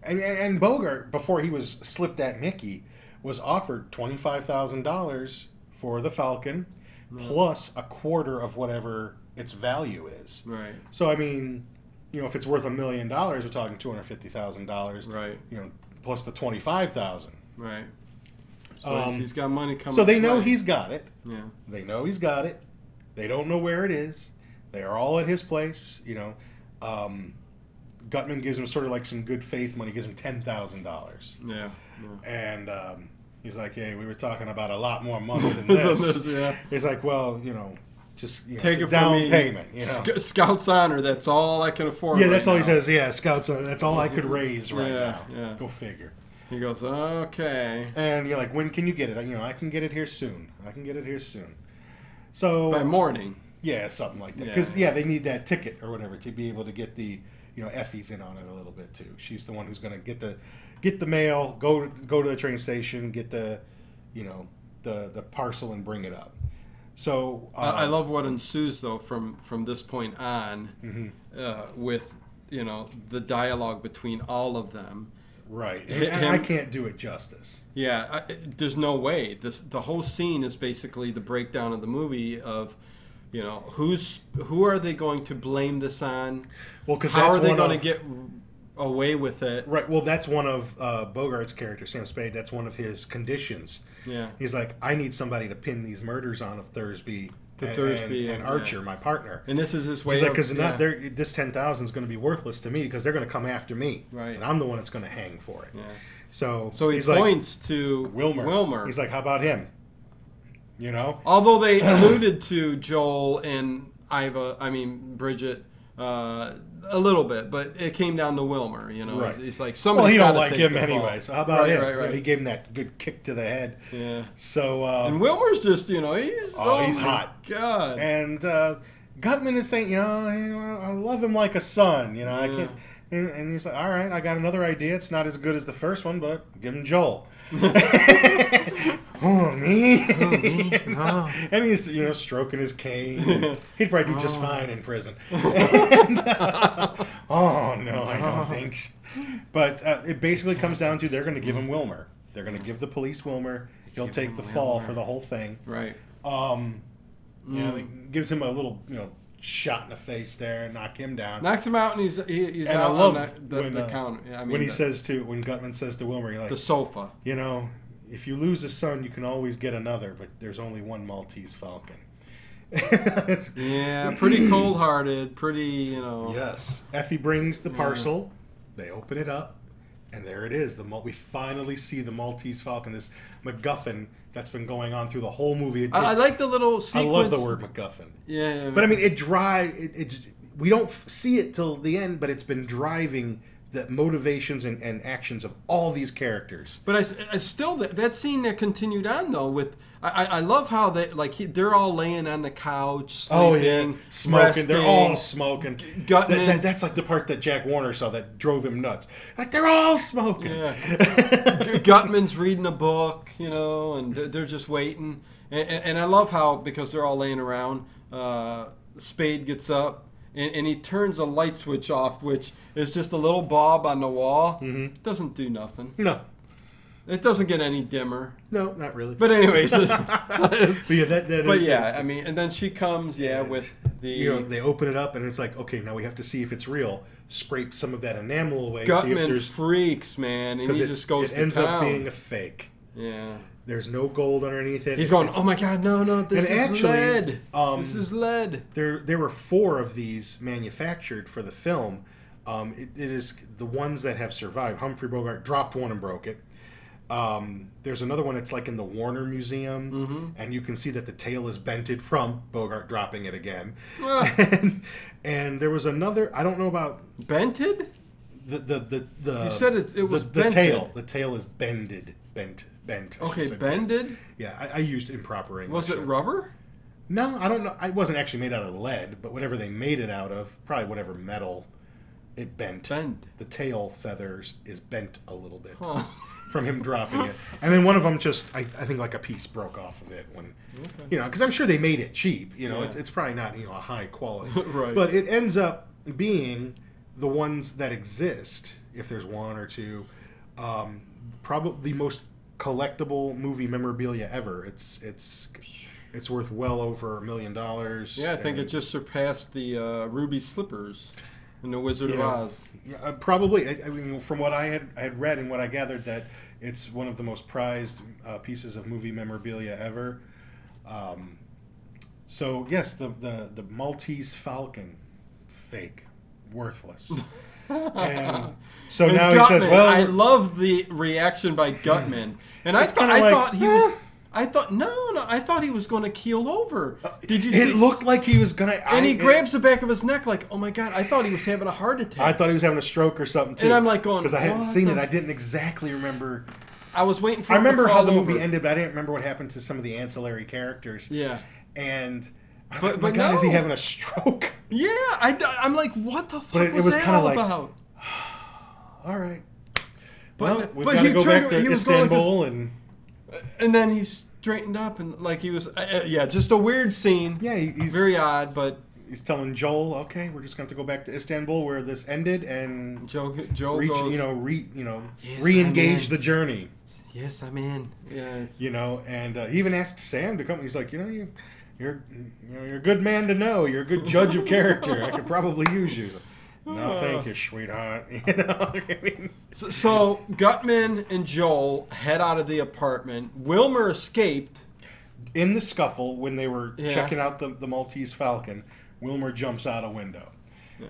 Speaker 7: and, and, and Bogart, before he was slipped at Mickey, was offered $25,000 for the Falcon plus a quarter of whatever its value is.
Speaker 6: Right.
Speaker 7: So, I mean, you know, if it's worth a million dollars, we're talking $250,000.
Speaker 6: Right.
Speaker 7: You know, plus the 25000
Speaker 6: Right. So
Speaker 7: Um,
Speaker 6: he's- he's got money coming.
Speaker 7: So they
Speaker 6: his
Speaker 7: know
Speaker 6: way.
Speaker 7: he's got it.
Speaker 6: Yeah.
Speaker 7: They know he's got it. They don't know where it is. They are all at his place. You know, um, Gutman gives him sort of like some good faith money. Gives him ten thousand dollars,
Speaker 6: Yeah. yeah.
Speaker 7: and um, he's like, "Hey, we were talking about a lot more money than
Speaker 6: Than
Speaker 7: this."
Speaker 6: this, yeah.
Speaker 7: He's like, "Well, you know, just you know,
Speaker 6: Take
Speaker 7: it's a
Speaker 6: it
Speaker 7: down
Speaker 6: from me.
Speaker 7: payment." You know?
Speaker 6: Sc- Scout's honor. That's all I can afford.
Speaker 7: yeah, that's
Speaker 6: right
Speaker 7: all
Speaker 6: now.
Speaker 7: he says. Yeah, scouts. Are, that's all I could raise right
Speaker 6: Yeah,
Speaker 7: now.
Speaker 6: yeah.
Speaker 7: Go figure.
Speaker 6: He goes, okay.
Speaker 7: And you're like, "When can you get it?" You know, I can get it here soon. I can get it here soon. So
Speaker 6: By morning.
Speaker 7: Yeah, something like that.
Speaker 6: Yeah.
Speaker 7: Because yeah. they need that ticket or whatever to be able to get the you know Effie's in on it a little bit too. She's the one who's going to get the get the mail, go go to the train station, get the you know the the parcel and bring it up. So uh,
Speaker 6: I, I love what ensues though from from this point on,
Speaker 7: Mm-hmm.
Speaker 6: uh, with you know the dialogue between all of them.
Speaker 7: right. And,
Speaker 6: Hit
Speaker 7: and I
Speaker 6: him.
Speaker 7: can't do it justice.
Speaker 6: Yeah, I, it- there's no way. This the whole scene is basically the breakdown of the movie of, you know, who's who are they going to blame this on?
Speaker 7: Well, because
Speaker 6: How
Speaker 7: that's
Speaker 6: are they
Speaker 7: one
Speaker 6: going
Speaker 7: of-
Speaker 6: to get away with it?
Speaker 7: right. Well, that's one of uh, Bogart's character, Sam Spade. That's one of his conditions.
Speaker 6: Yeah,
Speaker 7: He's like, I need somebody to pin these murders on of Thursby,
Speaker 6: To
Speaker 7: and,
Speaker 6: Thursby
Speaker 7: and,
Speaker 6: and-
Speaker 7: Archer,
Speaker 6: yeah.
Speaker 7: my partner.
Speaker 6: and this is his way.
Speaker 7: He's like,
Speaker 6: of-
Speaker 7: because
Speaker 6: yeah.
Speaker 7: not they're this ten thousand is going to be worthless to me because they're going to come after me,
Speaker 6: Right.
Speaker 7: And I'm the one that's going to hang for it.
Speaker 6: Yeah.
Speaker 7: So,
Speaker 6: So he
Speaker 7: he's
Speaker 6: points to
Speaker 7: like, Wilmer.
Speaker 6: Wilmer. Oh,
Speaker 7: He's like, how about him? You know,
Speaker 6: Although they alluded to Joel and Iva, I mean Bridget, uh, a little bit, but it came down to Wilmer. You know,
Speaker 7: Right.
Speaker 6: it's like
Speaker 7: well,
Speaker 6: somebody.
Speaker 7: he
Speaker 6: got
Speaker 7: don't
Speaker 6: to
Speaker 7: like
Speaker 6: take
Speaker 7: him
Speaker 6: the fall.
Speaker 7: anyway. So how about
Speaker 6: right,
Speaker 7: him?
Speaker 6: Right,
Speaker 7: You know,
Speaker 6: right,
Speaker 7: he gave him that good kick to the head.
Speaker 6: Yeah.
Speaker 7: So um,
Speaker 6: And Wilmer's just, you know, he's
Speaker 7: Oh, he's
Speaker 6: my
Speaker 7: hot.
Speaker 6: God.
Speaker 7: and uh, Gutman is saying, you know, you know, I love him like a son. You know, I
Speaker 6: Yeah.
Speaker 7: can't. And and he's like, all right, I got another idea. It's not as good as the first one, but give him Joel. oh me,
Speaker 6: No.
Speaker 7: and he's you know stroking his cane. and He'd probably do just fine in prison. And, uh, oh no, I don't think. So. But uh, it basically comes down to they're going to give him Wilmer. They're going to give the police Wilmer. He'll take the fall for the whole thing.
Speaker 6: Right.
Speaker 7: Um, you
Speaker 6: Mm.
Speaker 7: know, like, gives him a little, you know, shot in the face there and knock him down.
Speaker 6: Knocks him out, and he's he, he's
Speaker 7: and I
Speaker 6: out
Speaker 7: love
Speaker 6: on that, the,
Speaker 7: when,
Speaker 6: the
Speaker 7: uh,
Speaker 6: counter. Yeah, I mean,
Speaker 7: when he
Speaker 6: the,
Speaker 7: says to when Gutman says to Wilmer, he like,
Speaker 6: the sofa.
Speaker 7: you know, if you lose a son, you can always get another, but there's only one Maltese Falcon. It's-
Speaker 6: Yeah, pretty cold-hearted. Pretty, you know.
Speaker 7: Yes, Effie brings the parcel. They open it up, and there it is. The Mal- we finally see the Maltese Falcon, this MacGuffin that's been going on through the whole movie. It-
Speaker 6: I, I
Speaker 7: it-
Speaker 6: like the little
Speaker 7: I
Speaker 6: sequence.
Speaker 7: love the word MacGuffin.
Speaker 6: Yeah, yeah,
Speaker 7: But I
Speaker 6: yeah.
Speaker 7: mean, it drive. It, it's we don't f- see it till the end, but it's been driving the motivations and, and actions of all these characters.
Speaker 6: But I s- I, still that, that scene that continued on though with I, I- I love how they like he, they're all laying on the couch sleeping,
Speaker 7: Oh, smoking. They're all
Speaker 6: Oh, resting.
Speaker 7: smoking. That,
Speaker 6: Gutman's-
Speaker 7: that- that's like the part that Jack Warner saw that drove him nuts. Like they're all smoking.
Speaker 6: Yeah. G- Gutman's reading a book, you know, and they're, they're just waiting. And, and, and I love how, because they're all laying around, uh, Spade gets up and, and he turns a light switch off, which is just a little bob on the wall. Mm-hmm. Doesn't do nothing.
Speaker 7: No,
Speaker 6: It doesn't get any dimmer.
Speaker 7: no, not really.
Speaker 6: But, anyways, this-
Speaker 7: But yeah, that, that
Speaker 6: but
Speaker 7: is-
Speaker 6: yeah, I mean, and then she comes, yeah, with the.
Speaker 7: you know, they open it up and it's like, okay, now we have to see if it's real. Scrape some of that enamel away, see if
Speaker 6: Gutman
Speaker 7: there's
Speaker 6: freaks, man, and he
Speaker 7: it's-
Speaker 6: just goes
Speaker 7: it
Speaker 6: to
Speaker 7: ends
Speaker 6: town.
Speaker 7: up being a fake.
Speaker 6: yeah.
Speaker 7: There's no gold underneath it.
Speaker 6: He's going,
Speaker 7: It's-
Speaker 6: oh my god, no, no, this is
Speaker 7: And actually,
Speaker 6: lead.
Speaker 7: um,
Speaker 6: this is lead.
Speaker 7: There, there were four of these manufactured for the film. Um, it, it is the ones that have survived. Humphrey Bogart dropped one and broke it. Um, there's another one that's like in the Warner Museum,
Speaker 6: Mm-hmm.
Speaker 7: and you can see that the tail is bented from Bogart dropping it again.
Speaker 6: Ah.
Speaker 7: and, and there was another. I don't know about
Speaker 6: Bented?
Speaker 7: the the the. the
Speaker 6: You said it- it
Speaker 7: the-
Speaker 6: was
Speaker 7: the, tail.
Speaker 6: bented.
Speaker 7: The tail is bended, bent, bent. I should
Speaker 6: Okay,
Speaker 7: say
Speaker 6: bended?
Speaker 7: Yeah, I, I used improper English.
Speaker 6: Was it
Speaker 7: there.
Speaker 6: rubber?
Speaker 7: No, I don't know. It wasn't actually made out of lead, but whatever they made it out of, probably whatever metal, it bent.
Speaker 6: Bend.
Speaker 7: The tail feathers is bent a little bit
Speaker 6: Huh.
Speaker 7: from him dropping it, and then one of them just, I, I think, like a piece broke off of it when, you know, because I'm sure they made it cheap. You know,
Speaker 6: Yeah.
Speaker 7: it's it's probably not you know a high quality,
Speaker 6: Right.
Speaker 7: But it ends up being the ones that exist, if there's one or two, um, probably the most collectible movie memorabilia ever. It's it's it's worth well over a million dollars.
Speaker 6: Yeah, I think it
Speaker 7: and-
Speaker 6: just surpassed the uh, ruby slippers in The Wizard of
Speaker 7: Yeah.
Speaker 6: Oz.
Speaker 7: Yeah, uh, probably. I, I mean, from what I had I had read and what I gathered, that it's one of the most prized uh, pieces of movie memorabilia ever. Um, so yes, the, the the Maltese Falcon, fake, worthless. and so
Speaker 6: And
Speaker 7: now he
Speaker 6: Gutman,
Speaker 7: says, "Well,
Speaker 6: I love the reaction by Gutman, and I,
Speaker 7: It's
Speaker 6: thought
Speaker 7: kinda
Speaker 6: I
Speaker 7: like,
Speaker 6: thought he
Speaker 7: eh.
Speaker 6: was. I thought no, no, I thought he was going to keel over. Did you?
Speaker 7: Uh, it
Speaker 6: see?
Speaker 7: looked like he was gonna."
Speaker 6: and
Speaker 7: I,
Speaker 6: he grabs the back of his neck like, oh my god! I thought he was having a heart attack.
Speaker 7: I thought he was having a stroke or something too.
Speaker 6: And I'm like going,
Speaker 7: because I hadn't
Speaker 6: "What
Speaker 7: seen
Speaker 6: the
Speaker 7: it. I didn't exactly remember.
Speaker 6: I was waiting for.
Speaker 7: I
Speaker 6: him to
Speaker 7: remember how
Speaker 6: fall
Speaker 7: the movie
Speaker 6: over.
Speaker 7: ended, but I didn't remember what happened to some of the ancillary characters.
Speaker 6: Yeah.
Speaker 7: and I
Speaker 6: But-
Speaker 7: thought,
Speaker 6: but
Speaker 7: my God, is he
Speaker 6: no.
Speaker 7: having a stroke?
Speaker 6: Yeah, I, am like, what the fuck
Speaker 7: But it- it
Speaker 6: was,
Speaker 7: was
Speaker 6: that
Speaker 7: kinda
Speaker 6: all
Speaker 7: like-
Speaker 6: about?
Speaker 7: All right.
Speaker 6: But-
Speaker 7: Well, we've
Speaker 6: but
Speaker 7: got to
Speaker 6: he
Speaker 7: go back
Speaker 6: turned-
Speaker 7: to
Speaker 6: he was going like
Speaker 7: Istanbul and
Speaker 6: And then he straightened up and like he was, uh, uh, yeah, just a weird scene.
Speaker 7: yeah, he- he's
Speaker 6: very odd, but
Speaker 7: he's telling Joel, okay, we're just going to go back to Istanbul where this ended and
Speaker 6: Joe, Joe
Speaker 7: reach,
Speaker 6: goes,
Speaker 7: you know, re, you know,
Speaker 6: Yes,
Speaker 7: re-engage
Speaker 6: I'm in.
Speaker 7: the journey,
Speaker 6: yes, I'm in. Yeah, it's-
Speaker 7: you know, and uh, he even asked Sam to come. He's like, you know, you. You're, you know, you're a good man to know. You're a good judge of character. I could probably use you. No, thank you, sweetheart. You know, I mean,
Speaker 6: So, so Gutman and Joel head out of the apartment. Wilmer escaped.
Speaker 7: in the scuffle when they were
Speaker 6: Yeah.
Speaker 7: checking out the, the Maltese Falcon, Wilmer jumps out a window.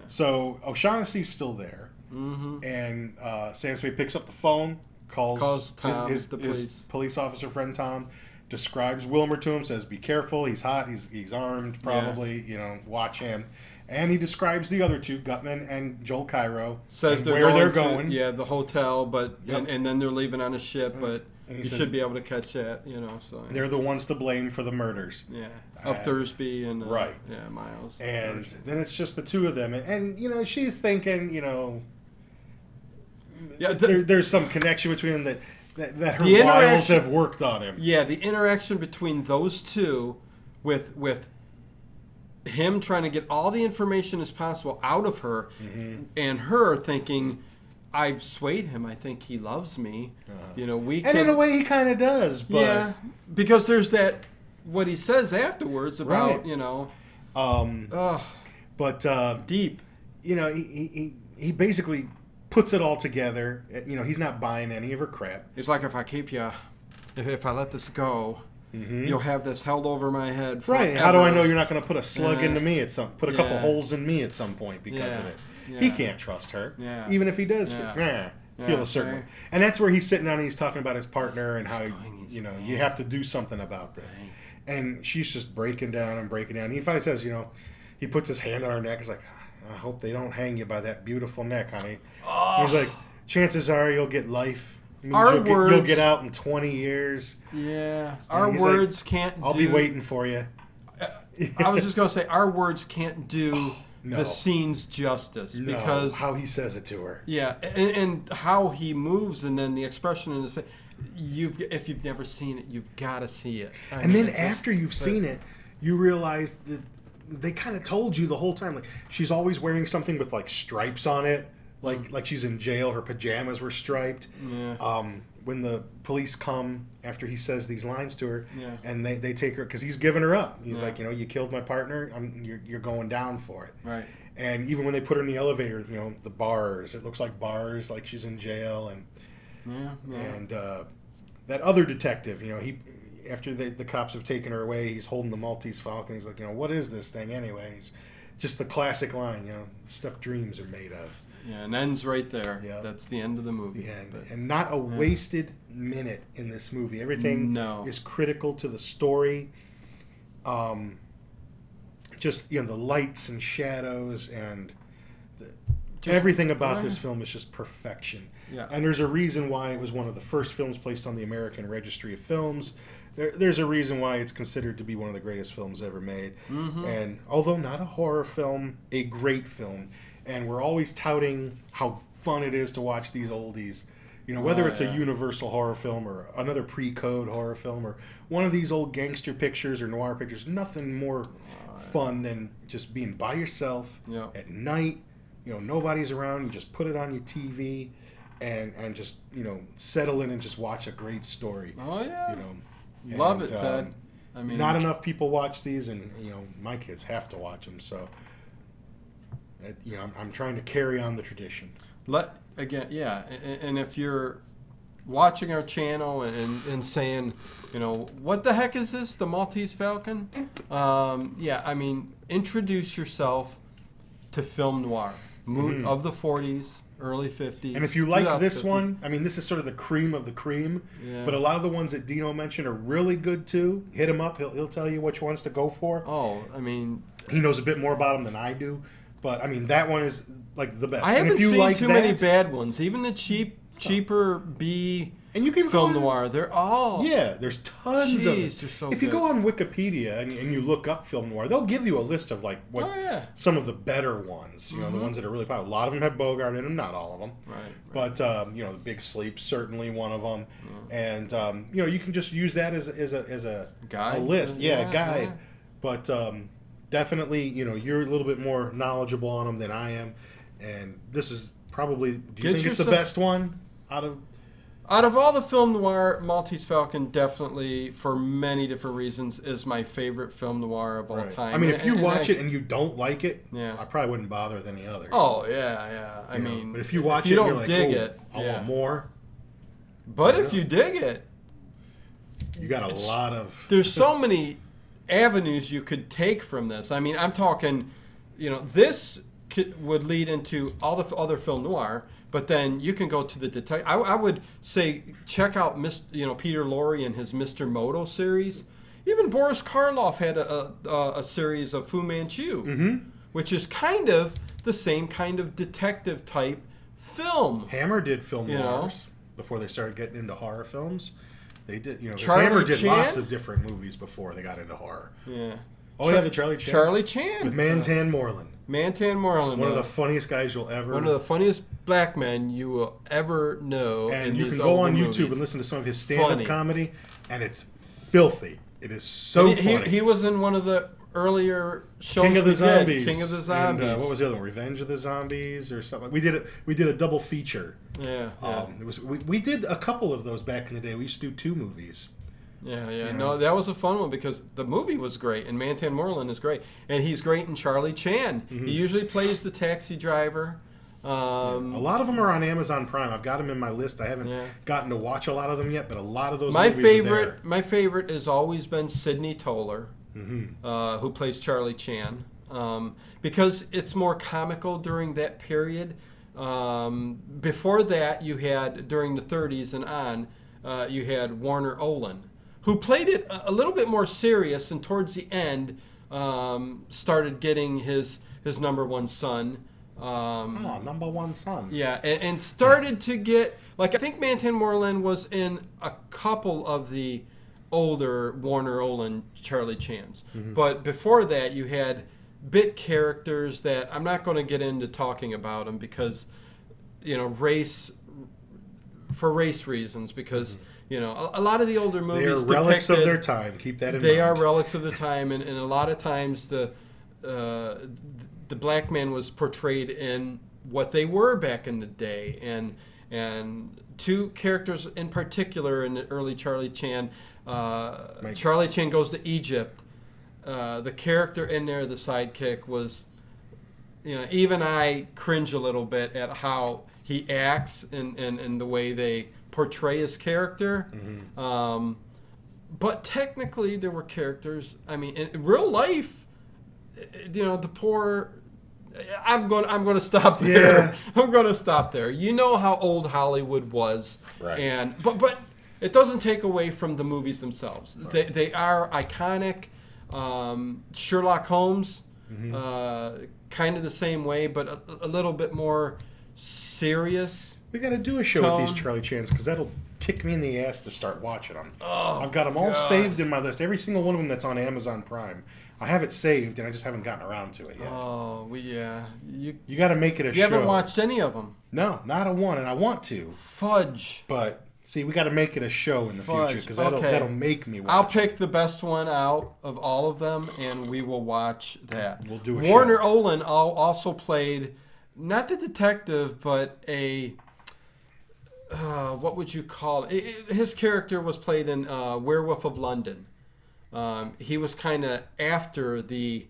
Speaker 7: So O'Shaughnessy's still there,
Speaker 6: Mm-hmm.
Speaker 7: and uh, Sam Spade picks up the phone, calls,
Speaker 6: Calls Tom,
Speaker 7: his, his,
Speaker 6: the
Speaker 7: his
Speaker 6: police.
Speaker 7: police officer friend Tom, describes Wilmer to him, says, "Be careful. He's hot. He's he's armed. Probably, you know, watch him." And he describes the other two, Gutman and Joel Cairo,
Speaker 6: Says
Speaker 7: and
Speaker 6: they're
Speaker 7: where
Speaker 6: going
Speaker 7: they're
Speaker 6: to-
Speaker 7: going.
Speaker 6: yeah, the hotel, but
Speaker 7: Yep.
Speaker 6: and, and then they're leaving on a ship, but
Speaker 7: And
Speaker 6: you
Speaker 7: he said-
Speaker 6: should be able to catch that, you know. So
Speaker 7: They're the ones to blame for the murders.
Speaker 6: yeah, of
Speaker 7: Uh,
Speaker 6: Thursby and uh,
Speaker 7: right.
Speaker 6: yeah, Miles
Speaker 7: and then it's just the two of them and, and you know she's thinking you know
Speaker 6: yeah, th-
Speaker 7: there, there's some connection between them that that, that her
Speaker 6: The
Speaker 7: wiles
Speaker 6: interaction-
Speaker 7: have worked on him
Speaker 6: Yeah, the interaction between those two, with with him trying to get all the information as possible out of her,
Speaker 7: Mm-hmm.
Speaker 6: and her thinking, "I've swayed him. I think he loves me."
Speaker 7: Uh-huh.
Speaker 6: You know, we
Speaker 7: and
Speaker 6: can,
Speaker 7: in a way he kind of does but
Speaker 6: yeah, because there's that what he says afterwards about
Speaker 7: Right.
Speaker 6: you know,
Speaker 7: um
Speaker 6: ugh,
Speaker 7: but uh
Speaker 6: deep.
Speaker 7: you know he, he he- he basically puts it all together you know he's not buying any of her crap
Speaker 6: It's like if I keep you, if, if I let this go,
Speaker 7: Mm-hmm.
Speaker 6: you'll have this held over my head. Forever.
Speaker 7: right and how do i know you're not going to put a slug
Speaker 6: Yeah.
Speaker 7: into me at some put a couple
Speaker 6: Yeah.
Speaker 7: holes in me at some point because of
Speaker 6: Yeah.
Speaker 7: it he
Speaker 6: Yeah.
Speaker 7: can't trust her
Speaker 6: Yeah.
Speaker 7: even if he does
Speaker 6: Yeah.
Speaker 7: feel, eh, feel
Speaker 6: Yeah,
Speaker 7: a certain
Speaker 6: right.
Speaker 7: and that's where he's sitting down and he's talking about his partner and how
Speaker 6: going, he's
Speaker 7: you know you have to do something about that and she's just breaking down and breaking down he finally says you know he puts his hand on her neck he's like I hope they don't hang you by that beautiful neck, honey. He's like, chances are you'll get life. Means
Speaker 6: Our
Speaker 7: you'll, get, you'll
Speaker 6: words-
Speaker 7: get out in 20 years.
Speaker 6: Yeah, our
Speaker 7: he's like,
Speaker 6: words can't.
Speaker 7: I'll
Speaker 6: do,
Speaker 7: be waiting for you.
Speaker 6: I was just gonna say our words can't do
Speaker 7: Oh, No.
Speaker 6: the scenes justice
Speaker 7: No,
Speaker 6: because
Speaker 7: how he says it to her.
Speaker 6: yeah, and, and how he moves and then the expression in his face. You've if you've never seen it, you've got to see it. I mean,
Speaker 7: And then
Speaker 6: it's just-
Speaker 7: after you've seen it, you realize that they kind of told you the whole time. Like she's always wearing something with like stripes on it, like like she's in jail. Her pajamas were striped.
Speaker 6: Mm. Yeah.
Speaker 7: Um, when the police come after he says these lines to her,
Speaker 6: Yeah.
Speaker 7: and they, they take her because he's giving her up. He's
Speaker 6: Yeah.
Speaker 7: like, you know, you killed my partner. I'm you're, you're going down for it.
Speaker 6: Right.
Speaker 7: And even when they put her in the elevator, you know, the bars. It looks like bars, like she's in jail, and
Speaker 6: yeah, yeah.
Speaker 7: and uh, that other detective, you know, he after the, the cops have taken her away, he's holding the Maltese Falcon. He's like, you know, what is this thing anyway? He's just the classic line, you know, stuff dreams are made of.
Speaker 6: Yeah, and ends right there.
Speaker 7: Yeah.
Speaker 6: That's the end of the movie.
Speaker 7: And,
Speaker 6: But-
Speaker 7: and not a wasted minute in this movie. Everything
Speaker 6: No.
Speaker 7: is critical to the story. Um, just you know the lights and shadows and
Speaker 6: Just-
Speaker 7: everything about this
Speaker 6: Yeah.
Speaker 7: film is just perfection.
Speaker 6: Yeah.
Speaker 7: And there's a reason why it was one of the first films placed on the American Registry of Films. There, there's a reason why it's considered to be one of the greatest films ever made.
Speaker 6: Mm-hmm.
Speaker 7: And although not a horror film, a great film. And we're always touting how fun it is to watch these oldies. You know, whether
Speaker 6: Oh,
Speaker 7: it's
Speaker 6: yeah.
Speaker 7: a universal horror film or another pre-code horror film or one of these old gangster pictures or noir pictures, nothing more fun than just being by yourself
Speaker 6: Oh, Yeah.
Speaker 7: at night. You know, nobody's around. You just put it on your TV, and and just you know settle in and just watch a great story.
Speaker 6: oh yeah,
Speaker 7: You know,
Speaker 6: love
Speaker 7: And,
Speaker 6: it, Ted.
Speaker 7: um,
Speaker 6: I mean,
Speaker 7: not enough people watch these, and you know my kids have to watch them. So, uh, you know, I'm, I'm trying to carry on the tradition.
Speaker 6: let again yeah a- a- and if you're watching our channel and, and, and saying you know what the heck is this the maltese falcon um, yeah i mean introduce yourself to film noir mo- of the 40s early 50s
Speaker 7: Mm-hmm. And if you like this
Speaker 6: 2050s.
Speaker 7: one, I mean, this is sort of the cream of the cream.
Speaker 6: Yeah.
Speaker 7: But a lot of the ones that Dino mentioned are really good too. Hit him up; he'll, he'll tell you which ones to go for.
Speaker 6: oh i mean
Speaker 7: He knows a bit more about them than I do. But I mean, that one is like the best.
Speaker 6: i
Speaker 7: and
Speaker 6: haven't
Speaker 7: if you
Speaker 6: seen
Speaker 7: like
Speaker 6: too
Speaker 7: that, Oh.
Speaker 6: many bad ones even the cheap cheaper b
Speaker 7: and you can
Speaker 6: film
Speaker 7: find-
Speaker 6: noir they're all
Speaker 7: Yeah, there's tons of.
Speaker 6: Jeez, they're so
Speaker 7: if you
Speaker 6: good.
Speaker 7: go on Wikipedia and, and you look up film noir, they'll give you a list of like what
Speaker 6: Oh, yeah. Mm-hmm.
Speaker 7: some of the better ones. You know, the ones that are really popular. A lot of them have Bogart in them, not all of them.
Speaker 6: Right, right.
Speaker 7: But um, you know, The Big Sleep certainly one of them, and um, you know, you can just use that as a, as a as a
Speaker 6: Guide?
Speaker 7: a list.
Speaker 6: Yeah,
Speaker 7: Yeah,
Speaker 6: yeah.
Speaker 7: a guide. But um, definitely, you know, you're a little bit more knowledgeable on them than I am, and this is probably. Do you
Speaker 6: Get
Speaker 7: think it's the
Speaker 6: yourself-
Speaker 7: best one out of?
Speaker 6: Out of all the film noir, Maltese Falcon definitely, for many different reasons, is my favorite film noir of all
Speaker 7: Right.
Speaker 6: time.
Speaker 7: I mean,
Speaker 6: And-
Speaker 7: if you
Speaker 6: and
Speaker 7: watch
Speaker 6: I-
Speaker 7: it and you don't like it,
Speaker 6: Yeah.
Speaker 7: I probably wouldn't bother with any others.
Speaker 6: oh yeah, yeah. I
Speaker 7: You know,
Speaker 6: mean,
Speaker 7: but if you watch it,
Speaker 6: don't
Speaker 7: and you're like,
Speaker 6: dig
Speaker 7: "Ooh,
Speaker 6: it.
Speaker 7: I
Speaker 6: yeah.
Speaker 7: want more.
Speaker 6: But if you dig it,
Speaker 7: You got a
Speaker 6: It's-
Speaker 7: lot of
Speaker 6: there's so many avenues you could take from this. I mean, I'm talking, you know, this could, would lead into all the f- other film noir, but then you can go to the detective. I, I would say check out, Mr., you know, Peter Lorre and his Mr. Moto series. Even Boris Karloff had a, a, a series of Fu Manchu,
Speaker 7: Mm-hmm.
Speaker 6: which is kind of the same kind of detective type film.
Speaker 7: Hammer did film
Speaker 6: You know?
Speaker 7: noirs before they started getting into horror films. They did, you know, 'cause
Speaker 6: Charlie
Speaker 7: Hammer did
Speaker 6: Chan?
Speaker 7: lots of different movies before they got into horror.
Speaker 6: Yeah.
Speaker 7: Oh yeah, the Charlie Chan
Speaker 6: Charlie Chan.
Speaker 7: with Mantan Moreland,
Speaker 6: Mantan Moreland.
Speaker 7: one of
Speaker 6: yeah.
Speaker 7: the funniest guys you'll ever.
Speaker 6: One of the funniest black men you will ever know. in
Speaker 7: and you
Speaker 6: these
Speaker 7: can go
Speaker 6: older
Speaker 7: on YouTube
Speaker 6: movies.
Speaker 7: and listen to some of his stand-up
Speaker 6: Funny.
Speaker 7: comedy, and it's filthy. It is so
Speaker 6: He, he,
Speaker 7: funny.
Speaker 6: he was in one of the earlier shows.
Speaker 7: King of
Speaker 6: we
Speaker 7: the
Speaker 6: did,
Speaker 7: Zombies.
Speaker 6: King of the
Speaker 7: and,
Speaker 6: Zombies.
Speaker 7: uh, what was the other one? Revenge of the Zombies or something. We did it. We did a double feature.
Speaker 6: Yeah, yeah,
Speaker 7: Um, it was we, we did a couple of those back in the day. We used to do two movies.
Speaker 6: yeah, yeah. No, that was a fun one because the movie was great, and Mantan Moreland is great, and he's great in Charlie Chan.
Speaker 7: Mm-hmm.
Speaker 6: He usually plays the taxi driver. Um,
Speaker 7: A lot of them are on Amazon Prime. I've got them in my list. I haven't
Speaker 6: Yeah.
Speaker 7: gotten to watch a lot of them yet, but a lot of those.
Speaker 6: my
Speaker 7: movies are
Speaker 6: favorite,
Speaker 7: there.
Speaker 6: my favorite has always been Sidney Toller,
Speaker 7: Mm-hmm.
Speaker 6: uh, who plays Charlie Chan, um, because it's more comical during that period. Um, before that, you had during the 30s and on, uh, you had Warner Olin, who played it a, a little bit more serious, and towards the end, um, started getting his his number one son. Um,
Speaker 7: Oh, number one son.
Speaker 6: yeah, and, and started to get like I think Mantan Moreland was in a couple of the older Warner Olin Charlie Chans,
Speaker 7: Mm-hmm.
Speaker 6: but before that you had bit characters that I'm not going to get into talking about them because you know race for race reasons because you know a, a lot of the older
Speaker 7: Mm-hmm. They are
Speaker 6: movies
Speaker 7: relics of
Speaker 6: depicted-
Speaker 7: their time. Keep that in
Speaker 6: they
Speaker 7: mind.
Speaker 6: are relics of the time, and, and a lot of times the uh, th- the black man was portrayed in what they were back in the day, and and two characters in particular in the early Charlie Chan. Uh,
Speaker 7: Mike.
Speaker 6: Charlie Chan goes to Egypt. Uh, the character in there, the sidekick, was you know, even I cringe a little bit at how he acts and, and, and the way they portray his character.
Speaker 7: Mm-hmm.
Speaker 6: Um, but technically, there were characters. I mean, in, in real life, eh, you know, the poor. I'm going. I'm going to stop there. I'm going to stop there. You know how old Hollywood was,
Speaker 8: Right.
Speaker 6: and but but it doesn't take away from the movies themselves. They they are iconic. Um, Sherlock Holmes, uh, kind of the same way, but a, a little bit more serious.
Speaker 7: We got to do a show with
Speaker 6: Tone.
Speaker 7: these Charlie Chans because that'll kick me in the ass to start watching them.
Speaker 6: Oh,
Speaker 7: I've got them all saved in my list. Every single one of them that's on Amazon Prime. I have it saved and I just haven't gotten around to it yet.
Speaker 6: Oh, we, yeah. You
Speaker 7: you got to make it a
Speaker 6: you
Speaker 7: show.
Speaker 6: haven't watched any of them.
Speaker 7: No, not a one, and I want to,
Speaker 6: Fudge.
Speaker 7: but see, we got to make it a show in the future
Speaker 6: Fudge.
Speaker 7: future because that'll
Speaker 6: Okay.
Speaker 7: that'll make me watch.
Speaker 6: I'll pick the best one out of all of them, and we will watch that.
Speaker 7: We'll do a
Speaker 6: Warner
Speaker 7: show.
Speaker 6: Olin al- also played not the detective, but a uh, what would you call it? I- I- His character was played in uh, Werewolf of London. Um, he was kind of after the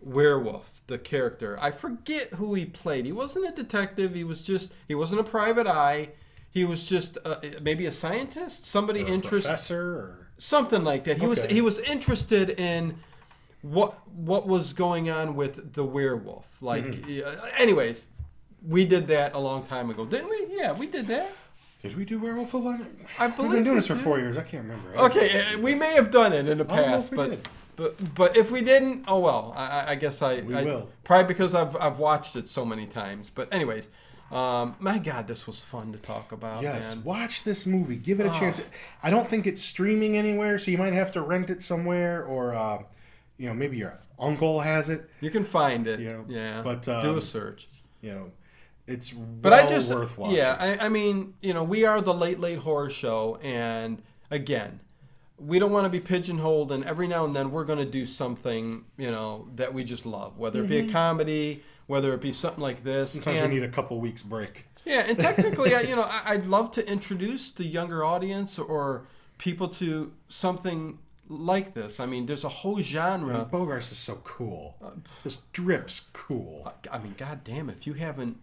Speaker 6: werewolf, the character. I forget who he played. He wasn't a detective. He was just he wasn't a private eye. He was just uh, maybe a scientist, somebody
Speaker 7: Or a
Speaker 6: interested
Speaker 7: professor or
Speaker 6: something like that. He was
Speaker 7: Okay.
Speaker 6: he was interested in what what was going on with the werewolf. Like,
Speaker 7: Mm-hmm.
Speaker 6: yeah, anyways, we did that a long time ago, didn't we? Yeah, we did that.
Speaker 7: did we do Werewolf of London?
Speaker 6: I
Speaker 7: We've
Speaker 6: believe
Speaker 7: been doing
Speaker 6: we
Speaker 7: this for
Speaker 6: did.
Speaker 7: four years. I can't remember.
Speaker 6: Okay, eh, we may have done it in the
Speaker 7: don't know if
Speaker 6: past,
Speaker 7: Oh, we
Speaker 6: but.
Speaker 7: did.
Speaker 6: But, but if we didn't, oh well. I, I- I guess I,
Speaker 7: We
Speaker 6: I-
Speaker 7: will.
Speaker 6: probably because I've I've watched it so many times. But anyways, um, my God, this was fun to talk about.
Speaker 7: Yes,
Speaker 6: man. Oh.
Speaker 7: watch this movie. Give it a chance. I don't think it's streaming anywhere, so you might have to rent it somewhere, or uh, you know, maybe your uncle has it.
Speaker 6: you can find it.
Speaker 7: You know,
Speaker 6: yeah,
Speaker 7: but,
Speaker 6: do
Speaker 7: um,
Speaker 6: a search.
Speaker 7: You know, it's
Speaker 6: but
Speaker 7: well
Speaker 6: I just
Speaker 7: worth watching.
Speaker 6: yeah. I, I mean, you know, we are the late late horror show, and again, we don't want to be pigeonholed. And every now and then, we're going to do something you know that we just love, whether it be a comedy, whether it be something like this.
Speaker 7: Mm-hmm. Sometimes
Speaker 6: and-
Speaker 7: we need a couple weeks break.
Speaker 6: yeah, and technically, I, you know, I, I'd love to introduce the younger audience or people to something like this. I mean, there's a whole genre.
Speaker 7: Bogart's is so cool.
Speaker 6: Uh,
Speaker 7: Just drips cool.
Speaker 6: I mean, goddamn, if you haven't,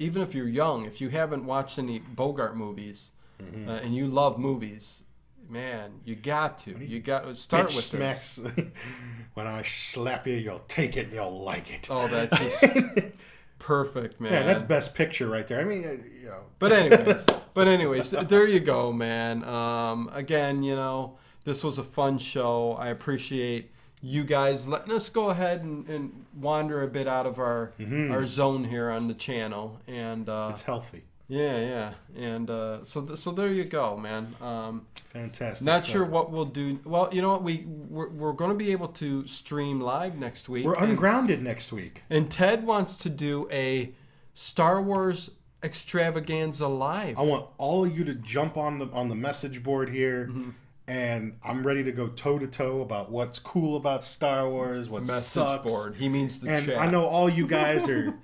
Speaker 6: even if you're young, if you haven't watched any Bogart movies
Speaker 7: Mm-hmm.
Speaker 6: uh, and you love movies, man, you got to. You got to start
Speaker 7: Bitch
Speaker 6: with this.
Speaker 7: smacks. when I slap you, you'll take it. and You'll like it.
Speaker 6: Oh, that's just perfect, man.
Speaker 7: yeah, that's best picture right there. I mean, uh, you know,
Speaker 6: But anyways, but anyways, th- there you go, man. Um, again, you know, this was a fun show. I appreciate you guys letting us go ahead and, and wander a bit out of our our zone here on the channel. And uh,
Speaker 7: Mm-hmm. it's healthy.
Speaker 6: Yeah, yeah, and uh, so th- so there you go, man. Um,
Speaker 7: Fantastic.
Speaker 6: not sure
Speaker 7: film.
Speaker 6: what we'll do. Well, you know what we we're, we're going to be able to stream live next week.
Speaker 7: We're
Speaker 6: and-
Speaker 7: ungrounded next week.
Speaker 6: And Ted wants to do a Star Wars extravaganza live.
Speaker 7: I want all of you to jump on the on the message board here,
Speaker 6: Mm-hmm.
Speaker 7: and I'm ready to go toe to toe about what's cool about Star Wars, what
Speaker 6: message
Speaker 7: sucks.
Speaker 6: board. He means the
Speaker 7: and
Speaker 6: chat.
Speaker 7: I know all you guys are,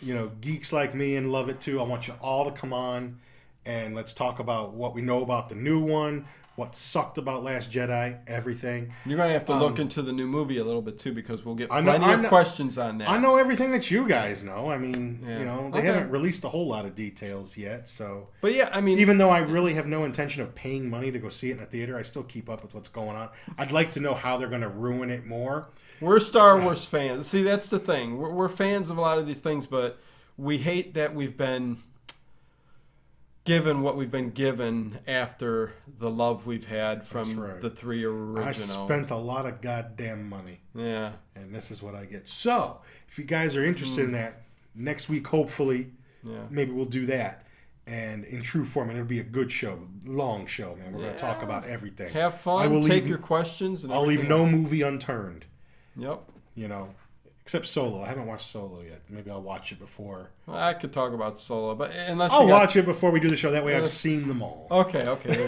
Speaker 7: you know, geeks like me and love it too. I want you all to come on, and let's talk about what we know about the new one, what sucked about Last Jedi, everything.
Speaker 6: you're going to have to look into the new movie a little bit too, because we'll get
Speaker 7: um, I
Speaker 6: plenty
Speaker 7: know- I
Speaker 6: of
Speaker 7: know-
Speaker 6: questions on that.
Speaker 7: I know everything that you guys know. I mean,
Speaker 6: Yeah.
Speaker 7: you know, they
Speaker 6: Okay.
Speaker 7: haven't released a whole lot of details yet, so.
Speaker 6: But yeah, I mean,
Speaker 7: even though I really have no intention of paying money to go see it in a theater, I still keep up with what's going on. I'd like to know how they're going to ruin it more.
Speaker 6: We're Star Wars fans. See, that's the thing. We're, we're fans of a lot of these things, but we hate that we've been given what we've been given after the love we've had from
Speaker 7: That's right.
Speaker 6: the three original.
Speaker 7: I spent a lot of goddamn money,
Speaker 6: yeah.
Speaker 7: and this is what I get. So, if you guys are interested in that, next week hopefully,
Speaker 6: Hmm. Yeah.
Speaker 7: maybe we'll do that. And in true form, and it'll be a good show, long show, man. We're gonna talk about everything.
Speaker 6: Have fun.
Speaker 7: I will
Speaker 6: take
Speaker 7: leave-
Speaker 6: your questions. And
Speaker 7: I'll leave
Speaker 6: everything.
Speaker 7: no movie unturned.
Speaker 6: Yep.
Speaker 7: You know, except Solo. I haven't watched Solo yet. Maybe I'll watch it before.
Speaker 6: Well, I could talk about solo, but unless
Speaker 7: I'll
Speaker 6: you got-
Speaker 7: watch it before we do the show. That way,
Speaker 6: Uh,
Speaker 7: I've seen them all.
Speaker 6: Okay. Okay. There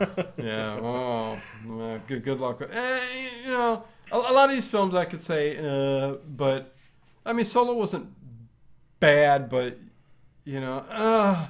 Speaker 6: we go. Yeah. Oh, well, good. Good luck. Eh, you know, a, a lot of these films I could say, uh, but I mean, Solo wasn't bad, but you know, uh,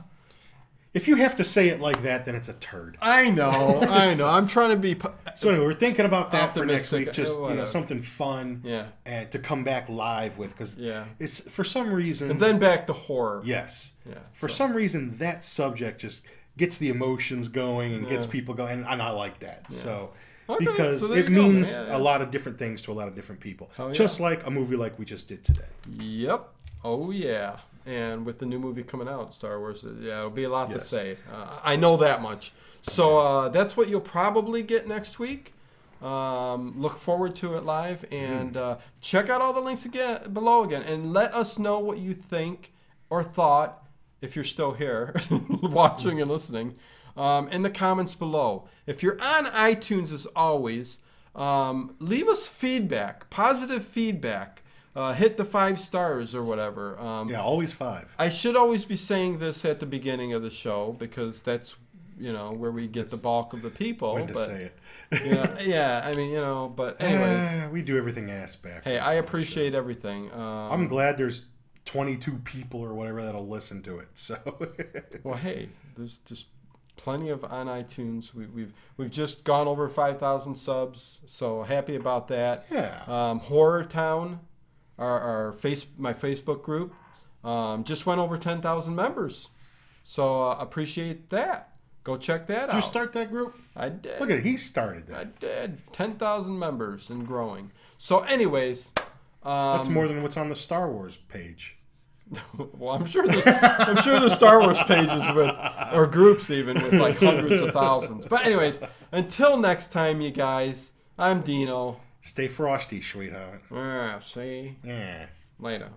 Speaker 7: If you have to say it like that, then it's a turd.
Speaker 6: I know, I know. I'm trying to be. po-
Speaker 7: So anyway, we're thinking about that for next
Speaker 6: Optimistic,
Speaker 7: week. Just
Speaker 6: uh,
Speaker 7: you know,
Speaker 6: whatever.
Speaker 7: something fun
Speaker 6: Yeah.
Speaker 7: uh, to come back live with because
Speaker 6: Yeah.
Speaker 7: it's for some reason.
Speaker 6: And then back to horror.
Speaker 7: yes,
Speaker 6: Yeah,
Speaker 7: for
Speaker 6: so-
Speaker 7: some reason that subject just gets the emotions going and gets
Speaker 6: Yeah.
Speaker 7: people going, and, I like that. So.
Speaker 6: Okay,
Speaker 7: because
Speaker 6: so there
Speaker 7: it
Speaker 6: you go, man.
Speaker 7: means
Speaker 6: Yeah, yeah.
Speaker 7: a lot of different things to a lot of different people.
Speaker 6: Oh, yeah.
Speaker 7: Just like a movie like we just did today.
Speaker 6: Yep. Oh yeah. And with the new movie coming out, Star Wars, uh, yeah, it'll be a lot to
Speaker 7: Yes.
Speaker 6: say. Uh, I know that much. So uh, that's what you'll probably get next week. Um, look forward to it live and uh, check out all the links again below again and let us know what you think or thought if you're still here watching and listening um, in the comments below. If you're on iTunes as always, um, leave us feedback, positive feedback. Uh, hit the five stars or whatever. Um,
Speaker 7: Yeah, always five.
Speaker 6: I should always be saying this at the beginning of the show because that's you know where we get the bulk of the people.
Speaker 7: When to
Speaker 6: but,
Speaker 7: say
Speaker 6: you
Speaker 7: it.
Speaker 6: know, yeah, I mean you know, but anyways,
Speaker 7: Ah, we do everything ass backwards.
Speaker 6: hey, I
Speaker 7: on this
Speaker 6: appreciate everything. Um,
Speaker 7: show. I'm glad there's 22 people or whatever that'll listen to it. So
Speaker 6: Well, hey, there's just plenty of on iTunes. We, we've we've just gone over five thousand subs, so happy about that.
Speaker 7: Yeah.
Speaker 6: Um, Horror Town, our, our face my Facebook group, um, just went over ten thousand members, so uh, appreciate that. Go check that
Speaker 7: did
Speaker 6: out.
Speaker 7: you start that group?
Speaker 6: I did.
Speaker 7: Look at it. He started
Speaker 6: I
Speaker 7: that.
Speaker 6: did. Ten thousand members and growing. So, anyways. Um,
Speaker 7: That's more than what's on the Star Wars page.
Speaker 6: Well, I'm sure there's, I'm sure there's Star Wars pages with or groups even with like hundreds of thousands. But anyways, until next time, you guys. I'm Dino.
Speaker 7: Stay frosty, sweetheart.
Speaker 6: Ah, see
Speaker 7: Yeah.
Speaker 6: later.